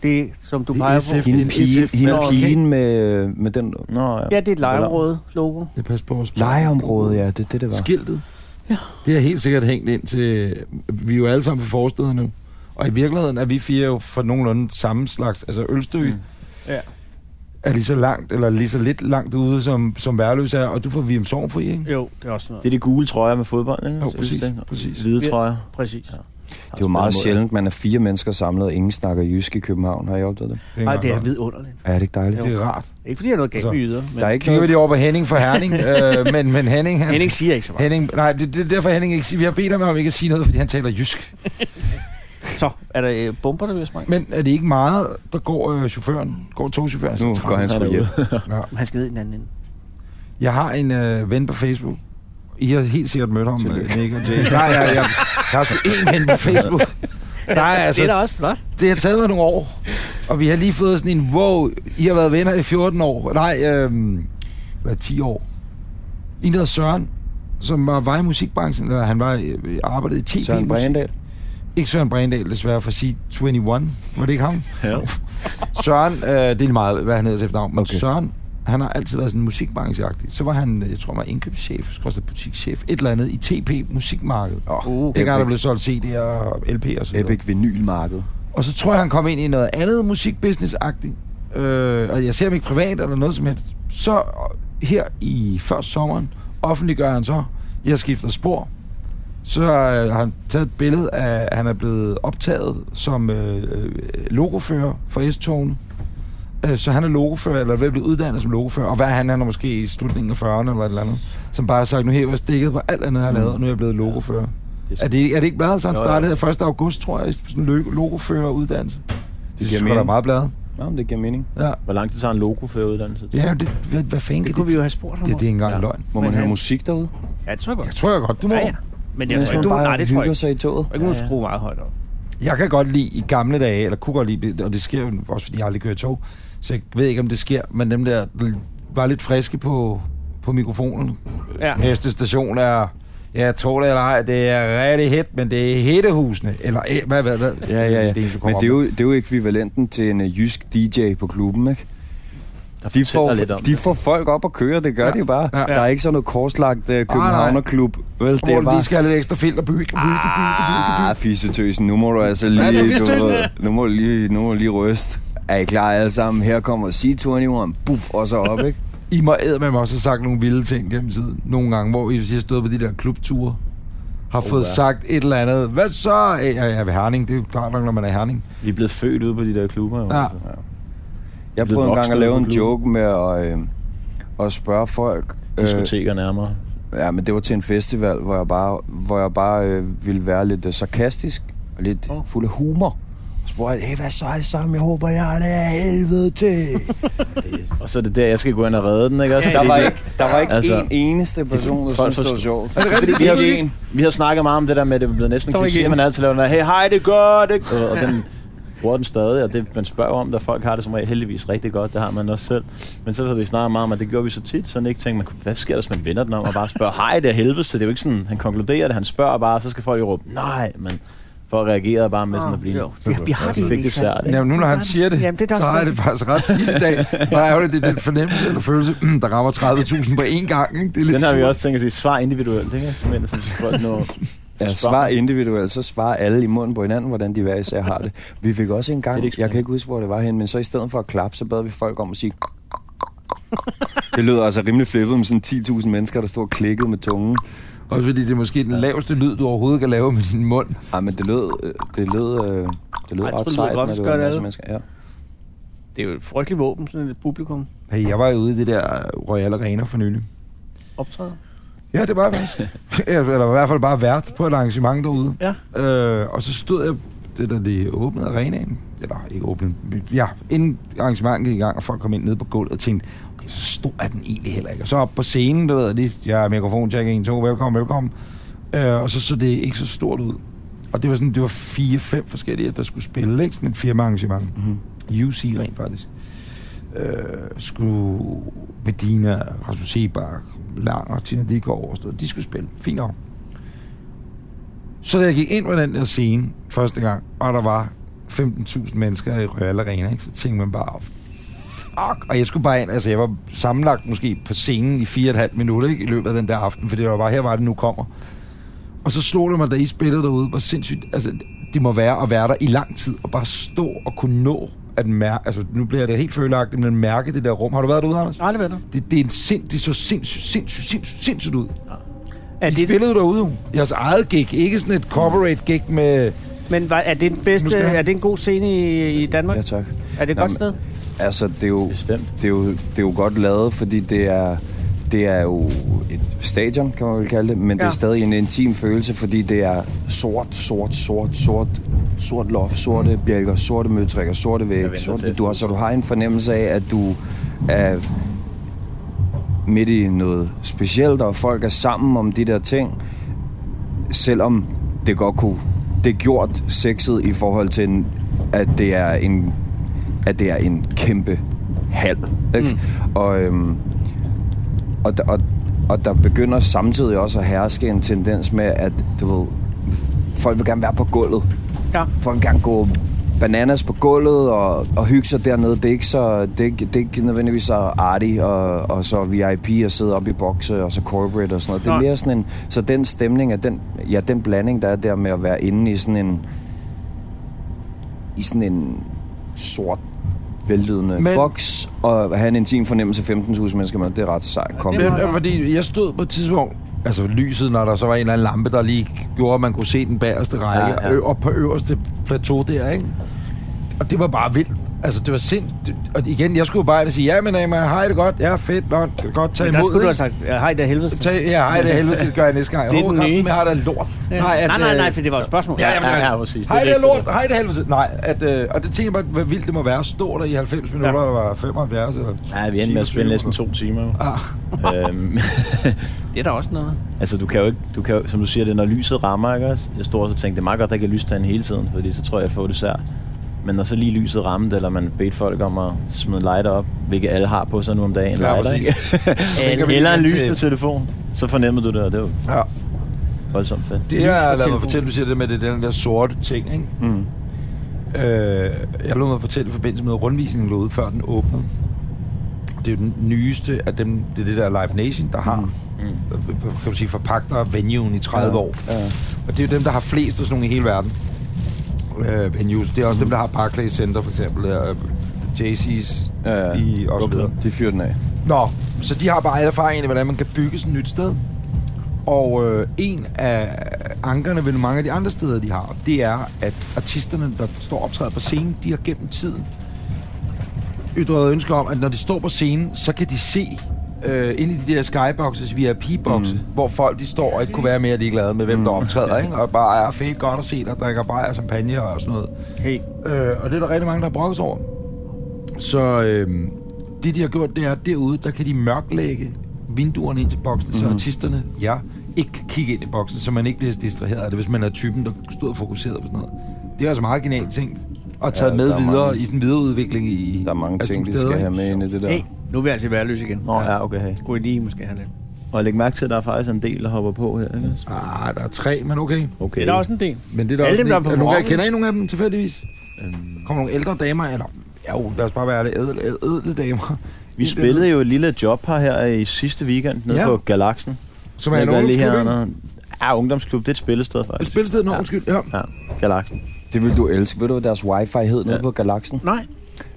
Speaker 3: Det, som du peger på.
Speaker 4: Hende,
Speaker 2: en
Speaker 4: pige,
Speaker 2: SF
Speaker 4: hende
Speaker 2: Nå, okay.
Speaker 4: pigen med, med den
Speaker 5: Nå, ja.
Speaker 3: Ja, det er et lejeområde-logo.
Speaker 2: Det passer på os.
Speaker 4: legeområde, ja, det er det, det var.
Speaker 2: Skiltet. Ja. Det er helt sikkert hængt ind til... Vi er jo alle sammen fra forstedet nu. Og i virkeligheden er vi fire jo for nogenlunde samme slags... Altså Ølstø mm.
Speaker 3: Ja.
Speaker 2: er lige så langt, eller lige så lidt langt ude, som, som Værløs er. Og du får Vium Sorgfri, ikke?
Speaker 3: Jo, det er også noget.
Speaker 5: Det er de gule trøjer med fodbold, ikke?
Speaker 2: Jo, præcis,
Speaker 5: Synes jeg.
Speaker 2: præcis.
Speaker 5: Hvide
Speaker 3: Ja.
Speaker 5: trøjer.
Speaker 3: Præcis.
Speaker 5: Ja.
Speaker 4: Det var meget sjældent, man er fire mennesker samlet, og ingen snakker jysk i København. Har I opdaget det?
Speaker 2: Det
Speaker 3: Nej,
Speaker 2: meget
Speaker 3: det er
Speaker 2: godt.
Speaker 3: vidunderligt.
Speaker 4: Ja, er det ikke dejligt?
Speaker 2: Det er rart.
Speaker 3: Ikke fordi jeg er noget galt
Speaker 2: Altså,
Speaker 3: med yder,
Speaker 4: Der er
Speaker 3: men
Speaker 4: ikke
Speaker 2: Kigger vi
Speaker 4: noget...
Speaker 2: lige over på Henning fra Herning, øh, men, men Henning... Han,
Speaker 3: Henning siger ikke så meget.
Speaker 2: Henning, nej, det, det er derfor Henning ikke siger. Vi har bedt ham om ikke at sige noget, fordi han taler jysk.
Speaker 3: Så, er der øh, bomber, der bliver sprængt?
Speaker 2: Men er det ikke meget, der går øh, chaufføren, går togchaufføren? så
Speaker 4: Nu
Speaker 2: travlt?
Speaker 4: går han sgu hjem.
Speaker 3: Men Han skal ned i den anden ende.
Speaker 2: Jeg har en øh, ven på Facebook. I har helt sikkert mødt ham, øh,
Speaker 4: Tillykke.
Speaker 2: Nick og Jay. Nej, jeg, jeg, jeg har sgu én ven på Facebook. Der er
Speaker 3: Altså, det
Speaker 2: altså,
Speaker 3: er da også flot.
Speaker 2: det har taget mig nogle år, og vi har lige fået sådan en, wow, I har været venner i 14 år. Nej, øhm, eller 10 år. En der hedder Søren, som var, var i musikbranchen, eller han var øh, arbejdede i tv
Speaker 4: Søren Brændal.
Speaker 2: Ikke Søren Brændal, desværre, fra C21. Var det ikke ham? Søren, øh, det er lige meget, hvad han hedder til efternavn, men okay.
Speaker 4: Okay.
Speaker 2: Søren, han har altid været sådan musikbrancheagtig. Så var han, øh, jeg tror han var indkøbschef, skorstad butikschef, et eller andet i TP Musikmarkedet.
Speaker 4: Åh,
Speaker 2: Oh, det gang, der blev solgt CD'er og LP'er og så videre.
Speaker 4: Epic vinylmarked.
Speaker 2: Og så tror jeg, han kom ind i noget andet musikbusiness-agtigt. Øh, og jeg ser ham ikke privat eller noget som helst. Så øh, her i først sommeren offentliggør han så, jeg skifter spor. Så øh, har han taget et billede af, at han er blevet optaget som øh, øh, logofører for S-togene. Øh, Så han er logofører, eller ved at blive uddannet som logofører. Og hvad er han? Han er måske i slutningen af 40'erne eller et eller andet. Som bare har sagt, nu hæver jeg stikket på alt andet, jeg har lavet, og nu er jeg blevet logofører.
Speaker 5: Det er
Speaker 2: Er det, er det ikke bladet, så han
Speaker 5: Jo, jo.
Speaker 2: startede her 1. august, tror jeg, i sådan en lo- logoføreruddannelse? Det
Speaker 4: giver
Speaker 2: synes jeg da er
Speaker 4: mening.
Speaker 2: meget bladet.
Speaker 4: Nå, men det giver mening.
Speaker 2: Ja,
Speaker 5: Hvor lang tid tager en logo før uddannelse?
Speaker 2: ja det, hvad, hvad fanden
Speaker 3: Det
Speaker 2: kan
Speaker 3: kunne vi
Speaker 2: det?
Speaker 3: jo have spurgt ham
Speaker 2: Det,
Speaker 3: om.
Speaker 2: det er ikke engang
Speaker 5: Ja.
Speaker 2: ja. løgn.
Speaker 4: Må
Speaker 3: Men
Speaker 4: man have
Speaker 3: han-
Speaker 4: musik derude?
Speaker 3: Ja, det tror jeg
Speaker 2: Jeg
Speaker 3: godt.
Speaker 2: tror jeg godt, du må.
Speaker 3: Ja, ja. Men jeg
Speaker 4: Hvis
Speaker 3: tror ikke, du...
Speaker 4: man bare
Speaker 3: Nej, det tror jeg
Speaker 4: hygger
Speaker 3: ikke.
Speaker 4: sig i toget.
Speaker 3: Jeg tror ikke, man skrue meget højt op.
Speaker 2: Jeg kan godt lide i gamle dage, eller kunne godt lide, og det sker jo også, fordi jeg aldrig kører tog, så jeg ved ikke, om det sker, men dem der der var lidt friske på, på mikrofonen.
Speaker 3: Ja.
Speaker 2: Næste station er, ja, tror det eller ej, det er rigtig hit, men det er hittehusene, eller eh, hvad, hvad, hvad?
Speaker 4: Ja, ja, ja.
Speaker 2: Det, eneste, du
Speaker 4: Men
Speaker 2: kommer
Speaker 4: det er,
Speaker 2: op
Speaker 4: jo, det er jo ekvivalenten til en øh, jysk DJ på klubben, ikke?
Speaker 5: Der
Speaker 4: De
Speaker 5: fortæller
Speaker 4: får,
Speaker 5: lidt om
Speaker 4: de får folk op og køre, det gør de bare.
Speaker 2: Ja.
Speaker 4: Der er ikke sådan noget korslagt uh, Københavnerklub. Vel,
Speaker 2: med.
Speaker 4: det
Speaker 2: Hvor
Speaker 4: er
Speaker 2: du lige
Speaker 4: bare...
Speaker 2: skal have lidt ekstra filter, byg, byg, byg, byg, byg.
Speaker 4: Ah, fisetøsen, nu må du altså
Speaker 2: Ja, det er
Speaker 4: lige, du,
Speaker 2: fisetøsen,
Speaker 4: ved,
Speaker 2: ja.
Speaker 4: nu må du lige, nu må du lige ryste. Er I klar alle sammen? Her kommer C21, buff, og så op, ikke?
Speaker 2: I må med mig også have sagt nogle vilde ting gennem tiden. Nogle gange, hvor I hvis I har stået på de der klubture, har oh, fået
Speaker 5: ja.
Speaker 2: sagt et eller andet. Hvad så? Øh, Jeg er ved Herning. Det er jo klart nok, når man er i Herning.
Speaker 5: Vi er blevet født ude på de der klubber. Jo, Altså,
Speaker 2: Ja.
Speaker 4: Jeg
Speaker 5: Blevet
Speaker 4: prøvede engang
Speaker 5: voksen
Speaker 4: at lave
Speaker 5: på
Speaker 4: en
Speaker 5: klubben.
Speaker 4: joke med at, øh, at spørge folk. Øh,
Speaker 5: Diskoteker nærmere.
Speaker 4: ja, men det var til en festival, hvor jeg bare, hvor jeg bare øh, ville være lidt øh, sarkastisk og lidt fuld af humor. Og spurgte, hey, hvad så er det sammen? Jeg håber, jeg har det af helvede til.
Speaker 5: Og så er det der, jeg skal gå ind og redde den, ikke? Også,
Speaker 4: der var ikke, der var ikke
Speaker 5: Altså,
Speaker 4: altså, en eneste person, der
Speaker 5: folk
Speaker 4: syntes, det var
Speaker 5: forstår-
Speaker 4: sjovt.
Speaker 5: Vi har,
Speaker 4: ikke en.
Speaker 5: vi har snakket meget om det der med, at det er blevet næsten
Speaker 4: Der var
Speaker 5: en
Speaker 4: ikke
Speaker 5: kliché,
Speaker 4: en.
Speaker 5: man altid laver den der, hey, hej, det er godt, ikke? Og, og den bruger den stadig, og det, man spørger om, der folk har det som regel heldigvis rigtig godt, det har man også selv. Men så har vi snakket meget om, at det gjorde vi så tit, så han ikke tænkte, man, hvad sker der, hvis man vender den om og bare spørger, hej, det er helvedes til. Det er jo ikke sådan, han konkluderer det, han spørger bare, så skal folk jo råbe, nej, men for at reagere bare med sådan at blive...
Speaker 3: Jo. Ja, vi har det jo
Speaker 5: fik
Speaker 3: ikke
Speaker 5: det
Speaker 3: sådan.
Speaker 5: svært, ikke?
Speaker 2: Jamen, nu når han siger det,
Speaker 3: Jamen, det er da
Speaker 2: så
Speaker 3: også
Speaker 2: har jeg det
Speaker 3: rigtigt.
Speaker 2: faktisk ret skidt i dag. Hvor ærgerligt, det er den fornemmelse eller følelse, der rammer 30.000 på én gang. Ikke? Det er lidt
Speaker 5: Den har vi
Speaker 2: surt.
Speaker 5: også tænkt os at sige, svar individuelt, ikke? Simpelthen, sådan, så folk når...
Speaker 4: Ja, svar individuelt, så svarer alle i munden på hinanden, hvordan de hver især har det. Vi fik også en
Speaker 5: Det er
Speaker 4: gang,
Speaker 5: ikke
Speaker 4: jeg kan ikke huske, hvor det var hen, men så i stedet for at klappe, så bad vi folk om at sige... Det lyder altså rimelig flippet med sådan 10.000 mennesker, der stod og klikkede med tungen.
Speaker 2: Også fordi det er måske den laveste lyd, du overhovedet kan lave med din mund.
Speaker 4: Ej, men det lød, øh, det lød, øh, det lød
Speaker 3: Ej, jeg tror, det lyder
Speaker 4: ret sejt,
Speaker 3: godt,
Speaker 4: når
Speaker 3: vi
Speaker 4: det
Speaker 3: gør
Speaker 4: var en
Speaker 3: det
Speaker 4: masse
Speaker 3: alle.
Speaker 4: mennesker. Ja.
Speaker 3: Det er jo et frygteligt våben, sådan et publikum
Speaker 2: Hey, jeg var jo ude i det der øh, Royal Arena for nylig.
Speaker 3: optræder.
Speaker 2: Ja, det var jeg faktisk. Eller i hvert fald bare vært på et arrangement derude.
Speaker 3: Ja.
Speaker 2: Øh, og så stod jeg, det der det åbnede arenaen, eller ikke åbnede, ja, inden arrangementet gik i gang, og folk kom ind nede på gulvet og tænkte, okay, så stor er den egentlig heller ikke. Og så op på scenen, du ved, lige, ja, mikrofon, tjek 1, 2, velkommen, velkommen. Øh, og så så det ikke så stort ud. Og det var sådan, det var fire, fem forskellige, der skulle spille, ikke? Sådan et firma arrangement. Mm-hmm. UC rent faktisk. Øh, skulle Medina, Rasmus Sebak, Lang og Tina Dikov og sådan noget, de skulle spille. Fint nok. Så da jeg gik ind på den der scene første gang, og der var 15.000 mennesker i Royal Arena, ikke, så tænkte man bare, fuck, og jeg skulle bare ind, altså jeg var sammenlagt måske på scenen i 4,5 minutter ikke, i løbet af den der aften, for det var bare, her var det nu kommer. Og så slog det mig, da I spillede derude, hvor sindssygt, altså det må være at være der i lang tid, og bare stå og kunne nå at mærke, altså nu bliver det helt følelagtigt, men mærke det der rum. Har du været derude, Anders?
Speaker 3: Aldrig ved du.
Speaker 2: Det, det, er en sind, det så sindssygt, sindssygt, sindssygt, sindssygt ud.
Speaker 3: Er
Speaker 2: I
Speaker 3: det,
Speaker 2: spillede jo derude, jo. jeres eget gig, ikke sådan et corporate gig med...
Speaker 3: men var, er det den
Speaker 2: Nu
Speaker 3: bedste,
Speaker 2: skal jeg-
Speaker 3: er det en god scene i, i Danmark?
Speaker 4: ja, tak.
Speaker 3: Er det et
Speaker 4: Nå,
Speaker 3: godt
Speaker 4: men-
Speaker 3: sted?
Speaker 4: Altså, det er jo,
Speaker 5: Bestemt.
Speaker 4: det er jo, det er jo godt lavet, fordi det er, det er jo et stadion, kan man vel kalde det, men ja. det
Speaker 3: Ja.
Speaker 4: er stadig en intim følelse, fordi det er sort, sort, sort, sort, sort loft, sorte bjælker, sorte møtrikker, sorte vægge,
Speaker 5: venter
Speaker 4: sorte
Speaker 5: til.
Speaker 4: du har, så du har en fornemmelse af, at du er midt i noget specielt, og folk er sammen om de der ting, selvom det godt kunne det er gjort sexet i forhold til, en- at det er en, at det er en kæmpe hal. Ikke? Mm. Og, øhm, og, der- og, og der begynder samtidig også at herske en tendens med, at du ved, folk vil gerne være på gulvet.
Speaker 3: Ja.
Speaker 4: Folk vil gerne gå bananas på gulvet og, og hygge sig dernede. Det er ikke, så, det er ikke, det er ikke nødvendigvis så arty og, og så VIP og sidde oppe i bokse og så corporate og sådan noget. Det er
Speaker 3: Nej.
Speaker 4: mere sådan en... Så den stemning, og den, ja, den blanding, der er der med at være inde i sådan en... I sådan en sort vellydende
Speaker 2: Men-
Speaker 4: Men... boks og have en intim fornemmelse af 15.000 mennesker med, det er ret sejt. Kom.
Speaker 3: det er
Speaker 4: Ja,
Speaker 2: Men, øh, fordi jeg stod på et tidspunkt, altså lyset, når der så var en eller anden lampe, der lige gjorde, at man kunne se den bagerste række, ja,
Speaker 5: Ja,
Speaker 2: ja.
Speaker 5: ja.
Speaker 2: op på øverste plateau der, ikke? Og det var bare vildt. Altså, det var sindssygt. Og igen, jeg skulle jo bare ind og sige, ja, men Emma, hej, det er godt. Ja, fedt nok. Kan Godt, tag
Speaker 3: Men der
Speaker 2: imod,
Speaker 3: skulle du
Speaker 2: ikke?
Speaker 3: have sagt, ja, hej, det er helvede. til.
Speaker 2: Tag, ja, hej, det er helvede, det gør jeg næste gang.
Speaker 3: Det er den
Speaker 2: Åh, kraften
Speaker 3: nye.
Speaker 2: med, har da lort. Nej, at,
Speaker 3: Nej, nej,
Speaker 2: øh,
Speaker 3: nej, for det var et spørgsmål.
Speaker 2: Ja, jamen,
Speaker 5: Ja,
Speaker 2: ja,
Speaker 5: ja,
Speaker 2: ja,
Speaker 5: præcis.
Speaker 2: Hej,
Speaker 5: Det
Speaker 2: det
Speaker 5: er
Speaker 2: er lort.
Speaker 5: vigtigt,
Speaker 2: Hej, det er helvede. Nej, at, øh, og det tænker jeg bare, hvor vildt det må være at stå der i 90 minutter, ja.
Speaker 3: Ja.
Speaker 2: eller var 75, eller
Speaker 5: Nej, vi endte med at spille næsten to timer. jo.
Speaker 2: Ah,
Speaker 5: øhm,
Speaker 3: Det er da også noget.
Speaker 5: altså, du kan jo ikke, du kan jo, som du siger, det er, når lyset rammer, ikke også? Jeg står og så tænkte, det er meget godt, at der ikke er lystand hele tiden, fordi så tror jeg, at jeg får det sær. Men når så lige lyset ramte, eller man bedte folk om at smide en lighter op, hvilket alle har på sig nu om dagen,
Speaker 2: Ja,
Speaker 5: lighter, ikke?
Speaker 2: kan vi
Speaker 5: eller en
Speaker 2: lige vende
Speaker 5: lysende telefon, så fornemmede du det, og det var
Speaker 2: ja.
Speaker 5: voldsomt fedt.
Speaker 2: Det er, lad mig fortælle, du siger det med det, den der sorte ting, ikke? Mm. Øh, jeg lod mig fortælle i forbindelse med at rundvisningen lå ude, før den åbnede. Det er jo den nyeste af dem, det er det der Live Nation, der har, mm. kan du sige, forpagter venuen i 30 år. Ja. Og det er jo dem, der har flest af sådan nogle i hele verden. Øh, venues. Det er også mm. dem, der har Barclays Center, for eksempel. Øh, JC's
Speaker 4: ja, ja.
Speaker 2: i, og så videre.
Speaker 4: De fyrer den af.
Speaker 2: Nå, så de har bare alle erfaringen i, hvordan man kan bygge sådan et nyt sted. Og øh, en af ankerne ved mange af de andre steder, de har, det er, at artisterne, der står og optræder på scenen, de har gennem tiden ytret ønsker om, at når de står på scenen, så kan de se øh, ind i de der skyboxes, VIP-bokse, mm. hvor folk de står og ikke kunne være mere ligeglade med, hvem der optræder, ikke? og bare er fedt godt at se, der drikker bajer og champagne og sådan noget.
Speaker 3: Hey.
Speaker 2: Øh, og det er der rigtig mange, der har brokket sig over. Så øh, det, de har gjort, det er, at derude, der kan de mørklægge vinduerne ind til boksen, mm. så
Speaker 4: Mhm.
Speaker 2: artisterne, ja, ikke kan kigge ind i boksen, så man ikke bliver distraheret af det, hvis man er typen, der stod og fokuseret på sådan noget. Det er altså meget genialt tænkt. Og taget ja, med
Speaker 4: der er
Speaker 2: videre
Speaker 4: mange-
Speaker 2: i sådan en videreudvikling i...
Speaker 4: Der er mange
Speaker 2: altså
Speaker 4: ting,
Speaker 2: nogle
Speaker 4: vi skal
Speaker 2: steder,
Speaker 4: have
Speaker 2: ikke?
Speaker 4: med ind i det der.
Speaker 3: hey, nu er vi altså i værløs igen.
Speaker 5: Nå ja, okay. Hey.
Speaker 3: Skulle I lige måske have lidt.
Speaker 5: Og læg mærke til, at der er faktisk en del, der hopper på her, ikke?
Speaker 2: Ah, der er tre, men okay.
Speaker 5: Okay.
Speaker 3: Det er da også en del.
Speaker 2: Men det er der
Speaker 3: Alle
Speaker 2: også
Speaker 3: dem, der er
Speaker 2: en-
Speaker 3: på
Speaker 2: er nogen,
Speaker 3: vognen.
Speaker 2: kender I nogle af dem tilfældigvis?
Speaker 5: Øhm,
Speaker 2: Kommer nogle ældre damer, eller... Ja, jo, lad os bare være det. Ædle, ædle damer.
Speaker 5: Vi spillede jo et lille job her, her i sidste weekend nede
Speaker 2: Ja.
Speaker 5: ja. på Galaxen.
Speaker 2: Som er en
Speaker 5: Ligger lige
Speaker 2: ungdomsklub, ikke?
Speaker 5: hernede. Ja, ungdomsklub, det er et spillested
Speaker 2: Et
Speaker 5: faktisk.
Speaker 2: spilsted, nå,
Speaker 5: Ja.
Speaker 2: undskyld. Ja.
Speaker 5: Ja, Galaxen.
Speaker 4: Det vil du elske. Ved du, hvad deres wifi hed nede
Speaker 5: Ja.
Speaker 4: på Galaxen?
Speaker 3: Nej.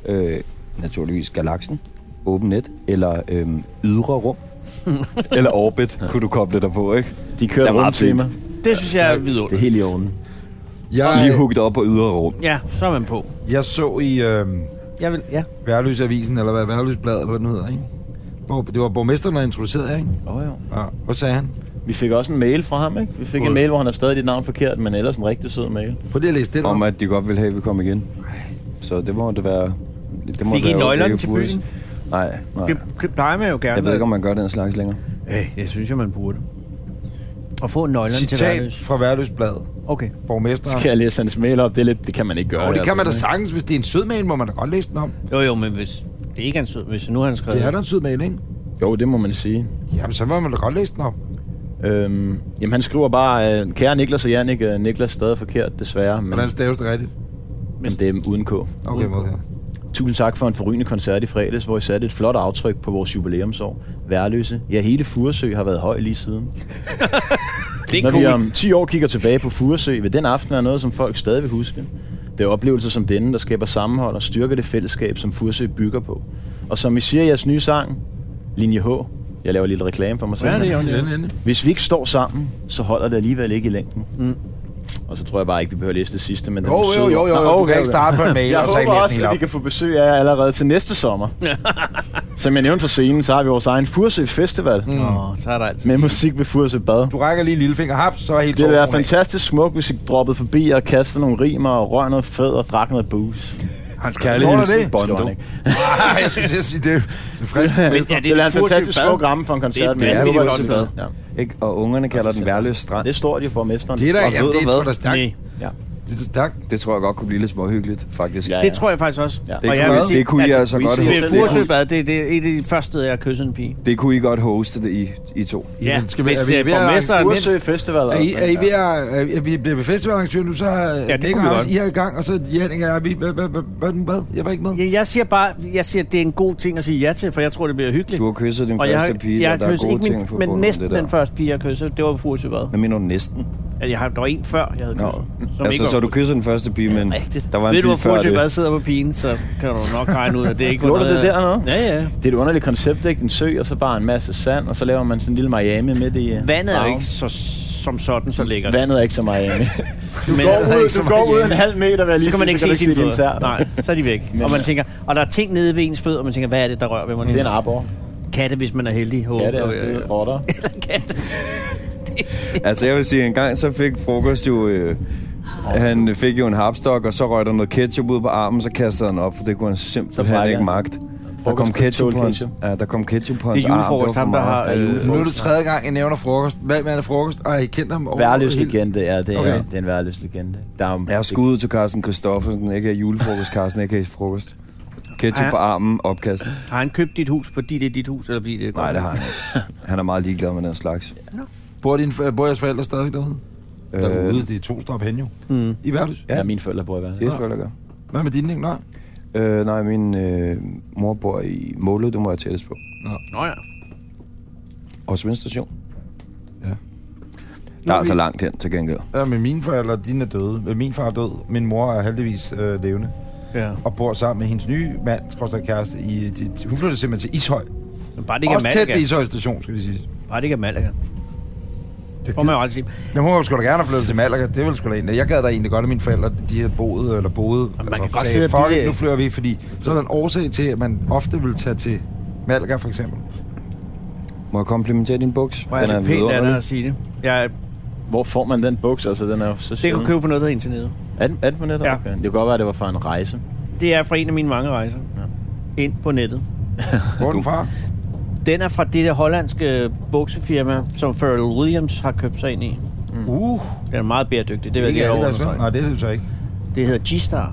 Speaker 4: Øh, naturligvis Galaxen, Åben Net eller øhm, Ydre Rum. eller Orbit, kunne du koble dig på, ikke?
Speaker 5: De kører
Speaker 4: Der var
Speaker 5: rundt tema.
Speaker 4: fint.
Speaker 3: Det synes jeg er
Speaker 5: Det er
Speaker 3: vidunderligt.
Speaker 5: helt i orden.
Speaker 4: Lige
Speaker 2: Jeg,
Speaker 4: hugget op på Ydre Rum.
Speaker 3: Ja, så er man på.
Speaker 2: jeg så i øh,
Speaker 3: Jeg vil, ja.
Speaker 2: Værløsavisen, eller hvad Værløsbladet, eller hvad den hedder, ikke? Hvor- Det var borgmesteren, der introducerede jer, ikke?
Speaker 5: Oh, jo.
Speaker 2: Ja. Hvad sagde han?
Speaker 5: Vi fik også en mail fra ham, ikke? Vi fik en mail, hvor han har stadig dit navn forkert, men ellers en rigtig sød mail.
Speaker 2: Prøv lige at læse det der.
Speaker 4: Om at de godt ville have, at vi kom igen. Så det må det være... Det må
Speaker 3: Fik I
Speaker 4: være
Speaker 3: nøglerne
Speaker 4: okay,
Speaker 3: til
Speaker 4: Fus.
Speaker 3: byen?
Speaker 4: Nej, nej.
Speaker 3: Det, det plejer man jo gerne.
Speaker 4: Jeg ved ikke, om man gør den slags længere.
Speaker 3: Øh, jeg synes jo, man burde. Og få nøglerne til
Speaker 2: Citat
Speaker 3: værløs.
Speaker 2: fra Værløsbladet.
Speaker 3: Okay.
Speaker 2: Borgmesteren.
Speaker 5: Skal jeg læse hans mail op? Det, er lidt, det kan man ikke gøre.
Speaker 2: Og det
Speaker 5: her,
Speaker 2: kan man da
Speaker 5: ikke?
Speaker 2: sagtens. Hvis det er en sød man, må man da godt læse den om.
Speaker 3: Jo, jo, men hvis det ikke er en sød, hvis nu har han skrevet...
Speaker 2: Det er da en sød man, ikke?
Speaker 5: Jo, det må man sige.
Speaker 2: Jamen, så må man da godt læse den om.
Speaker 5: Øhm, jamen, han skriver bare, øh, kære Niklas og Jannik, øh, Niklas stadig forkert, desværre, men,
Speaker 2: Hvordan staves det rigtigt?
Speaker 5: men det er uden K.
Speaker 2: Okay, måde her.
Speaker 5: Tusind tak for en forrygende koncert i fredags, hvor I satte et flot aftryk på vores jubilæumsår. Værløse. Ja, hele Furesø har været høj lige siden.
Speaker 3: det er
Speaker 5: Når vi
Speaker 3: cool.
Speaker 5: om 10 år kigger tilbage på Furesø, vil den aften være noget, som folk stadig vil huske. Det er oplevelser som denne, der skaber sammenhold og styrker det fællesskab, som Furesø bygger på. Og som I siger i jeres nye sang, Linje H, jeg laver lidt reklame for mig selv.
Speaker 3: Ja, det er jo
Speaker 2: I
Speaker 3: det.
Speaker 2: den ende.
Speaker 5: Hvis vi ikke står sammen, så holder det alligevel ikke i længden. Mm. Og så tror jeg bare ikke, vi behøver læse det sidste, men den
Speaker 2: Jo, jo, jo,
Speaker 5: forsøger-
Speaker 2: jo,
Speaker 5: Nå,
Speaker 2: jo. Du kan ikke starte på en mail,
Speaker 5: jeg
Speaker 2: og så ikke læse
Speaker 5: håber
Speaker 2: den
Speaker 5: også,
Speaker 2: helt
Speaker 5: at
Speaker 2: op.
Speaker 5: vi kan få besøg af jer allerede til næste sommer. Som jeg nævnte for scenen, så har vi vores egen Furesø Festival mm.
Speaker 3: Åh, så er der altid...
Speaker 5: med musik ved Furesø Bad.
Speaker 2: Du rækker lige en lillefinger. Haps, så er helt
Speaker 5: Det ville være
Speaker 2: sofaen af.
Speaker 5: fantastisk smukt, hvis I droppede forbi og kastede nogle rimer og rør noget fed og drak noget booze.
Speaker 2: Hans
Speaker 4: Kærligheds-
Speaker 2: kærlighed.
Speaker 4: Bondo.
Speaker 5: Skal man ikke.
Speaker 2: Nej, jeg skulle til at sige det. Det er frisk.
Speaker 5: Men
Speaker 3: det er
Speaker 5: det ville være en
Speaker 3: Furesø
Speaker 5: fantastisk
Speaker 3: Bad.
Speaker 5: smuk ramme for en
Speaker 3: Det er et
Speaker 5: koncert. men jeg
Speaker 4: vanvittigt
Speaker 5: håber,
Speaker 4: flot
Speaker 5: det
Speaker 4: sted.
Speaker 5: Ja.
Speaker 4: Ikke? Og ungerne kalder den værløs strand.
Speaker 5: Det står de for borgmesteren.
Speaker 2: Det er da,
Speaker 4: Og
Speaker 2: jamen,
Speaker 4: ved
Speaker 2: det
Speaker 4: du
Speaker 2: er sgu
Speaker 4: hvad?
Speaker 2: da stærkt.
Speaker 3: Nej.
Speaker 2: Det er da stærkt.
Speaker 4: Det tror jeg godt kunne blive lidt småhyggeligt, faktisk.
Speaker 5: Ja,
Speaker 3: Det tror jeg faktisk også.
Speaker 5: Ja.
Speaker 3: Og
Speaker 4: Det,
Speaker 3: jeg
Speaker 4: kunne,
Speaker 3: vil
Speaker 4: det,
Speaker 3: sige-
Speaker 4: kunne I altså, godt
Speaker 5: vi-
Speaker 3: Det er
Speaker 5: Det er
Speaker 4: hoste. Det,
Speaker 3: Furesøbad, det, er- det er et af de første steder, jeg kyssede en pige.
Speaker 4: det kunne I godt hoste det i, I to.
Speaker 3: Ja,
Speaker 2: skal vi-
Speaker 3: hvis
Speaker 2: er vi
Speaker 3: øh,
Speaker 2: ved at
Speaker 3: borgmesteren mindst...
Speaker 5: Furesø Festival.
Speaker 2: Er I,
Speaker 5: altså.
Speaker 2: er I ved at... Er, er vi bliver festivalarrangør nu, så øh, er
Speaker 3: det
Speaker 2: Nick
Speaker 3: kunne vi
Speaker 2: og
Speaker 3: godt.
Speaker 2: Anders, I er i gang, og så er Jannik og jeg... vi- Hvad? Hvad? Hvad? Hvad? Hvad? Jeg var ikke med.
Speaker 3: Ja, Jeg siger bare, jeg siger, at det er en god ting at sige ja til, for jeg tror, det bliver hyggeligt.
Speaker 4: Du har kysset din
Speaker 3: og jeg
Speaker 4: første
Speaker 3: har,
Speaker 4: pige,
Speaker 3: jeg
Speaker 4: og der
Speaker 3: har
Speaker 4: er
Speaker 3: kysset,
Speaker 4: gode
Speaker 3: ikke
Speaker 4: ting
Speaker 3: min,
Speaker 4: forbundet
Speaker 3: men
Speaker 4: med
Speaker 3: næsten
Speaker 4: det der.
Speaker 3: den første pige, jeg kyssede, det var ved Furesøbad.
Speaker 4: Hvad mener du næsten?
Speaker 3: Altså, jeg har, der var en før, jeg havde
Speaker 4: Nå.
Speaker 3: kysset. som ikke
Speaker 4: Altså,
Speaker 3: var
Speaker 4: så du
Speaker 3: Furesø.
Speaker 4: kysser den første pige, men
Speaker 3: Rigtigt.
Speaker 4: der var en
Speaker 3: Ved du, hvor
Speaker 4: pige før
Speaker 3: Furesøbad
Speaker 4: det.
Speaker 3: sidder på pigen, så kan du nok regne ud, at det ikke var
Speaker 5: Gjorde du
Speaker 3: noget...
Speaker 5: det dernede?
Speaker 3: Ja, ja.
Speaker 5: Det er et underligt koncept, ikke? En sø, og så bare en masse sand, og så laver man sådan en lille Miami midt i... øh,
Speaker 3: Vandet er jo
Speaker 5: farven.
Speaker 3: ikke så, som sådan så lækkert.
Speaker 5: Vandet er ikke så Miami.
Speaker 3: Du men,
Speaker 5: går ud, du går ud en
Speaker 3: så
Speaker 5: halv meter, hvad jeg lige
Speaker 3: kan man
Speaker 5: sige,
Speaker 3: ikke
Speaker 5: du
Speaker 3: se sine
Speaker 5: din
Speaker 3: fødder.
Speaker 5: tær.
Speaker 3: Nej, så er de væk.
Speaker 5: Men,
Speaker 3: og man
Speaker 5: øh,
Speaker 3: tænker, og der er ting nede ved ens fødder, og man tænker, hvad er det, der rører ved
Speaker 4: Mm.
Speaker 3: mig? nu?
Speaker 5: Det er en arbor.
Speaker 3: katte, hvis man er heldig. Håber.
Speaker 5: Ja, det er, det er rotter.
Speaker 4: Altså, jeg vil sige, en gang så fik frokost jo... Øh, han fik jo en harpstok, og så røg der noget ketchup ud på armen, så kastede han op, for det kunne han
Speaker 5: brækker
Speaker 4: simpelthen ikke
Speaker 5: han sig.
Speaker 4: magt. Der
Speaker 5: Frokost
Speaker 4: kom
Speaker 5: kunne
Speaker 4: ketchup
Speaker 5: tåle
Speaker 4: på hans,
Speaker 5: ketchup.
Speaker 4: ja, der kom ketchup på
Speaker 3: Det
Speaker 4: hans
Speaker 3: er
Speaker 4: arm.
Speaker 3: julefrokost,
Speaker 4: var
Speaker 3: ham,
Speaker 4: for
Speaker 3: der
Speaker 4: meget.
Speaker 3: har...
Speaker 5: Ja,
Speaker 3: Øh,
Speaker 5: julefrokost.
Speaker 2: Nu er det tredje gang, jeg nævner frokost. Hvad med frokost? Og har I kendt ham over...
Speaker 5: Værløs
Speaker 2: hele-
Speaker 5: legende, ja, det er,
Speaker 2: Okay.
Speaker 5: okay. det er en værløs legende. Der er,
Speaker 4: Jeg har skuddet til Carsten Christoffersen, ikke af julefrokost, Carsten, ikke af frokost. Ketchup
Speaker 3: Ja.
Speaker 4: på armen, opkast.
Speaker 3: har han købt dit hus, fordi det er dit hus, eller fordi det er
Speaker 4: Nej, det har han ikke. Han er meget ligeglad med den slags.
Speaker 2: Bor, din, bor jeres forældre stadig derude? Øh. Derude, det er to stop hen jo. Mm. I Værløs.
Speaker 5: Ja, mine forældre bor i Værløs.
Speaker 4: Det er selvfølgelig gør.
Speaker 2: Hvad med dine, Nick? Nej.
Speaker 4: Øh, nej, min øh, mor bor i Måle, det må jeg tættes på.
Speaker 3: Nå ja.
Speaker 4: Og Svend Station.
Speaker 2: Ja.
Speaker 4: Der er altså langt hen til gengæld.
Speaker 2: Ja, men mine forældre, dine er døde. Øh, Min far er død. Min mor er heldigvis øh, levende.
Speaker 3: ja.
Speaker 2: Og bor sammen med hendes nye mand, trods der kæreste, i, de, de- hun flyttede simpelthen til Ishøj. Det
Speaker 3: Men bare det ikke er
Speaker 2: Også tæt
Speaker 3: Malaga.
Speaker 2: ved Ishøj station, skal vi sige.
Speaker 3: Bare det ikke er Malaga. Det får man jo altid.
Speaker 2: Men hun skulle da gerne have flyttet til Malaga. Det ville sgu da egentlig. Jeg gad da egentlig godt, at mine forældre de havde boet eller boede.
Speaker 3: man kan godt sidde og
Speaker 2: fuck,
Speaker 3: blive-
Speaker 2: it, nu flytter vi, fordi så er der en årsag til, at man ofte vil tage til Malaga for eksempel.
Speaker 4: Må jeg komplimentere din buks?
Speaker 3: Hvor er det pænt af dig
Speaker 4: vidunderlig.
Speaker 3: at sige det. Jeg,
Speaker 5: Hvor får man den buks? Altså, den er jo så
Speaker 3: det kan
Speaker 5: sjældent.
Speaker 3: du købe på noget, der hedder internettet.
Speaker 5: Er den, er den på nettet?
Speaker 3: Ja.
Speaker 5: Okay. Det kan godt være, at det var fra en rejse.
Speaker 3: Det er fra en af mine mange rejser. Ind på nettet.
Speaker 2: Hvor er den
Speaker 3: Mm.
Speaker 2: fra? Uh,
Speaker 3: Den er fra det der hollandske buksefirma, som Pharrell Williams har købt sig ind i.
Speaker 2: Uh,
Speaker 3: Den er meget bæredygtig, det vil jeg
Speaker 2: ikke
Speaker 3: gerne
Speaker 2: alle, der
Speaker 3: overbevise
Speaker 2: svømmer.
Speaker 3: dig.
Speaker 2: Nej, det er det så ikke.
Speaker 3: Det hedder G-Star.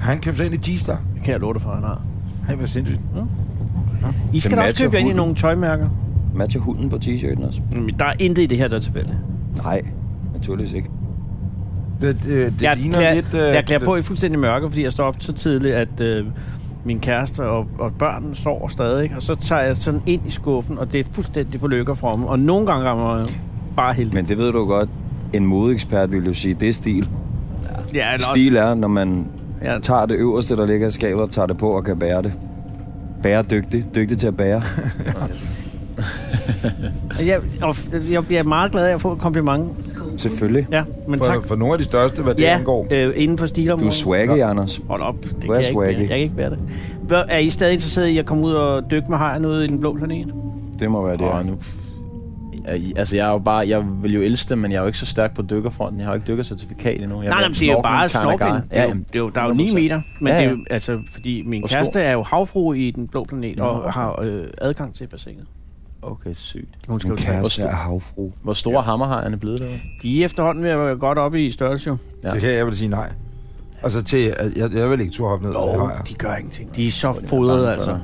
Speaker 2: Han købte sig ind i G-Star.
Speaker 3: Det kan jeg love dig for, han har.
Speaker 2: Han var sindssygt.
Speaker 3: I skal da også
Speaker 4: matcher
Speaker 3: købe jer ind i
Speaker 4: huden.
Speaker 3: nogle tøjmærker.
Speaker 4: Matcher hunden på t-shirten også?
Speaker 3: Men der er intet i det her, der er tilfældigt.
Speaker 4: Nej, naturligvis ikke.
Speaker 2: Det, det, det
Speaker 3: jeg
Speaker 2: ligner
Speaker 3: klæder,
Speaker 2: lidt... øh,
Speaker 3: jeg klæder på i fuldstændig mørke, fordi jeg står op så tidligt, at øh, min kæreste og, og børn sover stadig. ikke? Og så tager jeg sådan ind i skuffen, og det er fuldstændig på lykke og fromme. Og nogle gange rammer jeg bare helt.
Speaker 4: Men det ved du godt. En modeekspert vil jo sige, det er stil.
Speaker 3: ja, eller
Speaker 4: Stil er, når man
Speaker 3: Ja.
Speaker 4: tager det øverste, der ligger i skabet, og tager det på og kan bære det. Bæredygtig. Dygtig til at bære.
Speaker 3: Også, jeg, og f- jeg bliver meget glad af at få et kompliment.
Speaker 4: Selvfølgelig.
Speaker 3: Ja, men
Speaker 2: For,
Speaker 3: tak.
Speaker 2: for nogle af de største, hvad det
Speaker 3: Ja,
Speaker 2: angår.
Speaker 3: øh, inden for stilområdet.
Speaker 4: Du er swaggy, Anders.
Speaker 3: Hold op, det kan
Speaker 4: er
Speaker 3: jeg ikke, bære.
Speaker 4: swaggy.
Speaker 3: jeg kan ikke bære det. Hvad- Er I stadig interesseret i at komme ud og dykke med hejren ude i den blå planet?
Speaker 4: Det må være det.
Speaker 5: Det er
Speaker 4: Oh,
Speaker 5: nu. Ja, i- Altså, jeg er jo bare... Jeg vil jo elske det, men jeg er jo ikke så stærk på dykkerfronten. Jeg har jo ikke dykkercertifikat endnu. Jeg
Speaker 3: Nej, nej, men det er jo bare snorkling. Det er
Speaker 5: Ja,
Speaker 3: jo, det er jo, der er jo 9 meter, men
Speaker 5: Ja,
Speaker 3: ja, ja. det er
Speaker 5: ja.
Speaker 3: jo, altså, fordi min
Speaker 5: Hvor stor?
Speaker 3: kæreste er jo havfru i den blå planet
Speaker 5: Nå, okay.
Speaker 3: og har øh, adgang til bassinet.
Speaker 5: Okay, sygt.
Speaker 3: Hun skal
Speaker 4: Min
Speaker 3: jo tage.
Speaker 4: kæreste er havfru.
Speaker 5: Hvor store ja. hammer har han blevet derude?
Speaker 3: De er efterhånden ved at være godt oppe i størrelse. Jo.
Speaker 5: Ja.
Speaker 2: Det kan jeg vil sige nej. Altså til, at jeg, jeg vil ikke turde hoppe ned. det har jeg.
Speaker 3: de gør ingenting. De er så fodrede, altså.
Speaker 5: Ja.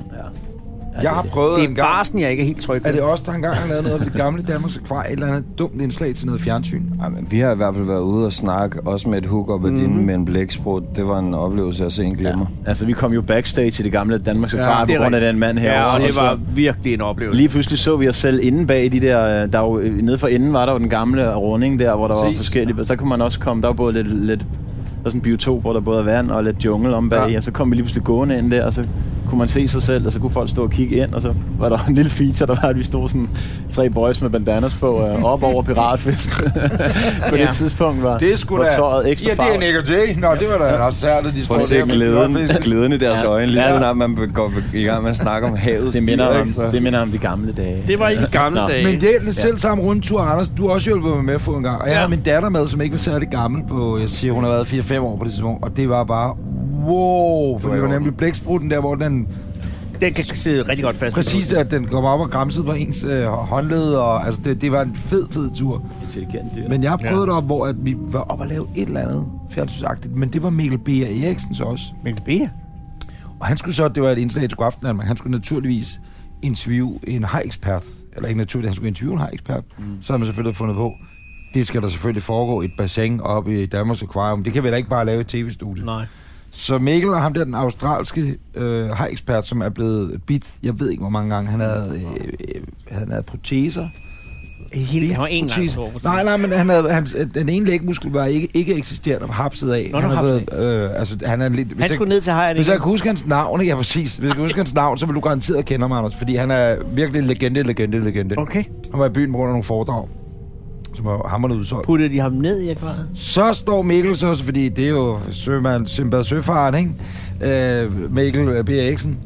Speaker 2: jeg har prøvet
Speaker 3: Det
Speaker 2: en
Speaker 3: er
Speaker 2: gang.
Speaker 3: barsen, jeg ikke er helt tryg
Speaker 2: Er det
Speaker 3: ved.
Speaker 2: også der engang har lavet noget af det gamle Danmarks Akvarie, et eller andet dumt indslag til noget fjernsyn?
Speaker 4: Ej, men vi har i hvert fald været ude og snakke, også med et hookup af mm-hmm. med en blæksprut. Det var en oplevelse, jeg sen glemmer. Ja.
Speaker 5: Altså, vi kom jo backstage i det gamle Danmarks
Speaker 2: Ja,
Speaker 5: Akvarie
Speaker 3: det er
Speaker 5: på grund af
Speaker 3: rigtigt.
Speaker 5: den mand her.
Speaker 3: Ja, og
Speaker 5: også.
Speaker 3: det
Speaker 5: så-
Speaker 3: var virkelig en oplevelse.
Speaker 5: Lige pludselig så vi os selv inde bag de der... øh, Der var jo, nede for enden var der jo den gamle runding der, hvor der var
Speaker 2: Præcis.
Speaker 5: forskellige... Så kunne man også komme... Der var både lidt... lidt der var sådan en biotop, hvor der både er vand og lidt jungle om bag,
Speaker 2: Ja.
Speaker 5: ja. og så kom vi lige pludselig gående ind der, og så kunne man se sig selv, og så kunne folk stå og kigge ind, og så var der en lille feature, der var, at vi stod sådan tre boys med bandanas på, øh, op over piratfisken. på
Speaker 3: Ja.
Speaker 5: det tidspunkt var,
Speaker 2: Det er sgu
Speaker 5: var
Speaker 2: da...
Speaker 5: tøjet ekstra
Speaker 2: ja, det er
Speaker 5: farvet.
Speaker 2: Nick og Jay. Nå, det var da også særligt, de
Speaker 4: Prøv
Speaker 2: spurgte
Speaker 4: at se
Speaker 2: der med
Speaker 4: glæden,
Speaker 2: piratfisken.
Speaker 4: glæden i deres
Speaker 5: Ja.
Speaker 4: øjne, lige
Speaker 5: Ja.
Speaker 4: så snart man går i gang med at snakke om havet.
Speaker 5: det minder, om, det minder om de gamle dage.
Speaker 3: Det var i de gamle
Speaker 5: Nå.
Speaker 3: dage.
Speaker 2: Men det er den selv samme rundtur, Anders. Du har også hjulpet mig med at få en gang. Og jeg
Speaker 3: Ja.
Speaker 2: havde min datter med, som ikke var særlig gammel på... Jeg siger, hun har været 4-5 år på det tidspunkt. Og det var bare... Wow! For det var nemlig blæksprutten der, hvor den...
Speaker 3: Den kan sidde rigtig godt fast.
Speaker 2: Præcis, at den kom op og græmsede på ens øh, håndled. Og, altså, det, det var en fed, fed tur.
Speaker 5: Intelligent dyr.
Speaker 2: Men jeg har prøvet ja. deroppe, hvor at vi var op og lave et eller andet fjernsynsagtigt, men det var Mikkel B. Eriksens også.
Speaker 3: Men det er
Speaker 2: Og han skulle så, det var et indslag, til aften, Danmark, han skulle naturligvis interviewe en hajekspert. Eller ikke naturligt, han skulle interviewe en hajekspert. Mm. Så har man selvfølgelig fundet på, det skal der selvfølgelig foregå i et bassin oppe i Danmarks Aquarium. Det kan vi da ikke bare lave i et tv-studie.
Speaker 3: Nej.
Speaker 2: Så Mikkel og ham der, den australske øh, hajekspert, som er blevet bit, jeg ved ikke hvor mange gange, han havde, øh, øh, han havde proteser.
Speaker 3: Helt, han var en lang
Speaker 2: Proteser.
Speaker 3: stor
Speaker 2: Nej, nej, men han havde, han, den ene lægmuskel var ikke, ikke eksisterende og hapset af.
Speaker 3: Nå,
Speaker 2: han,
Speaker 3: der
Speaker 2: havde,
Speaker 3: hapset
Speaker 2: været, øh, altså, han er lidt... hvis
Speaker 3: Han
Speaker 2: jeg-
Speaker 3: skulle ned til hejren
Speaker 2: hvis
Speaker 3: igen.
Speaker 2: jeg kan huske hans navn, ikke? ja præcis. Hvis jeg kan huske hans navn, så vil du garanteret kende ham, Anders. Fordi han er virkelig legende, legende, legende.
Speaker 3: Okay.
Speaker 2: Han var i byen på grund af nogle foredrag, som var hammerende udsolgt.
Speaker 3: Puttede de ham ned i akvariet?
Speaker 2: Så står Mikkel så, også, fordi det er jo sømand, Simbad Søfaren, ikke? Øh, Mikkel B. Eriksen.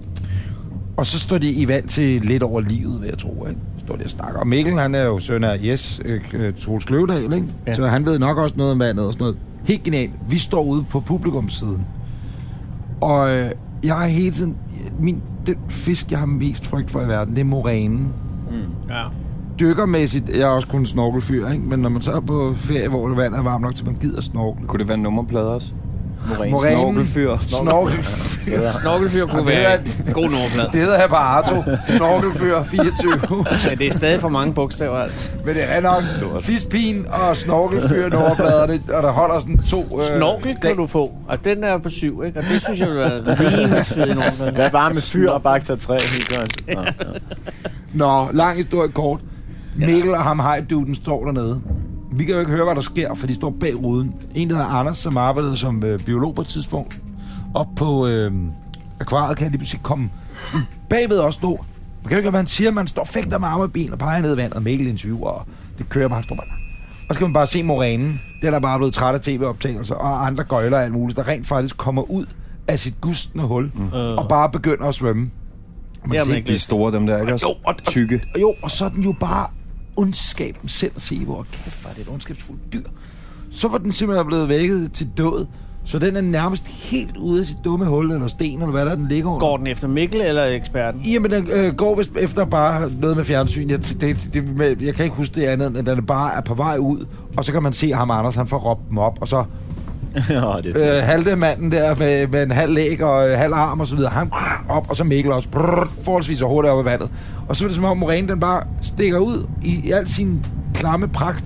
Speaker 2: Og så står de i vand til lidt over livet, vil jeg tro, ikke? Står de og snakker. Og Mikkel, han er jo søn af Jes øh, øh, Troels Kløvedal, ikke?
Speaker 3: Ja.
Speaker 2: Ja. Så han ved nok også noget om vandet og sådan noget. Helt genialt. Vi står ude på publikumssiden. Og øh, jeg har hele tiden... Min, den fisk, jeg har mest frygt for i verden, det er morænen
Speaker 3: Ja.
Speaker 2: dykkermæssigt, jeg er også kun en snorkelfyr, ikke? men når man så er på ferie, hvor det vand er varmt nok, til man gider snorkle.
Speaker 4: Kunne det være nummerplader også?
Speaker 5: Moræne.
Speaker 2: Moræne.
Speaker 4: Snorkelfyr.
Speaker 2: Snorkelfyr.
Speaker 3: Snorkelfyr kunne
Speaker 2: det
Speaker 3: være
Speaker 2: er-
Speaker 3: en god nordplade.
Speaker 2: Det hedder jeg bare Arto. Snorkelfyr 24.
Speaker 3: Men det er stadig for mange bogstaver, altså.
Speaker 2: men det er nok fiskpin og snorkelfyr nummerpladerne, og der holder sådan to... Øh,
Speaker 3: Snorkel kan du få, og den er på syv, ikke? Og det synes jeg vil være rimelig svedig nogen
Speaker 5: Hvad bare med fyr og bakter træ? Helt godt. Nå, ja.
Speaker 2: Nå, lang historie kort. Mikkel og ham hejduden står dernede. Vi kan jo ikke høre, hvad der sker, for de står bag ruden. En, der hedder Anders, som arbejdede som øh, biolog på et tidspunkt. Op på øh, akvariet kan han lige pludselig komme bagved os stå. Man kan jo ikke høre, hvad han siger. Man står og fægter med arme og ben og peger ned i vandet. Mikkel interviewer, og det kører bare. Han står bare. Og så kan man bare se morænen. Den er bare blevet træt af tv-optagelser og andre gøjler og alt muligt, der rent faktisk kommer ud af sit gustende hul mm. og bare begynder at svømme.
Speaker 4: Man kan
Speaker 3: man
Speaker 4: se,
Speaker 3: ikke
Speaker 4: de er
Speaker 3: lidt.
Speaker 4: store, dem der, ikke
Speaker 2: Jo,
Speaker 4: også?
Speaker 2: og, og,
Speaker 4: Tykke.
Speaker 2: og jo, og så er den jo bare ondskaben selv at se, hvor kæft var det et ondskabsfuldt dyr. Så var den simpelthen blevet vækket til død, så den er nærmest helt ude af sit dumme hul, eller sten, eller hvad der er, den ligger under.
Speaker 3: Går den efter Mikkel eller eksperten?
Speaker 2: Jamen, den øh, går vist efter bare noget med fjernsyn. Jeg, det, det, med, jeg kan ikke huske det andet, end at den bare er på vej ud, og så kan man se ham, Anders, han får råbt dem op, og så
Speaker 5: ja, det er
Speaker 2: øh, halte manden der med, med en halv læg og øh, halv arm og så videre, han op, og så Mikkel også brrr, forholdsvis så hurtigt op ad vandet. Og så er det som om Moræne, den bare stikker ud i, i al sin klamme pragt.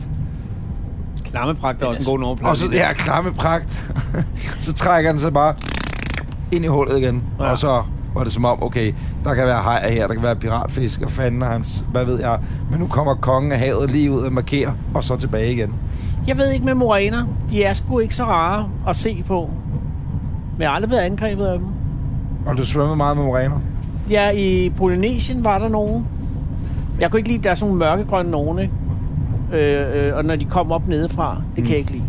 Speaker 3: Klammepragt er også en god nummerplade.
Speaker 2: Og så, ja, klamme pragt. så trækker den sig bare ind i hullet igen.
Speaker 3: Ja.
Speaker 2: Ja. Og så var det som om, okay, der kan være hajer her, der kan være piratfisk og fanden og hans, hvad ved jeg. Men nu kommer kongen af havet lige ud og markerer, og så tilbage igen.
Speaker 3: Jeg ved ikke med moræner. De er sgu ikke så rare at se på. Men jeg er aldrig blevet angrebet af dem.
Speaker 2: Og du svømmede meget med moræner.
Speaker 3: Ja, i Polynesien var der nogen. Jeg kunne ikke lide, at der er sådan nogle mørkegrønne nogen, ikke? Øh, øh, og når de kom op nedefra, det kan jeg ikke lide.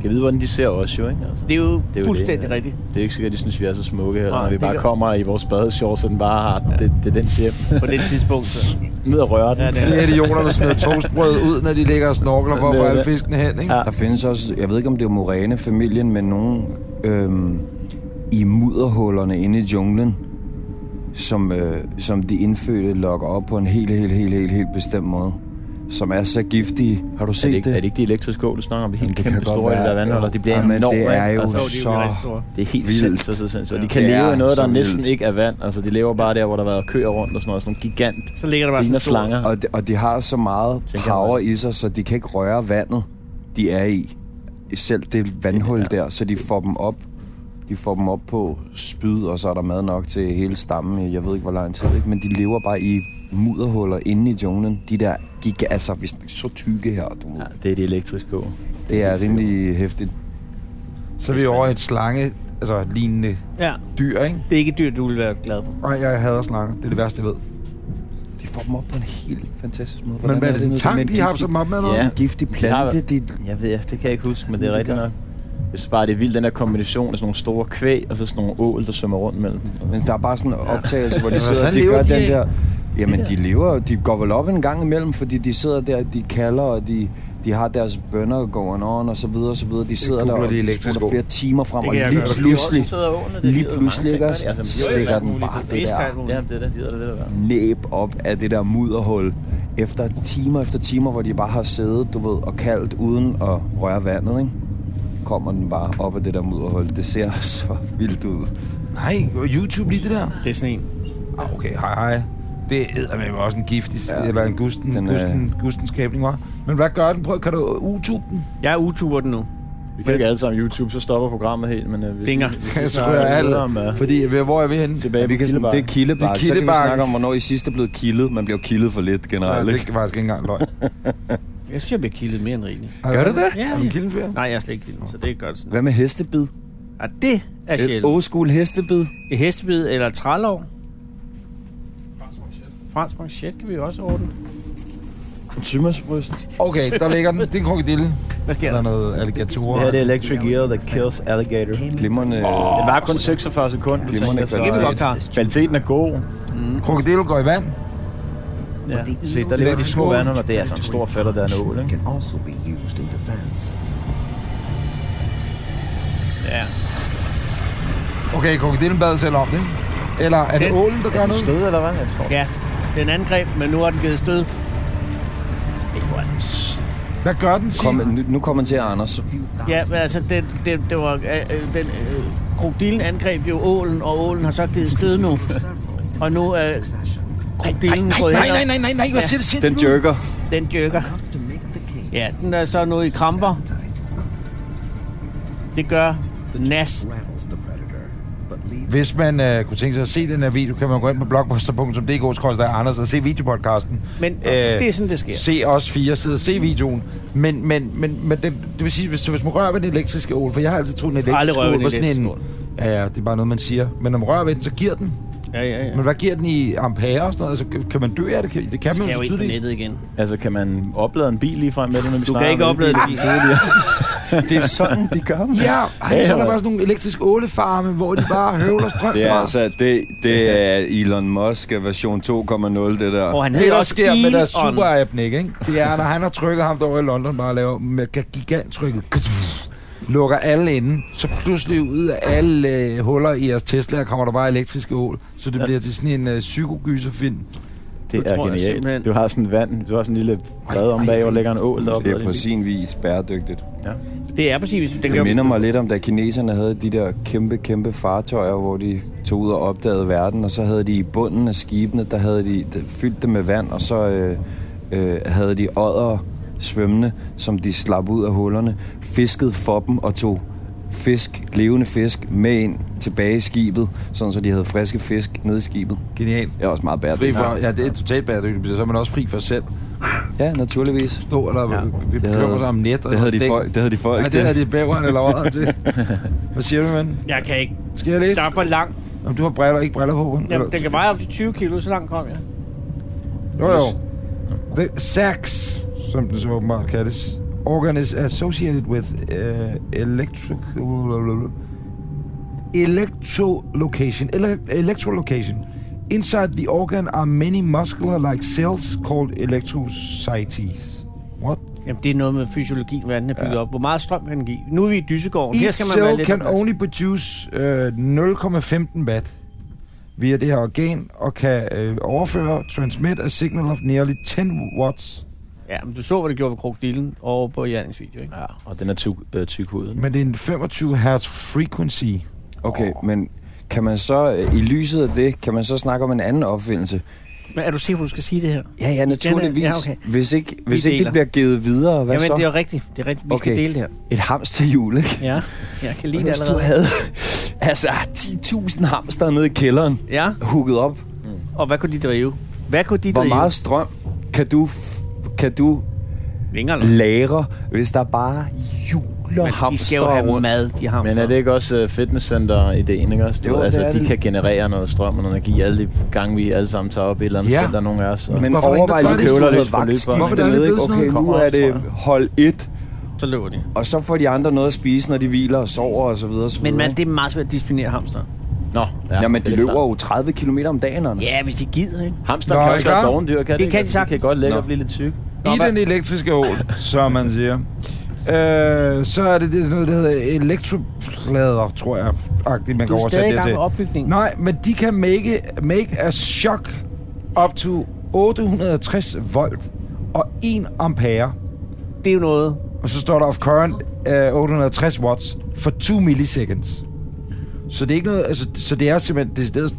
Speaker 5: Kan vide, hvordan de ser os jo, ikke? Altså,
Speaker 3: Det er jo, det
Speaker 5: er
Speaker 3: er
Speaker 5: jo
Speaker 3: jo fuldstændig
Speaker 5: det, ja.
Speaker 3: rigtigt.
Speaker 5: det er ikke sikkert, at de synes, vi er så smukke heller.
Speaker 3: Nej,
Speaker 5: Når vi
Speaker 3: det
Speaker 5: bare
Speaker 3: kan-
Speaker 5: kommer i vores badeshorts, og den bare har det, det er den hjem.
Speaker 3: På det tidspunkt. så-
Speaker 5: Ned og røre den.
Speaker 3: Ja, det er-
Speaker 2: De her idioter, der smider toastbrød ud, når de ligger og snorkler for at få alle fiskene hen, ikke?
Speaker 5: Ja.
Speaker 4: Der findes også, jeg ved ikke om det er Moræne-familien, men nogen øhm, i mudderhullerne inde i junglen, som, øh, som de indfødte lokker op på en helt, helt, helt, helt, helt bestemt måde. Som er så giftige. Har du
Speaker 5: Er
Speaker 4: set
Speaker 5: det, ikke, er det
Speaker 4: det?
Speaker 5: ikke de elektriske skål, du snakker om? Det er
Speaker 4: Jamen,
Speaker 5: helt
Speaker 4: det kan
Speaker 5: kæmpe
Speaker 4: godt
Speaker 5: store, i det
Speaker 4: være.
Speaker 5: der vandholder. Det bliver
Speaker 4: Jamen, det
Speaker 5: enormt,
Speaker 4: er
Speaker 5: ikke?
Speaker 4: jo
Speaker 5: Altså,
Speaker 4: så
Speaker 5: det er helt
Speaker 4: vildt.
Speaker 5: vildt. Så, så, så, så. De kan
Speaker 4: Det
Speaker 5: leve
Speaker 4: er
Speaker 5: i noget, der
Speaker 4: så
Speaker 5: næsten
Speaker 4: vildt.
Speaker 5: ikke er vand. Altså, de lever bare der, hvor der har været køer rundt og sådan noget. Sådan nogle gigant
Speaker 3: Så ligger der bare sådan
Speaker 5: ligner
Speaker 3: en stor-
Speaker 5: slanger.
Speaker 4: Og de, og de har så meget
Speaker 5: Tænker
Speaker 4: power
Speaker 5: jeg.
Speaker 4: i sig, så de kan ikke røre vandet, de er i. Selv det vandhul
Speaker 5: Ja.
Speaker 4: der, så de får dem op. De får dem op på spyd, og så er der mad nok til hele stammen. i Jeg ved ikke, hvor lang tid, ikke? men de lever bare i mudderhuller inde i junglen. De der gik, altså hvis så tykke her, du.
Speaker 5: Ja, det er de elektriske skål.
Speaker 4: det er
Speaker 5: helt
Speaker 4: rimelig hæftigt.
Speaker 2: Så er vi over i et slange, altså lignende
Speaker 3: Ja,
Speaker 2: dyr, ikke?
Speaker 3: det er ikke et dyr, du vil være glad for.
Speaker 2: Og jeg hader slanger. Det er det værste, jeg ved.
Speaker 4: De får dem op på en helt fantastisk måde.
Speaker 2: Men hvad er det, en
Speaker 4: nu, med
Speaker 2: tang,
Speaker 4: en
Speaker 2: de har
Speaker 4: giftig-
Speaker 2: som op med?
Speaker 5: Ja.
Speaker 2: Ja.
Speaker 4: en giftig plante,
Speaker 5: har-
Speaker 4: de,
Speaker 5: Jeg ved, det kan jeg ikke huske, men det er rigtigt nok. Jeg synes bare, det er vildt, den der kombination af sådan nogle store kvæg, og så sådan nogle ål, der svømmer rundt mellem dem.
Speaker 4: Men der er bare sådan en optagelse, hvor de sidder og
Speaker 2: fanden
Speaker 4: de
Speaker 2: lever
Speaker 4: gør
Speaker 2: de
Speaker 4: den
Speaker 2: af?
Speaker 4: der... Jamen, de lever, de går vel op en gang imellem, fordi de sidder der, de kalder, og de, de har deres bønder going on, og så videre, og så videre. De sidder der,
Speaker 2: googler
Speaker 4: og
Speaker 2: de
Speaker 4: de
Speaker 2: elektrisk
Speaker 4: smutter flere timer frem,
Speaker 3: Det
Speaker 4: og
Speaker 3: kan jeg
Speaker 4: lige
Speaker 3: gøre. De er
Speaker 4: pludselig, lige pludselig,
Speaker 5: pludselig,
Speaker 4: ikke også? Altså, Så stikker den bare det der.
Speaker 5: Ja, det er det, det er det, det der.
Speaker 4: næb op af det der mudderhul, efter timer efter timer, hvor de bare har siddet, du ved, og kaldt uden at røre vandet, ikke? kommer den bare op af det der mudderhul. Det ser så vildt ud.
Speaker 2: Nej, YouTube lige det der.
Speaker 3: Det er sådan en.
Speaker 2: Ah, okay, hej hej. Det æder med også en giftig, ja,
Speaker 4: Ja,
Speaker 2: eller en gusten,
Speaker 4: den
Speaker 2: den,
Speaker 4: er-
Speaker 2: gusten, gusten skabning, var. Men hvad gør den? Prøv, kan du utube den?
Speaker 3: Jeg er utuber den nu.
Speaker 5: Vi kan ikke alle sammen YouTube, så stopper programmet helt, men... Øh, hvis,
Speaker 3: Dinger.
Speaker 2: Jeg
Speaker 5: så
Speaker 2: tror,
Speaker 5: er
Speaker 2: jeg
Speaker 5: videre om,
Speaker 2: alt.
Speaker 5: øh,
Speaker 2: Fordi, ved- hvor er vi henne?
Speaker 5: tilbage
Speaker 4: Vi
Speaker 5: på
Speaker 4: kan sådan, det er
Speaker 5: Kildebakken.
Speaker 4: kildebakke.
Speaker 2: Det er
Speaker 4: Så kan vi
Speaker 2: kildebakken.
Speaker 4: snakke om, hvornår I sidst er blevet kildet. Man bliver kildet for lidt
Speaker 2: Nej,
Speaker 4: generelt.
Speaker 2: det
Speaker 4: ikke?
Speaker 2: er faktisk ikke engang løgn.
Speaker 3: Jeg synes, jeg bliver kildet mere end rigeligt.
Speaker 2: Gør du det?
Speaker 3: Ja,
Speaker 2: Er
Speaker 3: ja.
Speaker 2: du kildenfærd?
Speaker 3: Nej, jeg er slet ikke kildet, så det er godt sådan.
Speaker 4: Hvad med hestebid?
Speaker 3: Og det er
Speaker 4: Et
Speaker 3: sjældent.
Speaker 4: old school hestebid?
Speaker 3: Et hestebid eller et trælov. Fransk manchet kan vi jo også ordne.
Speaker 4: Tømmersbryst?
Speaker 2: Okay, der ligger den. Det er en krokodille.
Speaker 3: Hvad sker
Speaker 2: Der er
Speaker 3: der?
Speaker 2: noget alligatorer.
Speaker 5: Det her det er Electric Eel, that kills alligator.
Speaker 4: Glimrende.
Speaker 5: Den var kun 46 sekunder.
Speaker 4: Glimrende
Speaker 5: tænker, så- øh,
Speaker 3: Det kan vi godt klare.
Speaker 5: Kvaliteten er god.
Speaker 2: Krokodille går i vand.
Speaker 5: Ja. Se, der ligger de små vandhuller, og det er altså en stor fætter, der er en ål, ikke?
Speaker 8: can also be used in defense.
Speaker 3: Ja.
Speaker 2: Okay, krokodillen bad selv om det. ikke? Eller er det
Speaker 3: Den-
Speaker 2: ålen, der gør
Speaker 5: Er den
Speaker 2: noget?
Speaker 5: stød, eller hvad? Jeg forstår det.
Speaker 3: Ja, den angreb, men nu har den givet stød.
Speaker 2: Hvad gør den? Sig?
Speaker 4: Kom, nu, nu kommer til Anders.
Speaker 3: Ja, men altså, det, det, det var, øh, øh, den, øh, krokodilen angreb jo ålen, og ålen har så givet stød nu. Og nu er øh, krokodilen gået
Speaker 2: Nej,
Speaker 3: hen,
Speaker 2: nej, nej, nej, nej. Hvad siger det? Siger
Speaker 4: Den jerker.
Speaker 3: og den dyrker. Ja, den er så nu i kramper. Det gør Nas.
Speaker 8: Rattles the predator, but leaves
Speaker 2: Hvis man øh, kunne tænke sig at se den her video, kan man gå ind på blogposter.dk der Anders og se videopodcasten. Øh,
Speaker 3: Men øh, det er sådan, det sker.
Speaker 2: Se os fire sidde og se videoen. Men, men, men, men det, det vil sige, hvis, hvis man rører ved den elektriske ål, for jeg har altid troet, den
Speaker 3: aldrig
Speaker 2: elektriske
Speaker 3: rørt ved
Speaker 2: ål
Speaker 3: den
Speaker 2: var sådan en...
Speaker 3: elektriske
Speaker 2: Ja, ja, det er bare noget, man siger. Men når man rører ved den, så giver den.
Speaker 3: Ja, ja, ja.
Speaker 2: Men hvad giver den i ampere og sådan noget? Altså, kan- kan man dø af det? Kan, det kan
Speaker 3: Skal
Speaker 2: man
Speaker 3: jeg
Speaker 2: jo
Speaker 3: jo
Speaker 2: så
Speaker 3: ind på
Speaker 2: tydeligt.
Speaker 3: nettet igen.
Speaker 5: Altså, kan man oplade en bil lige frem med det, når vi
Speaker 3: Du kan ikke oplade det.
Speaker 5: tidligere.
Speaker 4: Det er sådan, de gør, mand.
Speaker 2: Ja, ej, så er der bare sådan nogle elektriske ålefarme, hvor de bare høvler strøm
Speaker 4: Det er
Speaker 2: fra.
Speaker 4: altså, det, det er Elon Musk er version 2.0 det der.
Speaker 3: Og han
Speaker 2: Det,
Speaker 3: hedder
Speaker 2: der
Speaker 3: også
Speaker 2: sker med deres
Speaker 3: Elon.
Speaker 2: super app Nick, ikke? Det er, når han har trykket ham derovre i London, bare laver med giganttrykket. Lukker alle inden, så pludselig ud af alle øh, huller i jeres Tesla kommer der bare elektriske ål. Så det bliver til sådan en øh, psykogyserfilm.
Speaker 5: Det,
Speaker 3: Det
Speaker 5: det er
Speaker 3: tror jeg
Speaker 5: genialt.
Speaker 3: simpelthen.
Speaker 5: Du har sådan vand, du har sådan en lille bad om bag, og lægger en ål deroppe.
Speaker 4: Det er på sin vis bæredygtigt.
Speaker 3: Det er præcis. Den
Speaker 4: Det
Speaker 3: kan
Speaker 4: minder mig lidt om, da kineserne havde de der kæmpe, kæmpe fartøjer, hvor de tog ud og opdagede verden, og så havde de i bunden af skibene, der havde de der fyldt dem med vand, og så øh, øh, havde de ådder svømmende, som de slap ud af hullerne, fiskede for dem og tog fisk, levende fisk, med ind tilbage i skibet, sådan så de havde friske fisk nede i skibet.
Speaker 2: Genial.
Speaker 4: Det er også meget
Speaker 2: Fri
Speaker 4: bæredygtigt.
Speaker 2: for, ja, det er totalt bæredygtigt, men så er man også fri for selv.
Speaker 4: Ja, naturligvis.
Speaker 2: Stå eller ja. bekymre sig om net.
Speaker 4: Det havde de folk. Det havde de folk.
Speaker 2: Ja, det havde de bæveren eller ådder til. Hvad siger du, mand?
Speaker 3: jeg kan ikke.
Speaker 2: Skal jeg læse?
Speaker 3: Der er for lang.
Speaker 2: Om du har briller, ikke briller på.
Speaker 3: Jamen, den kan veje op til 20 kilo, så langt kom jeg.
Speaker 2: Jo, jo. The sacs, som det så åbenbart kaldes, organ is associated with uh, electrical... Electrolocation. Ele- electrolocation. Inside the organ are many muscular-like cells called electrocytes. What?
Speaker 3: Jamen, det er noget med fysiologi, hvordan den er bygget ja. op. Hvor meget strøm kan den give? Nu er vi i Dyssegården. Her
Speaker 2: Each
Speaker 3: skal man være
Speaker 2: cell
Speaker 3: lidt...
Speaker 2: can
Speaker 3: opmærksom.
Speaker 2: only produce øh, 0,15 watt via det her organ, og kan øh, overføre, transmit a signal of nearly 10 watts.
Speaker 3: Ja, men du så, hvad det gjorde ved krokodilen over på Jannings video, ikke?
Speaker 5: Ja, og den er tyk, øh, tyk huden.
Speaker 2: Men det er en 25 hertz frequency.
Speaker 4: Okay, men kan man så, øh, i lyset af det, kan man så snakke om en anden opfindelse?
Speaker 3: Men er du sikker på, du skal sige det her?
Speaker 4: Ja, ja, naturligvis.
Speaker 3: ja, okay.
Speaker 4: Hvis ikke, hvis ikke
Speaker 3: deler.
Speaker 4: det bliver givet videre, hvad
Speaker 3: Jamen,
Speaker 4: så?
Speaker 3: det er jo rigtigt. Det er rigtigt. Vi skal
Speaker 4: Okay.
Speaker 3: dele det her.
Speaker 4: Et hamsterhjul, ikke?
Speaker 3: Ja, jeg kan lide det
Speaker 4: Hvis du
Speaker 3: allerede.
Speaker 4: havde altså 10.000 hamster nede i kælderen,
Speaker 3: Ja,
Speaker 4: hugget op.
Speaker 3: og hvad kunne de drive? Hvad kunne de
Speaker 4: Hvor
Speaker 3: drive?
Speaker 4: meget strøm kan du, f- kan du
Speaker 3: Vinger eller?
Speaker 4: lære, hvis der bare juler
Speaker 3: Men de skal jo
Speaker 4: hamster
Speaker 3: have
Speaker 4: rundt?
Speaker 3: mad, de har.
Speaker 5: Men er det ikke også uh, fitnesscenter-ideen, ikke også? Du,
Speaker 4: Jo,
Speaker 5: ved,
Speaker 4: det
Speaker 5: altså,
Speaker 4: er
Speaker 5: de
Speaker 4: det.
Speaker 5: kan generere noget strøm og noget energi alle de gange, vi alle sammen tager op i et eller andet
Speaker 2: Ja.
Speaker 5: center, nogle af os. Og...
Speaker 4: Men
Speaker 2: Hvorfor er der
Speaker 4: overvej,
Speaker 2: ingen, der
Speaker 4: hvis
Speaker 5: gør
Speaker 4: du
Speaker 5: det?
Speaker 4: havde
Speaker 5: Hvorfor er det
Speaker 4: vagtskift
Speaker 2: blevet
Speaker 4: dernede, ikke?
Speaker 2: sådan
Speaker 4: Okay,
Speaker 2: noget?
Speaker 4: nu er det hold et,
Speaker 3: Så løber de.
Speaker 4: og så får de andre noget at spise, når de hviler og sover og så videre. og så
Speaker 3: Men
Speaker 4: videre,
Speaker 3: man,
Speaker 4: ikke?
Speaker 3: det er meget svært at disciplinere hamster.
Speaker 5: Nå, ja,
Speaker 4: Jamen,
Speaker 5: det
Speaker 4: de
Speaker 5: er
Speaker 4: løber
Speaker 5: klart.
Speaker 4: jo 30 km om dagen, Anders.
Speaker 3: Ja, hvis de gider, ikke?
Speaker 5: Hamster
Speaker 2: Nå,
Speaker 5: kan
Speaker 2: er I
Speaker 5: også
Speaker 2: klar?
Speaker 5: være dogendyr, kan
Speaker 3: Det kan de
Speaker 5: ikke?
Speaker 3: sagtens.
Speaker 5: kan godt lægge
Speaker 4: Nå.
Speaker 5: og blive lidt tyk.
Speaker 2: I den elektriske ål, som man siger, øh, så er det, det noget, der hedder elektroplader, tror jeg, agtigt, man
Speaker 3: Du
Speaker 2: kan
Speaker 3: er stadig
Speaker 2: oversætte
Speaker 3: i
Speaker 2: det
Speaker 3: gang
Speaker 2: til.
Speaker 3: med opbygningen.
Speaker 2: Nej, men de kan make, make a shock up to 860 volt og 1 ampere.
Speaker 3: Det er jo noget.
Speaker 2: Og så står der of current øh, 860 watts for 2 milliseconds. Så det er ikke noget, altså, så det er simpelthen decideret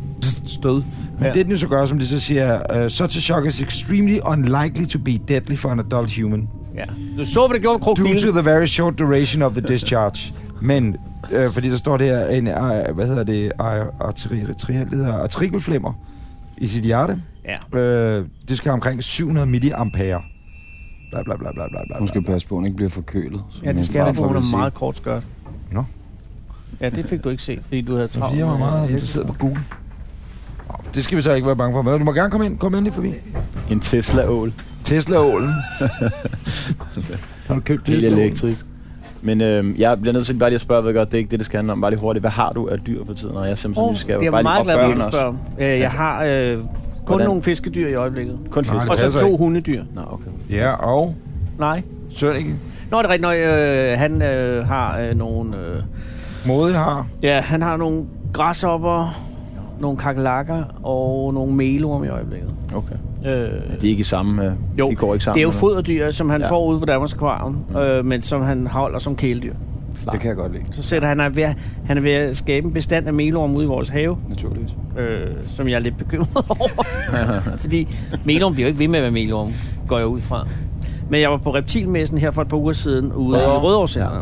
Speaker 2: stød. Men
Speaker 3: Ja.
Speaker 2: ja. det, den jo så gør, som de så siger, uh, such a shock is extremely unlikely to be deadly for an adult human.
Speaker 3: Ja. Du så, hvad det gjorde
Speaker 2: Due
Speaker 3: ved krokodilen.
Speaker 2: to the very short duration of the discharge. Men, øh, fordi der står det her, en, øh, hvad hedder det, ar- arteri, arteri, det hedder artikelflimmer i sit hjerte.
Speaker 3: Ja.
Speaker 2: Øh, det skal have omkring 700 milliampere. Bla, bla, bla, bla, bla, bla.
Speaker 4: Hun skal passe på, at hun ikke bliver forkølet. som
Speaker 3: Ja,
Speaker 4: min
Speaker 3: det skal
Speaker 4: far
Speaker 3: det, for hun
Speaker 4: ville
Speaker 3: er
Speaker 4: sige.
Speaker 3: meget kort skørt.
Speaker 2: Nå.
Speaker 3: Ja, det fik du ikke set, fordi du havde
Speaker 2: Så
Speaker 3: travlt.
Speaker 2: bliver man meget interesseret på Google. Det skal vi så ikke være bange for. Men du må gerne komme ind. Kom endelig forbi.
Speaker 5: En Tesla-ål.
Speaker 2: Tesla-ålen. har du købt
Speaker 5: Helt
Speaker 2: Tesla-ålen?
Speaker 5: elektrisk. Men øh, jeg bliver nødt til bare lige at spørge, hvad godt det er ikke det, det skal handle om. Bare lige hurtigt, hvad har du af dyr for tiden? Og jeg er simpelthen
Speaker 3: Oh,
Speaker 5: oh, nysgerrig.
Speaker 3: det er
Speaker 5: Bare
Speaker 3: jeg
Speaker 5: lige-
Speaker 3: meget
Speaker 5: og
Speaker 3: glad for, at du
Speaker 5: børn også.
Speaker 3: spørger. Øh, Jeg har øh, kun
Speaker 5: Hvordan?
Speaker 3: nogle fiskedyr i øjeblikket.
Speaker 5: Kun
Speaker 2: Nej,
Speaker 5: fisk.
Speaker 2: det
Speaker 3: Og så
Speaker 2: passer
Speaker 3: to
Speaker 2: ikke.
Speaker 3: hundedyr.
Speaker 5: Nå, okay.
Speaker 2: Ja, og
Speaker 3: Nej.
Speaker 2: Sønneke.
Speaker 3: Nå, det er rigtigt. Nå, øh, han øh, har øh, nogle... Øh,
Speaker 2: Modig har.
Speaker 3: ja, han har nogle græshopper, nogle kakelakker og nogle melorm i øjeblikket.
Speaker 5: okay.
Speaker 3: Øh,
Speaker 5: De er ikke i samme... Øh,
Speaker 3: jo,
Speaker 5: de går ikke sammen.
Speaker 3: det er jo
Speaker 5: eller?
Speaker 3: foderdyr, som han
Speaker 5: Ja.
Speaker 3: ja. får ude på Danmarks Akvarium, øh, men som han holder som kæledyr.
Speaker 4: Det kan jeg godt lide,
Speaker 3: Så sætter han, han, er ved, at- han er ved at skabe en bestand af melorm ude i vores have,
Speaker 4: naturligvis.
Speaker 3: øh, som jeg er lidt bekymret over. Fordi melorm bliver jo ikke ved med at være melorm, går jeg ud fra. Men jeg var på reptilmessen her for et par uger siden ude i
Speaker 5: Rødovre.
Speaker 3: Rødovre ja.
Speaker 5: Ja.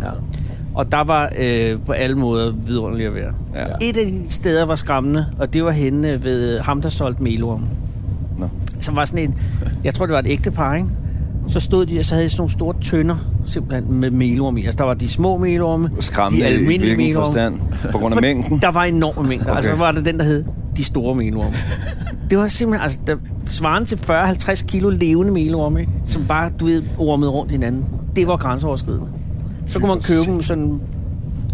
Speaker 3: Og der var øh, på alle måder vidunderligt at være.
Speaker 4: Ja.
Speaker 3: Ja. Et af de steder var skræmmende, og det var henne ved ham, der solgte melorm.
Speaker 4: Nå.
Speaker 3: Som var sådan en, jeg tror det var et ægte par, ikke? Så stod de, og så havde de sådan nogle store tønder, simpelthen med melorm i. Altså der var de små melorme, de
Speaker 4: Skræmmende i
Speaker 3: almindelige
Speaker 4: hvilken
Speaker 3: melorme.
Speaker 4: forstand? På grund af mængden?
Speaker 3: Der var enorme mængder. Okay. Altså,
Speaker 4: Okay.
Speaker 3: var det den, der hed de store melorme. Det var simpelthen, altså, der svaren til 40-50 kilo levende melorme, ikke? som bare, du ved, ormede rundt hinanden. Det var grænseoverskridende. Så kunne man købe dem sådan...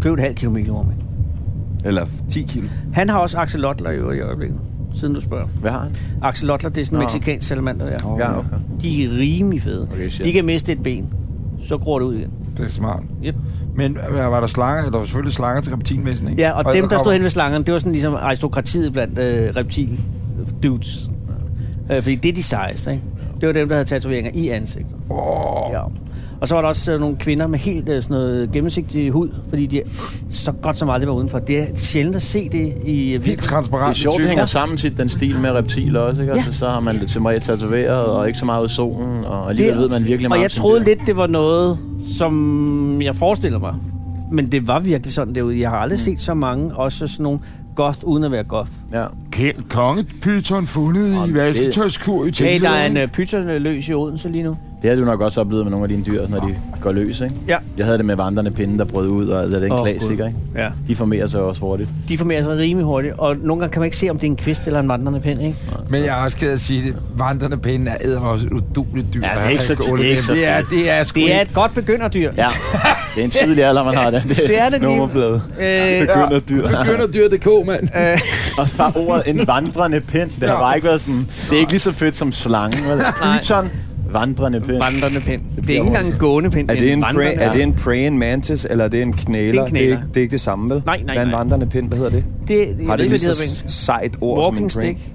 Speaker 3: Købe et halvt kilometer om. ikke?
Speaker 4: Eller 10 kilo.
Speaker 3: Han har også axolotler i øvrigt i øjeblikket, siden du spørger.
Speaker 5: Hvad har han?
Speaker 3: Axolotler, det er sådan en mexikansk salamander, ja.
Speaker 5: Ja, okay.
Speaker 3: De er rimelig fede.
Speaker 5: Okay, shit.
Speaker 3: de kan miste et ben. Så gror det ud igen.
Speaker 2: Det er smart.
Speaker 3: Yep.
Speaker 2: Men øh, hvad var der slanger? Der var selvfølgelig slanger til reptilmessen, ikke?
Speaker 3: Ja, og, og dem, der
Speaker 2: kommer-
Speaker 3: stod hen ved slangerne, det var sådan ligesom aristokratiet blandt øh, reptil dudes. Øh, fordi det er de sejeste, ikke? Det var dem, der havde tatoveringer i ansigtet. Oh. Ja. Og så var der også øh, nogle kvinder med helt øh, sådan noget gennemsigtig hud, fordi de så godt som aldrig var udenfor. Det er sjældent at se det i øh,
Speaker 2: Helt
Speaker 3: virkeligheden.
Speaker 5: Det er
Speaker 2: transparent.
Speaker 5: sjovt, det hænger sammen tit, den stil med reptiler også, ikke? Ja. Altså, så har man lidt til mig tatoveret, og ikke så meget ud i solen, og alligevel ved man virkelig meget.
Speaker 3: Og
Speaker 5: om
Speaker 3: jeg
Speaker 5: sine
Speaker 3: troede
Speaker 5: dyr.
Speaker 3: lidt, det var noget, som jeg forestiller mig. Men det var virkelig sådan derude. Jeg har aldrig mm. set så mange, også sådan nogle goth, uden at være goth.
Speaker 5: Ja.
Speaker 2: Kæld kongepyton fundet i vasketøjskur i
Speaker 3: Hey, der er en
Speaker 2: Texas.
Speaker 3: uh, pyton øh, løs i Odense lige nu.
Speaker 5: Det har du nok også oplevet med nogle af dine dyr, når de går løs, ikke?
Speaker 3: Ja.
Speaker 5: Jeg havde det med vandrende pinde, der brød ud, og det er en
Speaker 3: Åh,
Speaker 5: oh, klassiker,
Speaker 3: Gud.
Speaker 5: ikke?
Speaker 3: Ja.
Speaker 5: De formerer sig også hurtigt.
Speaker 3: De formerer sig rimelig hurtigt, og nogle gange kan man ikke se, om det er en kvist eller en vandrende pind, ikke?
Speaker 2: Men jeg er også ked af at sige det. Vandrende pinde er æder også et uduligt dyr.
Speaker 5: Ja,
Speaker 3: altså,
Speaker 5: det
Speaker 2: Jeg
Speaker 5: er ikke så-
Speaker 2: kan
Speaker 5: det er ikke så
Speaker 2: det er, det er sgu
Speaker 3: Det er
Speaker 2: ikke.
Speaker 3: et godt begynderdyr.
Speaker 5: Ja. Det er en tidlig alder, man har det.
Speaker 3: Det er det lige.
Speaker 5: Nummerplade.
Speaker 3: Øh,
Speaker 5: Begynder dyr.
Speaker 2: Dyrdyr.dk, mand.
Speaker 5: Og så bare ordet en vandrende pind. Det har bare ikke været sådan... Det er ikke lige så fedt som slange. vel?
Speaker 3: Nej.
Speaker 5: Python, vandrende pind.
Speaker 3: vandrende pind. Det er ikke engang en gående pind.
Speaker 4: Er det, en
Speaker 3: vandrende
Speaker 4: pra- er det en praying mantis, eller er det en knæler?
Speaker 3: Det er en knæler.
Speaker 4: Det, er ikke, det er ikke det samme, vel?
Speaker 3: Nej, nej,
Speaker 4: Hvad er en
Speaker 3: nej.
Speaker 4: vandrende pind? Hvad hedder det?
Speaker 3: det, det,
Speaker 4: Har det
Speaker 3: det,
Speaker 4: lige
Speaker 3: det, det,
Speaker 4: så
Speaker 3: det,
Speaker 4: sejt ord
Speaker 3: Walking
Speaker 4: som en
Speaker 3: stick,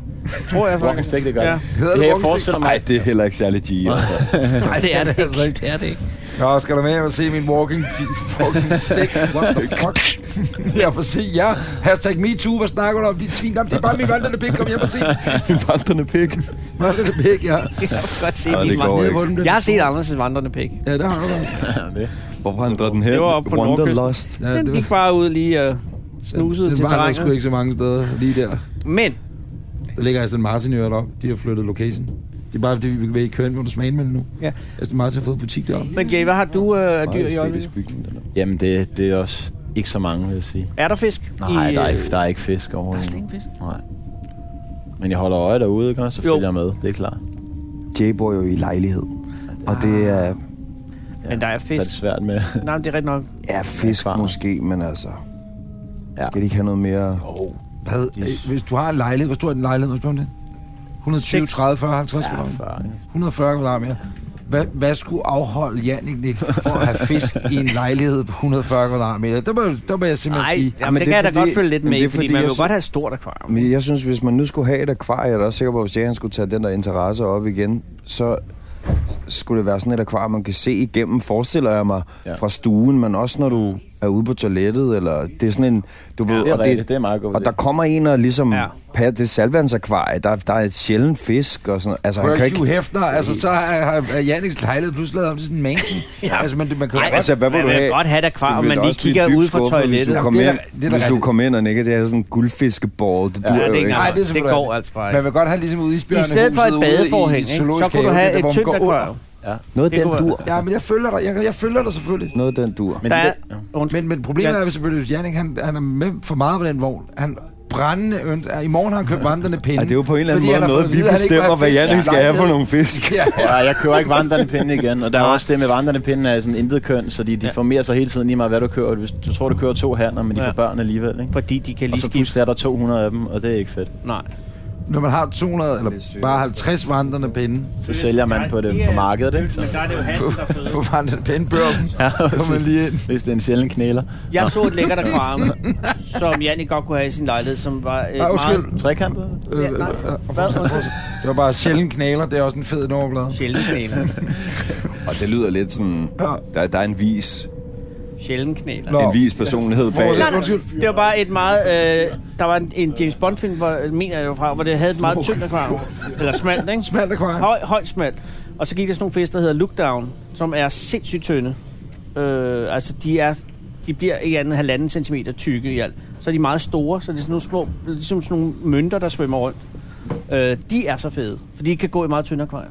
Speaker 3: tror jeg faktisk.
Speaker 5: Walking stick, det gør
Speaker 3: Ja.
Speaker 5: det. Det her, jeg forestiller mig...
Speaker 4: Nej, det er heller ikke særlig G. Altså.
Speaker 3: Nej, det er det ikke. Det er det ikke.
Speaker 2: Nå, skal du med og se min walking, walking stick? What the fuck? Jeg får se jer. Hashtag MeToo, hvad snakker du om? Dit svin, Jamen, det er bare min vandrende pik, kom hjem og se.
Speaker 4: en vandrende pik.
Speaker 2: Vandrende pik, ja.
Speaker 3: Jeg kan godt se,
Speaker 4: Nej,
Speaker 3: de
Speaker 4: det
Speaker 3: er
Speaker 4: går
Speaker 3: vandrende.
Speaker 4: ikke.
Speaker 2: Hvordan blev
Speaker 3: Jeg har
Speaker 2: det-
Speaker 3: set Anders' vandrende pik.
Speaker 2: Ja, det har du da.
Speaker 4: Hvor vandrer den hen?
Speaker 3: Det var oppe på
Speaker 4: Wanderlust.
Speaker 2: Ja,
Speaker 3: Den
Speaker 2: det
Speaker 3: gik bare ud lige og snusede
Speaker 2: den
Speaker 3: til
Speaker 2: vandrer sgu
Speaker 3: terrænet.
Speaker 2: ikke så mange steder lige der.
Speaker 3: Men
Speaker 2: Der ligger Aston Martin i øvrigt op. De har flyttet location. Det er bare, fordi vi kan være i Køen, hvor du smager med nu.
Speaker 3: Ja.
Speaker 2: Aston Martin har fået butik deroppe.
Speaker 3: Men Jay, hvad har du øh, af dyr i øjeblikket?
Speaker 4: Majestætisk bygning, den der.
Speaker 5: Jamen, det, det er også ikke så mange, vil jeg sige.
Speaker 3: Er der fisk?
Speaker 5: Nej,
Speaker 3: i,
Speaker 5: der er,
Speaker 3: øh,
Speaker 5: ikke, der er ikke fisk overhovedet.
Speaker 3: slet ikke fisk?
Speaker 5: Nej. Men jeg holder øje derude, ikke? Og så
Speaker 3: Jo.
Speaker 5: følger jeg med, det er klart.
Speaker 4: Jay bor jo i lejlighed. Og
Speaker 5: Ah.
Speaker 4: det er,
Speaker 3: Men der er
Speaker 5: Så er
Speaker 3: fisk.
Speaker 5: det svært med...
Speaker 3: Nej, men det er rigtigt nok.
Speaker 4: er fisk
Speaker 5: Akvarium.
Speaker 4: måske, men altså...
Speaker 5: Ja.
Speaker 4: Skal de ikke have noget mere...
Speaker 2: Hvad? Øh, Hvis du har en lejlighed, hvor stor er din lejlighed? Hvad spørger om det? 120,
Speaker 3: Seks.
Speaker 2: 30, 40, 50
Speaker 5: Ja,
Speaker 2: kvadratmeter?
Speaker 5: fuck.
Speaker 2: 140 kvadratmeter. Hvad, hvad skulle afholde Jannik Nick for at have fisk i en lejlighed på 140 kvadratmeter? Der må, der må jeg simpelthen
Speaker 3: Nej,
Speaker 2: sige...
Speaker 3: jamen,
Speaker 4: men
Speaker 3: det,
Speaker 4: det
Speaker 3: kan
Speaker 4: er
Speaker 3: jeg da
Speaker 4: fordi-
Speaker 3: godt følge lidt
Speaker 4: men
Speaker 3: med
Speaker 4: det
Speaker 3: i,
Speaker 4: er
Speaker 3: fordi
Speaker 4: fordi,
Speaker 3: man
Speaker 4: jeg
Speaker 3: vil jo
Speaker 4: sy-
Speaker 3: godt have et stort akvarium.
Speaker 4: Men jeg synes, hvis man nu skulle have et akvarie, jeg er da også sikker på, at hvis Jay, han skulle tage den der interesse op igen, så skulle det være sådan et akvarium, man kan se igennem, forestiller jeg mig,
Speaker 5: Ja.
Speaker 4: ja. fra stuen, men også når du er ude på toilettet, eller det er sådan en, du ved,
Speaker 5: Det er
Speaker 4: og,
Speaker 5: rigtigt, det er meget godt.
Speaker 4: og der kommer en og ligesom,
Speaker 3: Ja.
Speaker 4: ja. det er salvandsakvarie, der, der er et sjældent fisk og sådan noget. Altså, han
Speaker 2: Hør
Speaker 4: kan
Speaker 2: ikke... Hugh
Speaker 4: ikke...
Speaker 2: Hefner, altså så har, har har Janniks lejlighed pludselig lavet om til sådan en mansion. ja. Altså, man, man kan jo
Speaker 3: Nej,
Speaker 2: godt-
Speaker 4: altså, hvad vil
Speaker 3: man
Speaker 4: du have?
Speaker 3: godt have et akvarium,
Speaker 4: Du vil
Speaker 3: man lige
Speaker 4: også blive
Speaker 3: kigger
Speaker 4: dybt
Speaker 3: ud fra
Speaker 4: skuffet, Hvis du
Speaker 3: toilettet.
Speaker 4: kom
Speaker 2: Jamen, det er
Speaker 4: ind,
Speaker 2: da- det er da
Speaker 4: hvis du
Speaker 2: rigtigt.
Speaker 4: kom ind og nikkede, det er sådan en guldfiskeball. Det
Speaker 3: Ja,
Speaker 4: dur
Speaker 3: det er
Speaker 4: jo
Speaker 3: ikke
Speaker 4: ikke.
Speaker 2: Nej, det er
Speaker 3: engang. Det
Speaker 2: selvfølgelig
Speaker 3: går
Speaker 2: rigtigt.
Speaker 3: altså bare
Speaker 2: man
Speaker 3: ikke.
Speaker 2: vil godt have ligesom ude i
Speaker 3: I
Speaker 2: spjørnehuset
Speaker 3: stedet for et
Speaker 2: ude i
Speaker 3: badeforhæng, ikke, så
Speaker 2: zoologisk
Speaker 3: kunne du have
Speaker 2: der,
Speaker 3: et
Speaker 2: hvor man
Speaker 3: tyndt
Speaker 2: går under.
Speaker 3: akvarium.
Speaker 4: Noget
Speaker 3: Det
Speaker 4: den
Speaker 3: kunne
Speaker 4: dur.
Speaker 2: Ja, men jeg følger dig. Jeg, jeg følger dig selvfølgelig.
Speaker 4: Noget den dur.
Speaker 5: Men
Speaker 3: Der
Speaker 5: de
Speaker 3: er,
Speaker 5: der- ja.
Speaker 2: Men,
Speaker 3: undskyld,
Speaker 2: men problemet
Speaker 3: Ja.
Speaker 2: ja. er, hvis selvfølgelig, hvis Jannik, han, han er med for meget på den vogn. Han brændende ønsker. I morgen har han købt vandrende pinde.
Speaker 4: Ja, det er jo på en eller anden
Speaker 2: fordi han
Speaker 4: måde
Speaker 2: har
Speaker 4: noget,
Speaker 2: fået at
Speaker 4: vi
Speaker 2: vide, at han ikke må
Speaker 4: bestemmer,
Speaker 2: have
Speaker 4: hvad
Speaker 2: fisk i
Speaker 4: Janne
Speaker 2: hans
Speaker 4: skal have for
Speaker 2: lejlighed.
Speaker 4: nogle fisk.
Speaker 2: Ja.
Speaker 5: Ja, jeg køber ikke vandrende pinde igen, og der er også det med vandrende pinde er sådan intet køn, så de, de
Speaker 3: Ja.
Speaker 5: formerer sig hele tiden lige meget, hvad du kører. Hvis Du tror, du kører to hanner, men de
Speaker 3: Ja.
Speaker 5: får børn alligevel, ikke?
Speaker 3: fordi de kan
Speaker 5: Og
Speaker 3: lige
Speaker 5: så
Speaker 3: skifte.
Speaker 5: pludselig er der 200 af dem, og det er ikke fedt.
Speaker 3: Nej.
Speaker 2: Når man har 200 eller bare 50 vandrende pinde
Speaker 5: Så sælger man på det på markedet, ikke? Så.
Speaker 6: Men der er det jo handel, der er fede.
Speaker 2: på vandrende pindebørsen,
Speaker 5: Ja,
Speaker 2: kommer man
Speaker 5: præcis.
Speaker 2: lige ind.
Speaker 5: Hvis det er en sjælden knæler.
Speaker 3: Jeg så et lækkert akvarium, som Janne godt kunne have i sin lejlighed, som var et
Speaker 2: Ah, undskyld.
Speaker 3: meget
Speaker 5: Trekantet?
Speaker 3: Ja,
Speaker 2: Øh,
Speaker 3: nej.
Speaker 2: øh, øh,
Speaker 3: Hvad? Undskyld.
Speaker 2: Det var bare sjældent knaler. Det er også en fed nummerplade.
Speaker 3: sjældent knæler.
Speaker 4: Og det lyder lidt sådan... Der, der er en vis,
Speaker 3: Sjældent knæler.
Speaker 2: Nå.
Speaker 4: en vis personlighed bag.
Speaker 2: Hvor- Undskyld.
Speaker 3: Det var bare et meget... Øh, der var en, en James Bond-film, hvor, mener jeg det var fra, hvor det havde et meget tyndt akvarium. Eller smalt, ikke?
Speaker 2: Smalt akvarium.
Speaker 3: Høj, højt smalt. Og så gik der sådan nogle fisk, der hedder Lookdown, som er sindssygt tynde. Øh, altså, de er de bliver ikke andet end halvanden centimeter tykke i alt. Så er de meget store, så det er sådan nogle små, ligesom sådan nogle mønter, der svømmer rundt. Øh, de er så fede, for de kan gå i meget tynde akvarier.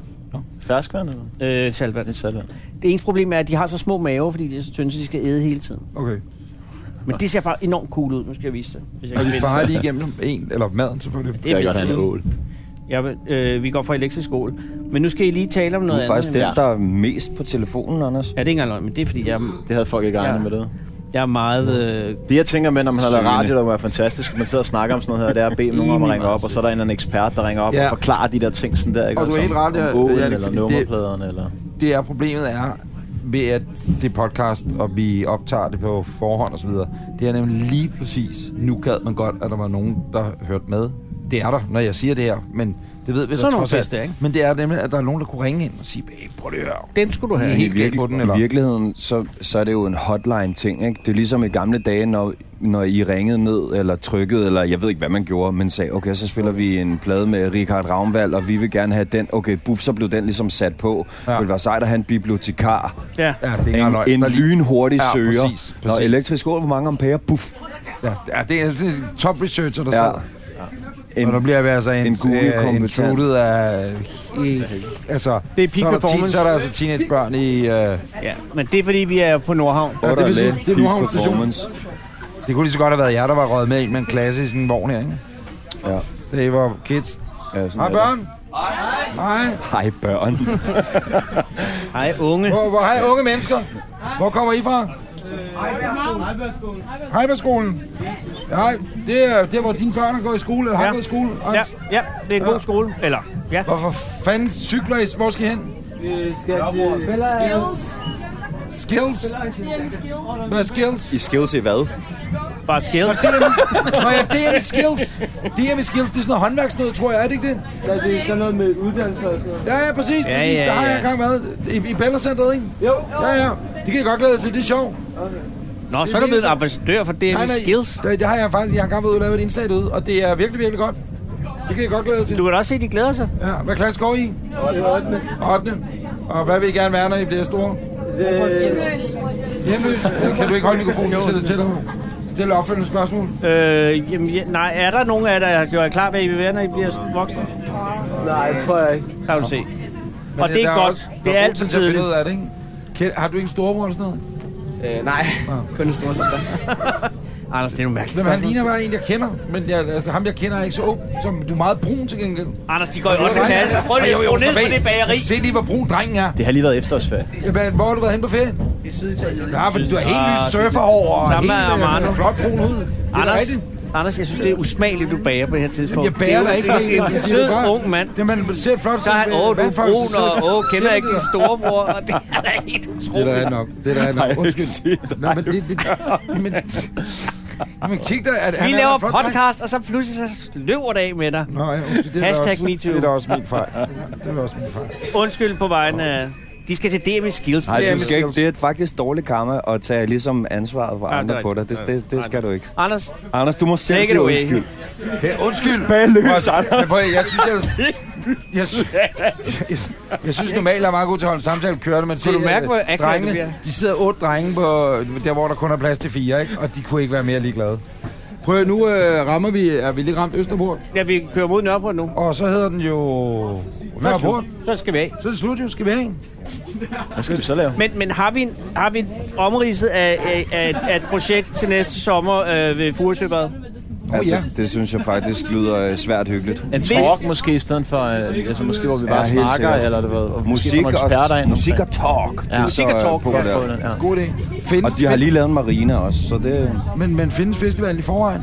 Speaker 5: Ferskvand, eller?
Speaker 3: Øh,
Speaker 5: Det er
Speaker 3: salvand.
Speaker 5: salvand.
Speaker 3: Det eneste problem er, at de har så små maver, fordi de er så tynde, så de skal æde hele tiden.
Speaker 2: Okay.
Speaker 3: Men det ser bare enormt cool ud. Nu skal jeg vise det. Hvis jeg
Speaker 2: Og
Speaker 3: kan
Speaker 2: vi
Speaker 3: finde
Speaker 2: farer lige igennem en, eller maden selvfølgelig.
Speaker 3: det.
Speaker 5: Jeg kan godt have en
Speaker 3: fedt.
Speaker 5: ål.
Speaker 3: Ja, men, øh, vi går fra elektrisk skole. Men nu skal I lige tale om
Speaker 4: Du
Speaker 3: noget
Speaker 4: er faktisk
Speaker 3: andet.
Speaker 4: den,
Speaker 3: nemlig.
Speaker 4: der er mest på telefonen, Anders.
Speaker 3: Ja, det er ikke engang løgn, men det er fordi, jeg, er-
Speaker 5: Det havde folk ikke regnet
Speaker 3: Ja.
Speaker 5: ja. med det.
Speaker 3: jeg er meget... Øh,
Speaker 5: Det, jeg tænker med, når man har lavet
Speaker 4: Søgende.
Speaker 5: radio, der må være fantastisk, man sidder og snakker om sådan noget her, det er at bede nogen om at ringe op, og så er der en eller anden ekspert, der ringer op
Speaker 2: Ja.
Speaker 5: og forklarer de der ting sådan der, ikke?
Speaker 2: Og du er
Speaker 5: Som-
Speaker 2: helt ret,
Speaker 5: om
Speaker 2: ja,
Speaker 5: ålen
Speaker 2: Jannik,
Speaker 5: eller
Speaker 2: fordi det-
Speaker 5: nummerpladerne, eller...
Speaker 2: det er problemet er ved at det er podcast, og vi optager det på forhånd og så videre. Det er nemlig lige præcis, nu gad man godt, at der var nogen, der hørte med. Det er der, når jeg siger det her, men det ved vi
Speaker 3: Sådan
Speaker 2: da
Speaker 3: nogle
Speaker 2: trods alt.
Speaker 3: fester, ikke?
Speaker 2: Men det er nemlig, at der er nogen, der kunne ringe ind og sige, "Hey, prøv lige at høre.
Speaker 3: den skulle du have.
Speaker 2: helt galt på den, eller?
Speaker 4: I virkeligheden, så, så er det jo en hotline-ting, ikke? Det er ligesom i gamle dage, når, når I ringede ned, eller trykkede, eller jeg ved ikke, hvad man gjorde, men sagde, okay, så spiller vi en plade med Richard Ravnvald, og vi vil gerne have den. Okay, buff, så blev den ligesom sat på.
Speaker 2: Ja.
Speaker 4: Ja. Det ville være sejt at have en bibliotekar.
Speaker 3: Ja.
Speaker 2: Ja, det er ikke engang løgn.
Speaker 4: En, en
Speaker 2: Der er lige-
Speaker 4: lynhurtig
Speaker 2: Ja,
Speaker 4: søger.
Speaker 2: præcis,
Speaker 4: Når
Speaker 2: præcis.
Speaker 4: elektrisk ord, hvor mange ampere? Buff.
Speaker 2: Ja, ja, det er det er top researcher, der
Speaker 4: Ja.
Speaker 2: ja.
Speaker 4: En,
Speaker 2: Og der bliver vi altså en,
Speaker 4: en Google
Speaker 2: øh,
Speaker 4: kompetent.
Speaker 2: intrudet af... Øh, altså,
Speaker 3: Det er peak
Speaker 2: så, der teen,
Speaker 3: performance.
Speaker 2: så er der altså teenagebørn i... Øh,
Speaker 4: Mm.
Speaker 3: ja. Men det er fordi, vi er på Nordhavn.
Speaker 4: hvor
Speaker 2: Ja, det
Speaker 4: der
Speaker 2: vil sige,
Speaker 4: let
Speaker 2: det er nu
Speaker 4: peak
Speaker 2: havn station.
Speaker 4: performance.
Speaker 2: det kunne lige så godt have været jer, der var røget med ind med en klasse i sådan en vogn her, ikke?
Speaker 4: Ja.
Speaker 2: Da I var kids.
Speaker 4: Ja, sådan
Speaker 2: Hej
Speaker 4: er det.
Speaker 2: børn! Hej! Hej!
Speaker 4: Hej børn.
Speaker 3: Hej, unge.
Speaker 2: Hvor, hvor, hej unge mennesker! Hvor kommer I fra? Heibergskolen. Nej, det er der, hvor dine børn har gået i skole, eller har
Speaker 3: Ja.
Speaker 2: gået i skole.
Speaker 3: Ja,
Speaker 2: Anders.
Speaker 3: ja, det er en
Speaker 2: Ja.
Speaker 3: god skole. Eller, ja.
Speaker 2: Hvorfor fanden cykler I? Hvor skal I hen? Vi skal til... Skills. Skills? Hvad er skills?
Speaker 4: I skills til hvad?
Speaker 3: Bare skills.
Speaker 2: Det er dem. Nå ja, det er med skills. Det er med skills. Det er sådan noget håndværksnød, tror jeg. Er det ikke det?
Speaker 6: Der er sådan noget med uddannelse og sådan noget.
Speaker 2: Ja, ja, præcis.
Speaker 3: Ja,
Speaker 2: præcis.
Speaker 3: ja,
Speaker 2: Der har jeg
Speaker 3: ja.
Speaker 2: engang været i, i Bællercenteret, ikke?
Speaker 6: Jo.
Speaker 2: Ja, ja. Det kan jeg godt glæde jer til. Det er sjovt.
Speaker 3: Nå, så er du blevet ambassadør for DM Skills.
Speaker 2: Det, det har jeg faktisk. Jeg har engang været ude og lave et indslag derude, og det er virkelig, virkelig godt. Det kan jeg godt glæde jer til.
Speaker 3: Du kan da også se, at de glæder sig.
Speaker 2: Ja, hvad klasse går I? 8. 8. Og hvad vil I gerne være, når I bliver store? Hjemløs. Kan du ikke holde mikrofonen? Jeg sætter det til dig. Det er et opfølgende spørgsmål.
Speaker 3: Øh, jamen, ja, nej, er der nogen af jer, der har gjort jer klar, hvad I vil være, når I bliver voksne?
Speaker 6: Nej, det tror jeg ikke.
Speaker 3: Der vil du se. Og det
Speaker 2: der
Speaker 3: er godt.
Speaker 2: også-
Speaker 3: Det
Speaker 2: der
Speaker 3: er alt
Speaker 2: god
Speaker 3: for
Speaker 2: tid til at finde
Speaker 3: tidligt.
Speaker 2: ud af det, ikke? Kend- Har du ikke en storebror eller sådan noget?
Speaker 9: Øh, nej, kun en storsøster.
Speaker 3: Anders, det er nogle mærkelige
Speaker 2: Jamen, han
Speaker 3: spørgsmål.
Speaker 2: ligner bare en, jeg kender. Men jeg, altså, ham, jeg kender, er ikke så ung. Som, du er meget brun til gengæld.
Speaker 3: Anders, de går i 8. klasse. Prøv lige at
Speaker 2: Jo, jo,
Speaker 3: skrue ned
Speaker 2: forvent.
Speaker 3: på det bageri.
Speaker 2: Se lige, hvor brun drengen er.
Speaker 5: Det har lige været efterårsferie.
Speaker 2: Jamen, hvor har du været henne på ferie?
Speaker 9: I Syditalien.
Speaker 2: Ja, for du har helt
Speaker 3: Ah,
Speaker 2: nyt surferhår og
Speaker 3: Sammen med
Speaker 2: helt øh,
Speaker 3: Armando.
Speaker 2: flot brun hud. Det er da
Speaker 3: Anders,
Speaker 2: rigtigt.
Speaker 3: Anders, jeg synes, det er usmageligt, du bager på det her tidspunkt.
Speaker 2: Jeg bærer
Speaker 3: Det
Speaker 2: dig
Speaker 3: er jo-
Speaker 2: ikke.
Speaker 3: det er
Speaker 2: helt.
Speaker 3: En
Speaker 2: Jeg siger det
Speaker 3: sød,
Speaker 2: bare.
Speaker 3: ung mand.
Speaker 2: Jamen, du ser et flot
Speaker 3: Så er han,
Speaker 2: sådan,
Speaker 3: åh,
Speaker 2: øh,
Speaker 3: du er
Speaker 2: vandfolk, så
Speaker 3: brun,
Speaker 2: sidder
Speaker 3: og
Speaker 2: der-
Speaker 3: åh, kender
Speaker 2: sidder
Speaker 3: ikke din
Speaker 2: der.
Speaker 3: storebror, og det er da helt
Speaker 2: Det er da
Speaker 3: utroligt.
Speaker 2: rigtigt nok. Det er da rigtigt nok. Undskyld. Nå, men det... det men, men kig dig, at han
Speaker 3: Vi
Speaker 2: er
Speaker 3: laver
Speaker 2: en flot dreng.
Speaker 3: podcast, og så pludselig så løber det af med dig.
Speaker 2: Nå, ja, undskyld, det er da
Speaker 3: Hashtag
Speaker 2: også-
Speaker 3: me too.
Speaker 2: Det er da også min fejl. Det er da også min fejl.
Speaker 3: Undskyld på vegne af... De skal til DM i skills.
Speaker 4: Nej,
Speaker 2: Det er
Speaker 4: du skal ikke.
Speaker 2: skills.
Speaker 4: Det er faktisk dårlig karma at tage ligesom ansvaret for
Speaker 3: det er
Speaker 4: andre på dig.
Speaker 3: rigtigt.
Speaker 4: Det, det, det skal du ikke.
Speaker 3: Anders,
Speaker 4: Anders, du må selv
Speaker 3: Take it
Speaker 4: sige
Speaker 3: away.
Speaker 4: undskyld.
Speaker 2: Hey, undskyld.
Speaker 4: Bagløs, Anders.
Speaker 2: Jeg, prøver, jeg synes, jeg, jeg, sy- jeg, jeg synes normalt, jeg er meget god til at holde samtale kørende, men
Speaker 3: Kunne
Speaker 2: se,
Speaker 3: du mærke,
Speaker 2: øh,
Speaker 3: hvor akavet du bliver?
Speaker 2: drengene, de sidder otte drenge på, øh, der, hvor der kun er plads til fire, ikke? og de kunne ikke være mere ligeglade. Prøv at- nu øh, rammer vi, er vi lige ramt Østerport,
Speaker 3: ja, vi kører mod Nørreport nu.
Speaker 2: og så hedder den jo
Speaker 3: Så, er det
Speaker 2: Nørreport.
Speaker 3: slut. så skal vi af.
Speaker 2: Så er det slut jo, skal vi have en?
Speaker 5: Hvad skal du så lave?
Speaker 3: Men, men har, vi en, har vi et omridset af, af, af, af et projekt til næste sommer øh, ved Furesøbad?
Speaker 2: ja.
Speaker 4: Altså, det synes jeg faktisk lyder øh, svært hyggeligt.
Speaker 5: En talk måske i stedet for, øh, altså måske hvor vi bare
Speaker 4: Ja, helt
Speaker 5: snakker,
Speaker 4: sikkert.
Speaker 5: eller det var, og måske
Speaker 4: Musik
Speaker 5: får nogle eksperter
Speaker 4: og,
Speaker 5: ind.
Speaker 4: musik og
Speaker 5: omkring.
Speaker 4: talk.
Speaker 5: Ja. Musik og talk,
Speaker 4: på
Speaker 5: ja, på
Speaker 4: der.
Speaker 5: den, ja.
Speaker 2: God idé. Findes,
Speaker 4: Og de har lige lavet en marina også, så det,
Speaker 2: men, men findes festivalen i forvejen?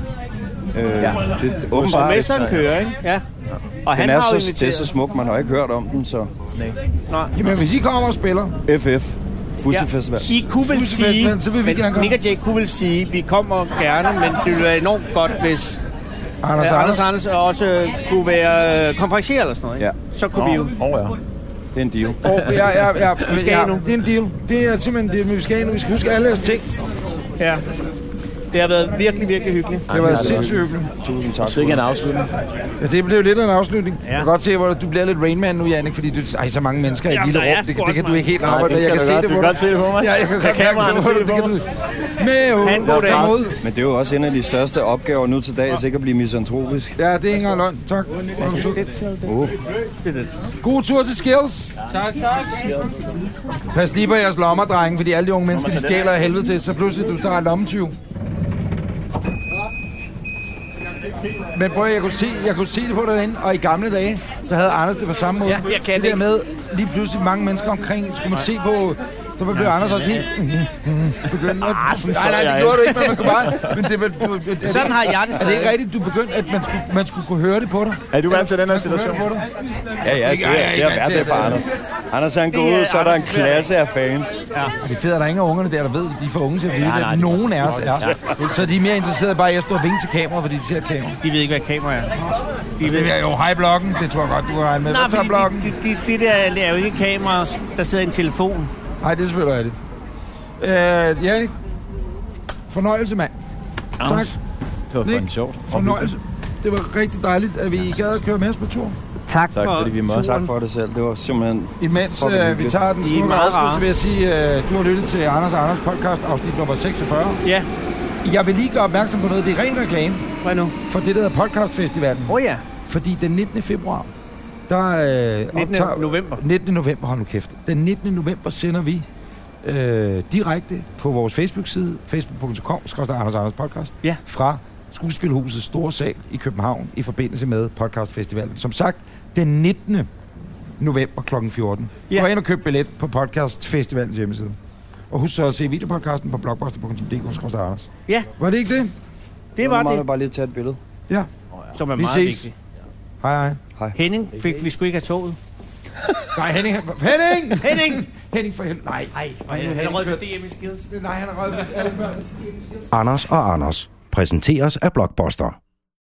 Speaker 4: øh,
Speaker 5: Ja.
Speaker 4: det
Speaker 3: Og
Speaker 4: åbenbart...
Speaker 5: Borgmesteren
Speaker 3: mesteren kører, ikke? Ja. Og han
Speaker 4: Den
Speaker 3: har jo
Speaker 4: er så, det er
Speaker 3: inviteret.
Speaker 4: så smuk, man har ikke hørt om den, så...
Speaker 2: Jamen, hvis I kommer og spiller,
Speaker 4: FF, Fussy Festival.
Speaker 3: I kunne vel
Speaker 2: Fuglefestival,
Speaker 3: sige,
Speaker 2: så vil vi
Speaker 3: men
Speaker 2: gerne komme.
Speaker 3: Nick og Jake kunne vel sige, vi kommer gerne, men det ville være enormt godt, hvis
Speaker 2: Anders,
Speaker 3: Anders,
Speaker 2: og
Speaker 3: Anders, Anders også øh, kunne være øh, konferencier eller sådan noget. ikke?
Speaker 4: Ja.
Speaker 3: Så kunne vi jo.
Speaker 5: Åh, åh, ja.
Speaker 4: Det er en deal.
Speaker 2: Og, ja, ja, ja, vi
Speaker 3: skal
Speaker 2: ja,
Speaker 3: af nu.
Speaker 2: Det er en deal. Det er simpelthen det, vi skal af nu. Vi skal huske alle jeres ting.
Speaker 3: Ja. Det har været virkelig, virkelig hyggeligt.
Speaker 2: Det var sindssygt hyggeligt.
Speaker 4: Tusind tak.
Speaker 5: Sikke en afslutning.
Speaker 2: Ja, det blev lidt af en afslutning. Ja. Jeg kan
Speaker 3: Ja.
Speaker 2: godt se, hvor du bliver lidt Rain Man nu, Jannik, fordi du ej, så mange mennesker i et
Speaker 3: Jamen,
Speaker 2: lille
Speaker 3: der er
Speaker 2: rum. Det,
Speaker 3: sgu
Speaker 2: det kan
Speaker 3: også
Speaker 2: du ikke helt
Speaker 5: Nej,
Speaker 2: arbejde. med.
Speaker 5: det
Speaker 2: Jeg kan
Speaker 5: kan du
Speaker 2: se
Speaker 5: godt.
Speaker 2: det
Speaker 5: Du
Speaker 2: på
Speaker 5: kan godt se det på mig.
Speaker 2: Ja, jeg kan
Speaker 5: Jeg
Speaker 2: godt
Speaker 5: kan
Speaker 2: mærke
Speaker 5: meget
Speaker 2: det på
Speaker 5: se
Speaker 2: dig.
Speaker 5: det
Speaker 2: Det
Speaker 5: på
Speaker 2: kan du. Med
Speaker 3: Ha' en god dag.
Speaker 2: Imod.
Speaker 4: Men det er jo også en af de største opgaver nu til dags, ikke at blive misantropisk.
Speaker 2: Ja, det er ingen løgn. Tak.
Speaker 3: Det er det.
Speaker 2: God tur til Skills. Tak, tak. Pas lige på jeres lommer, drenge, fordi alle de unge mennesker, de stjæler af helvede til, så pludselig du, der er lommetyv. Men prøv at jeg kunne, se, jeg kunne se det på derinde, og i gamle dage, der havde Anders det på samme måde.
Speaker 3: Ja, jeg kan
Speaker 2: det
Speaker 3: det
Speaker 2: der med, lige pludselig mange mennesker omkring, skulle man se på, så blev Anders også helt begyndt at...
Speaker 5: Ah, sådan
Speaker 2: nej,
Speaker 5: så
Speaker 2: nej,
Speaker 5: jeg
Speaker 2: det gjorde du ikke, men man kunne bare... Men det, men, du, er det-
Speaker 3: Sådan har jeg det
Speaker 2: Er det ikke
Speaker 3: stadig.
Speaker 2: rigtigt, du begyndte, at man skulle, man skulle kunne høre det på dig?
Speaker 5: Er du vant til den her
Speaker 2: Kunne høre
Speaker 5: situation?
Speaker 2: det på dig?
Speaker 4: Ja, ja, det er, det er hverdag for Anders. Anders han går ud, så er der en klasse af fans.
Speaker 2: Og det er fedt, at der ikke er ungerne der, der ved, de får unge til at vide,
Speaker 5: nej,
Speaker 2: at
Speaker 5: det-
Speaker 2: nogen af os er. Så de er mere interesserede bare i at stå og vinke til kamera, fordi de ser et kamera.
Speaker 3: De ved ikke, hvad kamera er.
Speaker 2: Det er jo hej blokken, det tror jeg godt, du kan regne med.
Speaker 3: Nej,
Speaker 2: Hvad så
Speaker 3: fordi
Speaker 2: blokken?
Speaker 3: det de, de, det der det er jo ikke et kamera, der sidder en telefon.
Speaker 2: Nej, det er selvfølgelig rigtigt. Øh, Jannik, fornøjelse, mand. Tak.
Speaker 5: Det var
Speaker 2: Nick,
Speaker 5: fandme sjovt.
Speaker 2: Fornøjelse. Det var rigtig dejligt, at vi gad at køre med os på tur.
Speaker 3: Tak,
Speaker 5: Tak fordi vi måtte.
Speaker 4: Tak for det selv. Det var simpelthen...
Speaker 2: Imens
Speaker 4: Fucking
Speaker 2: øh, vi
Speaker 4: hyggeligt.
Speaker 2: tager den
Speaker 3: I er
Speaker 2: smule
Speaker 3: meget
Speaker 2: afsked, så
Speaker 3: rare.
Speaker 2: vil jeg sige, øh, du har lyttet til Anders og Anders podcast, afsnit nummer 46.
Speaker 3: Ja,
Speaker 2: Jeg vil lige gøre opmærksom på noget. Det er ren reklame
Speaker 3: hvad nu?
Speaker 2: for det, der hedder podcastfestivalen.
Speaker 3: Åh oh, ja,
Speaker 2: Fordi den 19. februar, der øh,
Speaker 3: 19. november.
Speaker 2: 19. november, hold nu kæft. Den 19. november sender vi øh, direkte på vores Facebook-side, facebook.com, skrøster Anders Anders Podcast,
Speaker 3: Ja.
Speaker 2: fra Skuespilhusets Store Sal i København i forbindelse med podcastfestivalen. Som sagt, den 19. november kl. 14.
Speaker 3: Ja.
Speaker 2: Gå ind og køb billet på podcastfestivalens hjemmeside. Og husk så at se videopodcasten på blogbuster.dk, skrøster Anders.
Speaker 3: Ja.
Speaker 2: Var det ikke det?
Speaker 3: det var
Speaker 4: Nu må du
Speaker 3: det,
Speaker 4: bare lige tage et billede.
Speaker 3: som er
Speaker 2: Vi
Speaker 3: meget
Speaker 2: ses.
Speaker 3: vigtigt.
Speaker 2: Hej, hej.
Speaker 3: Henning fik vi sgu ikke have toget.
Speaker 2: Nej, Henning. Henning!
Speaker 3: Henning!
Speaker 2: Henning for helvede. Nej.
Speaker 3: Ej, han er rød for DM i skids.
Speaker 2: Nej, han er røget.
Speaker 1: Anders og Anders præsenteres af Blockbuster.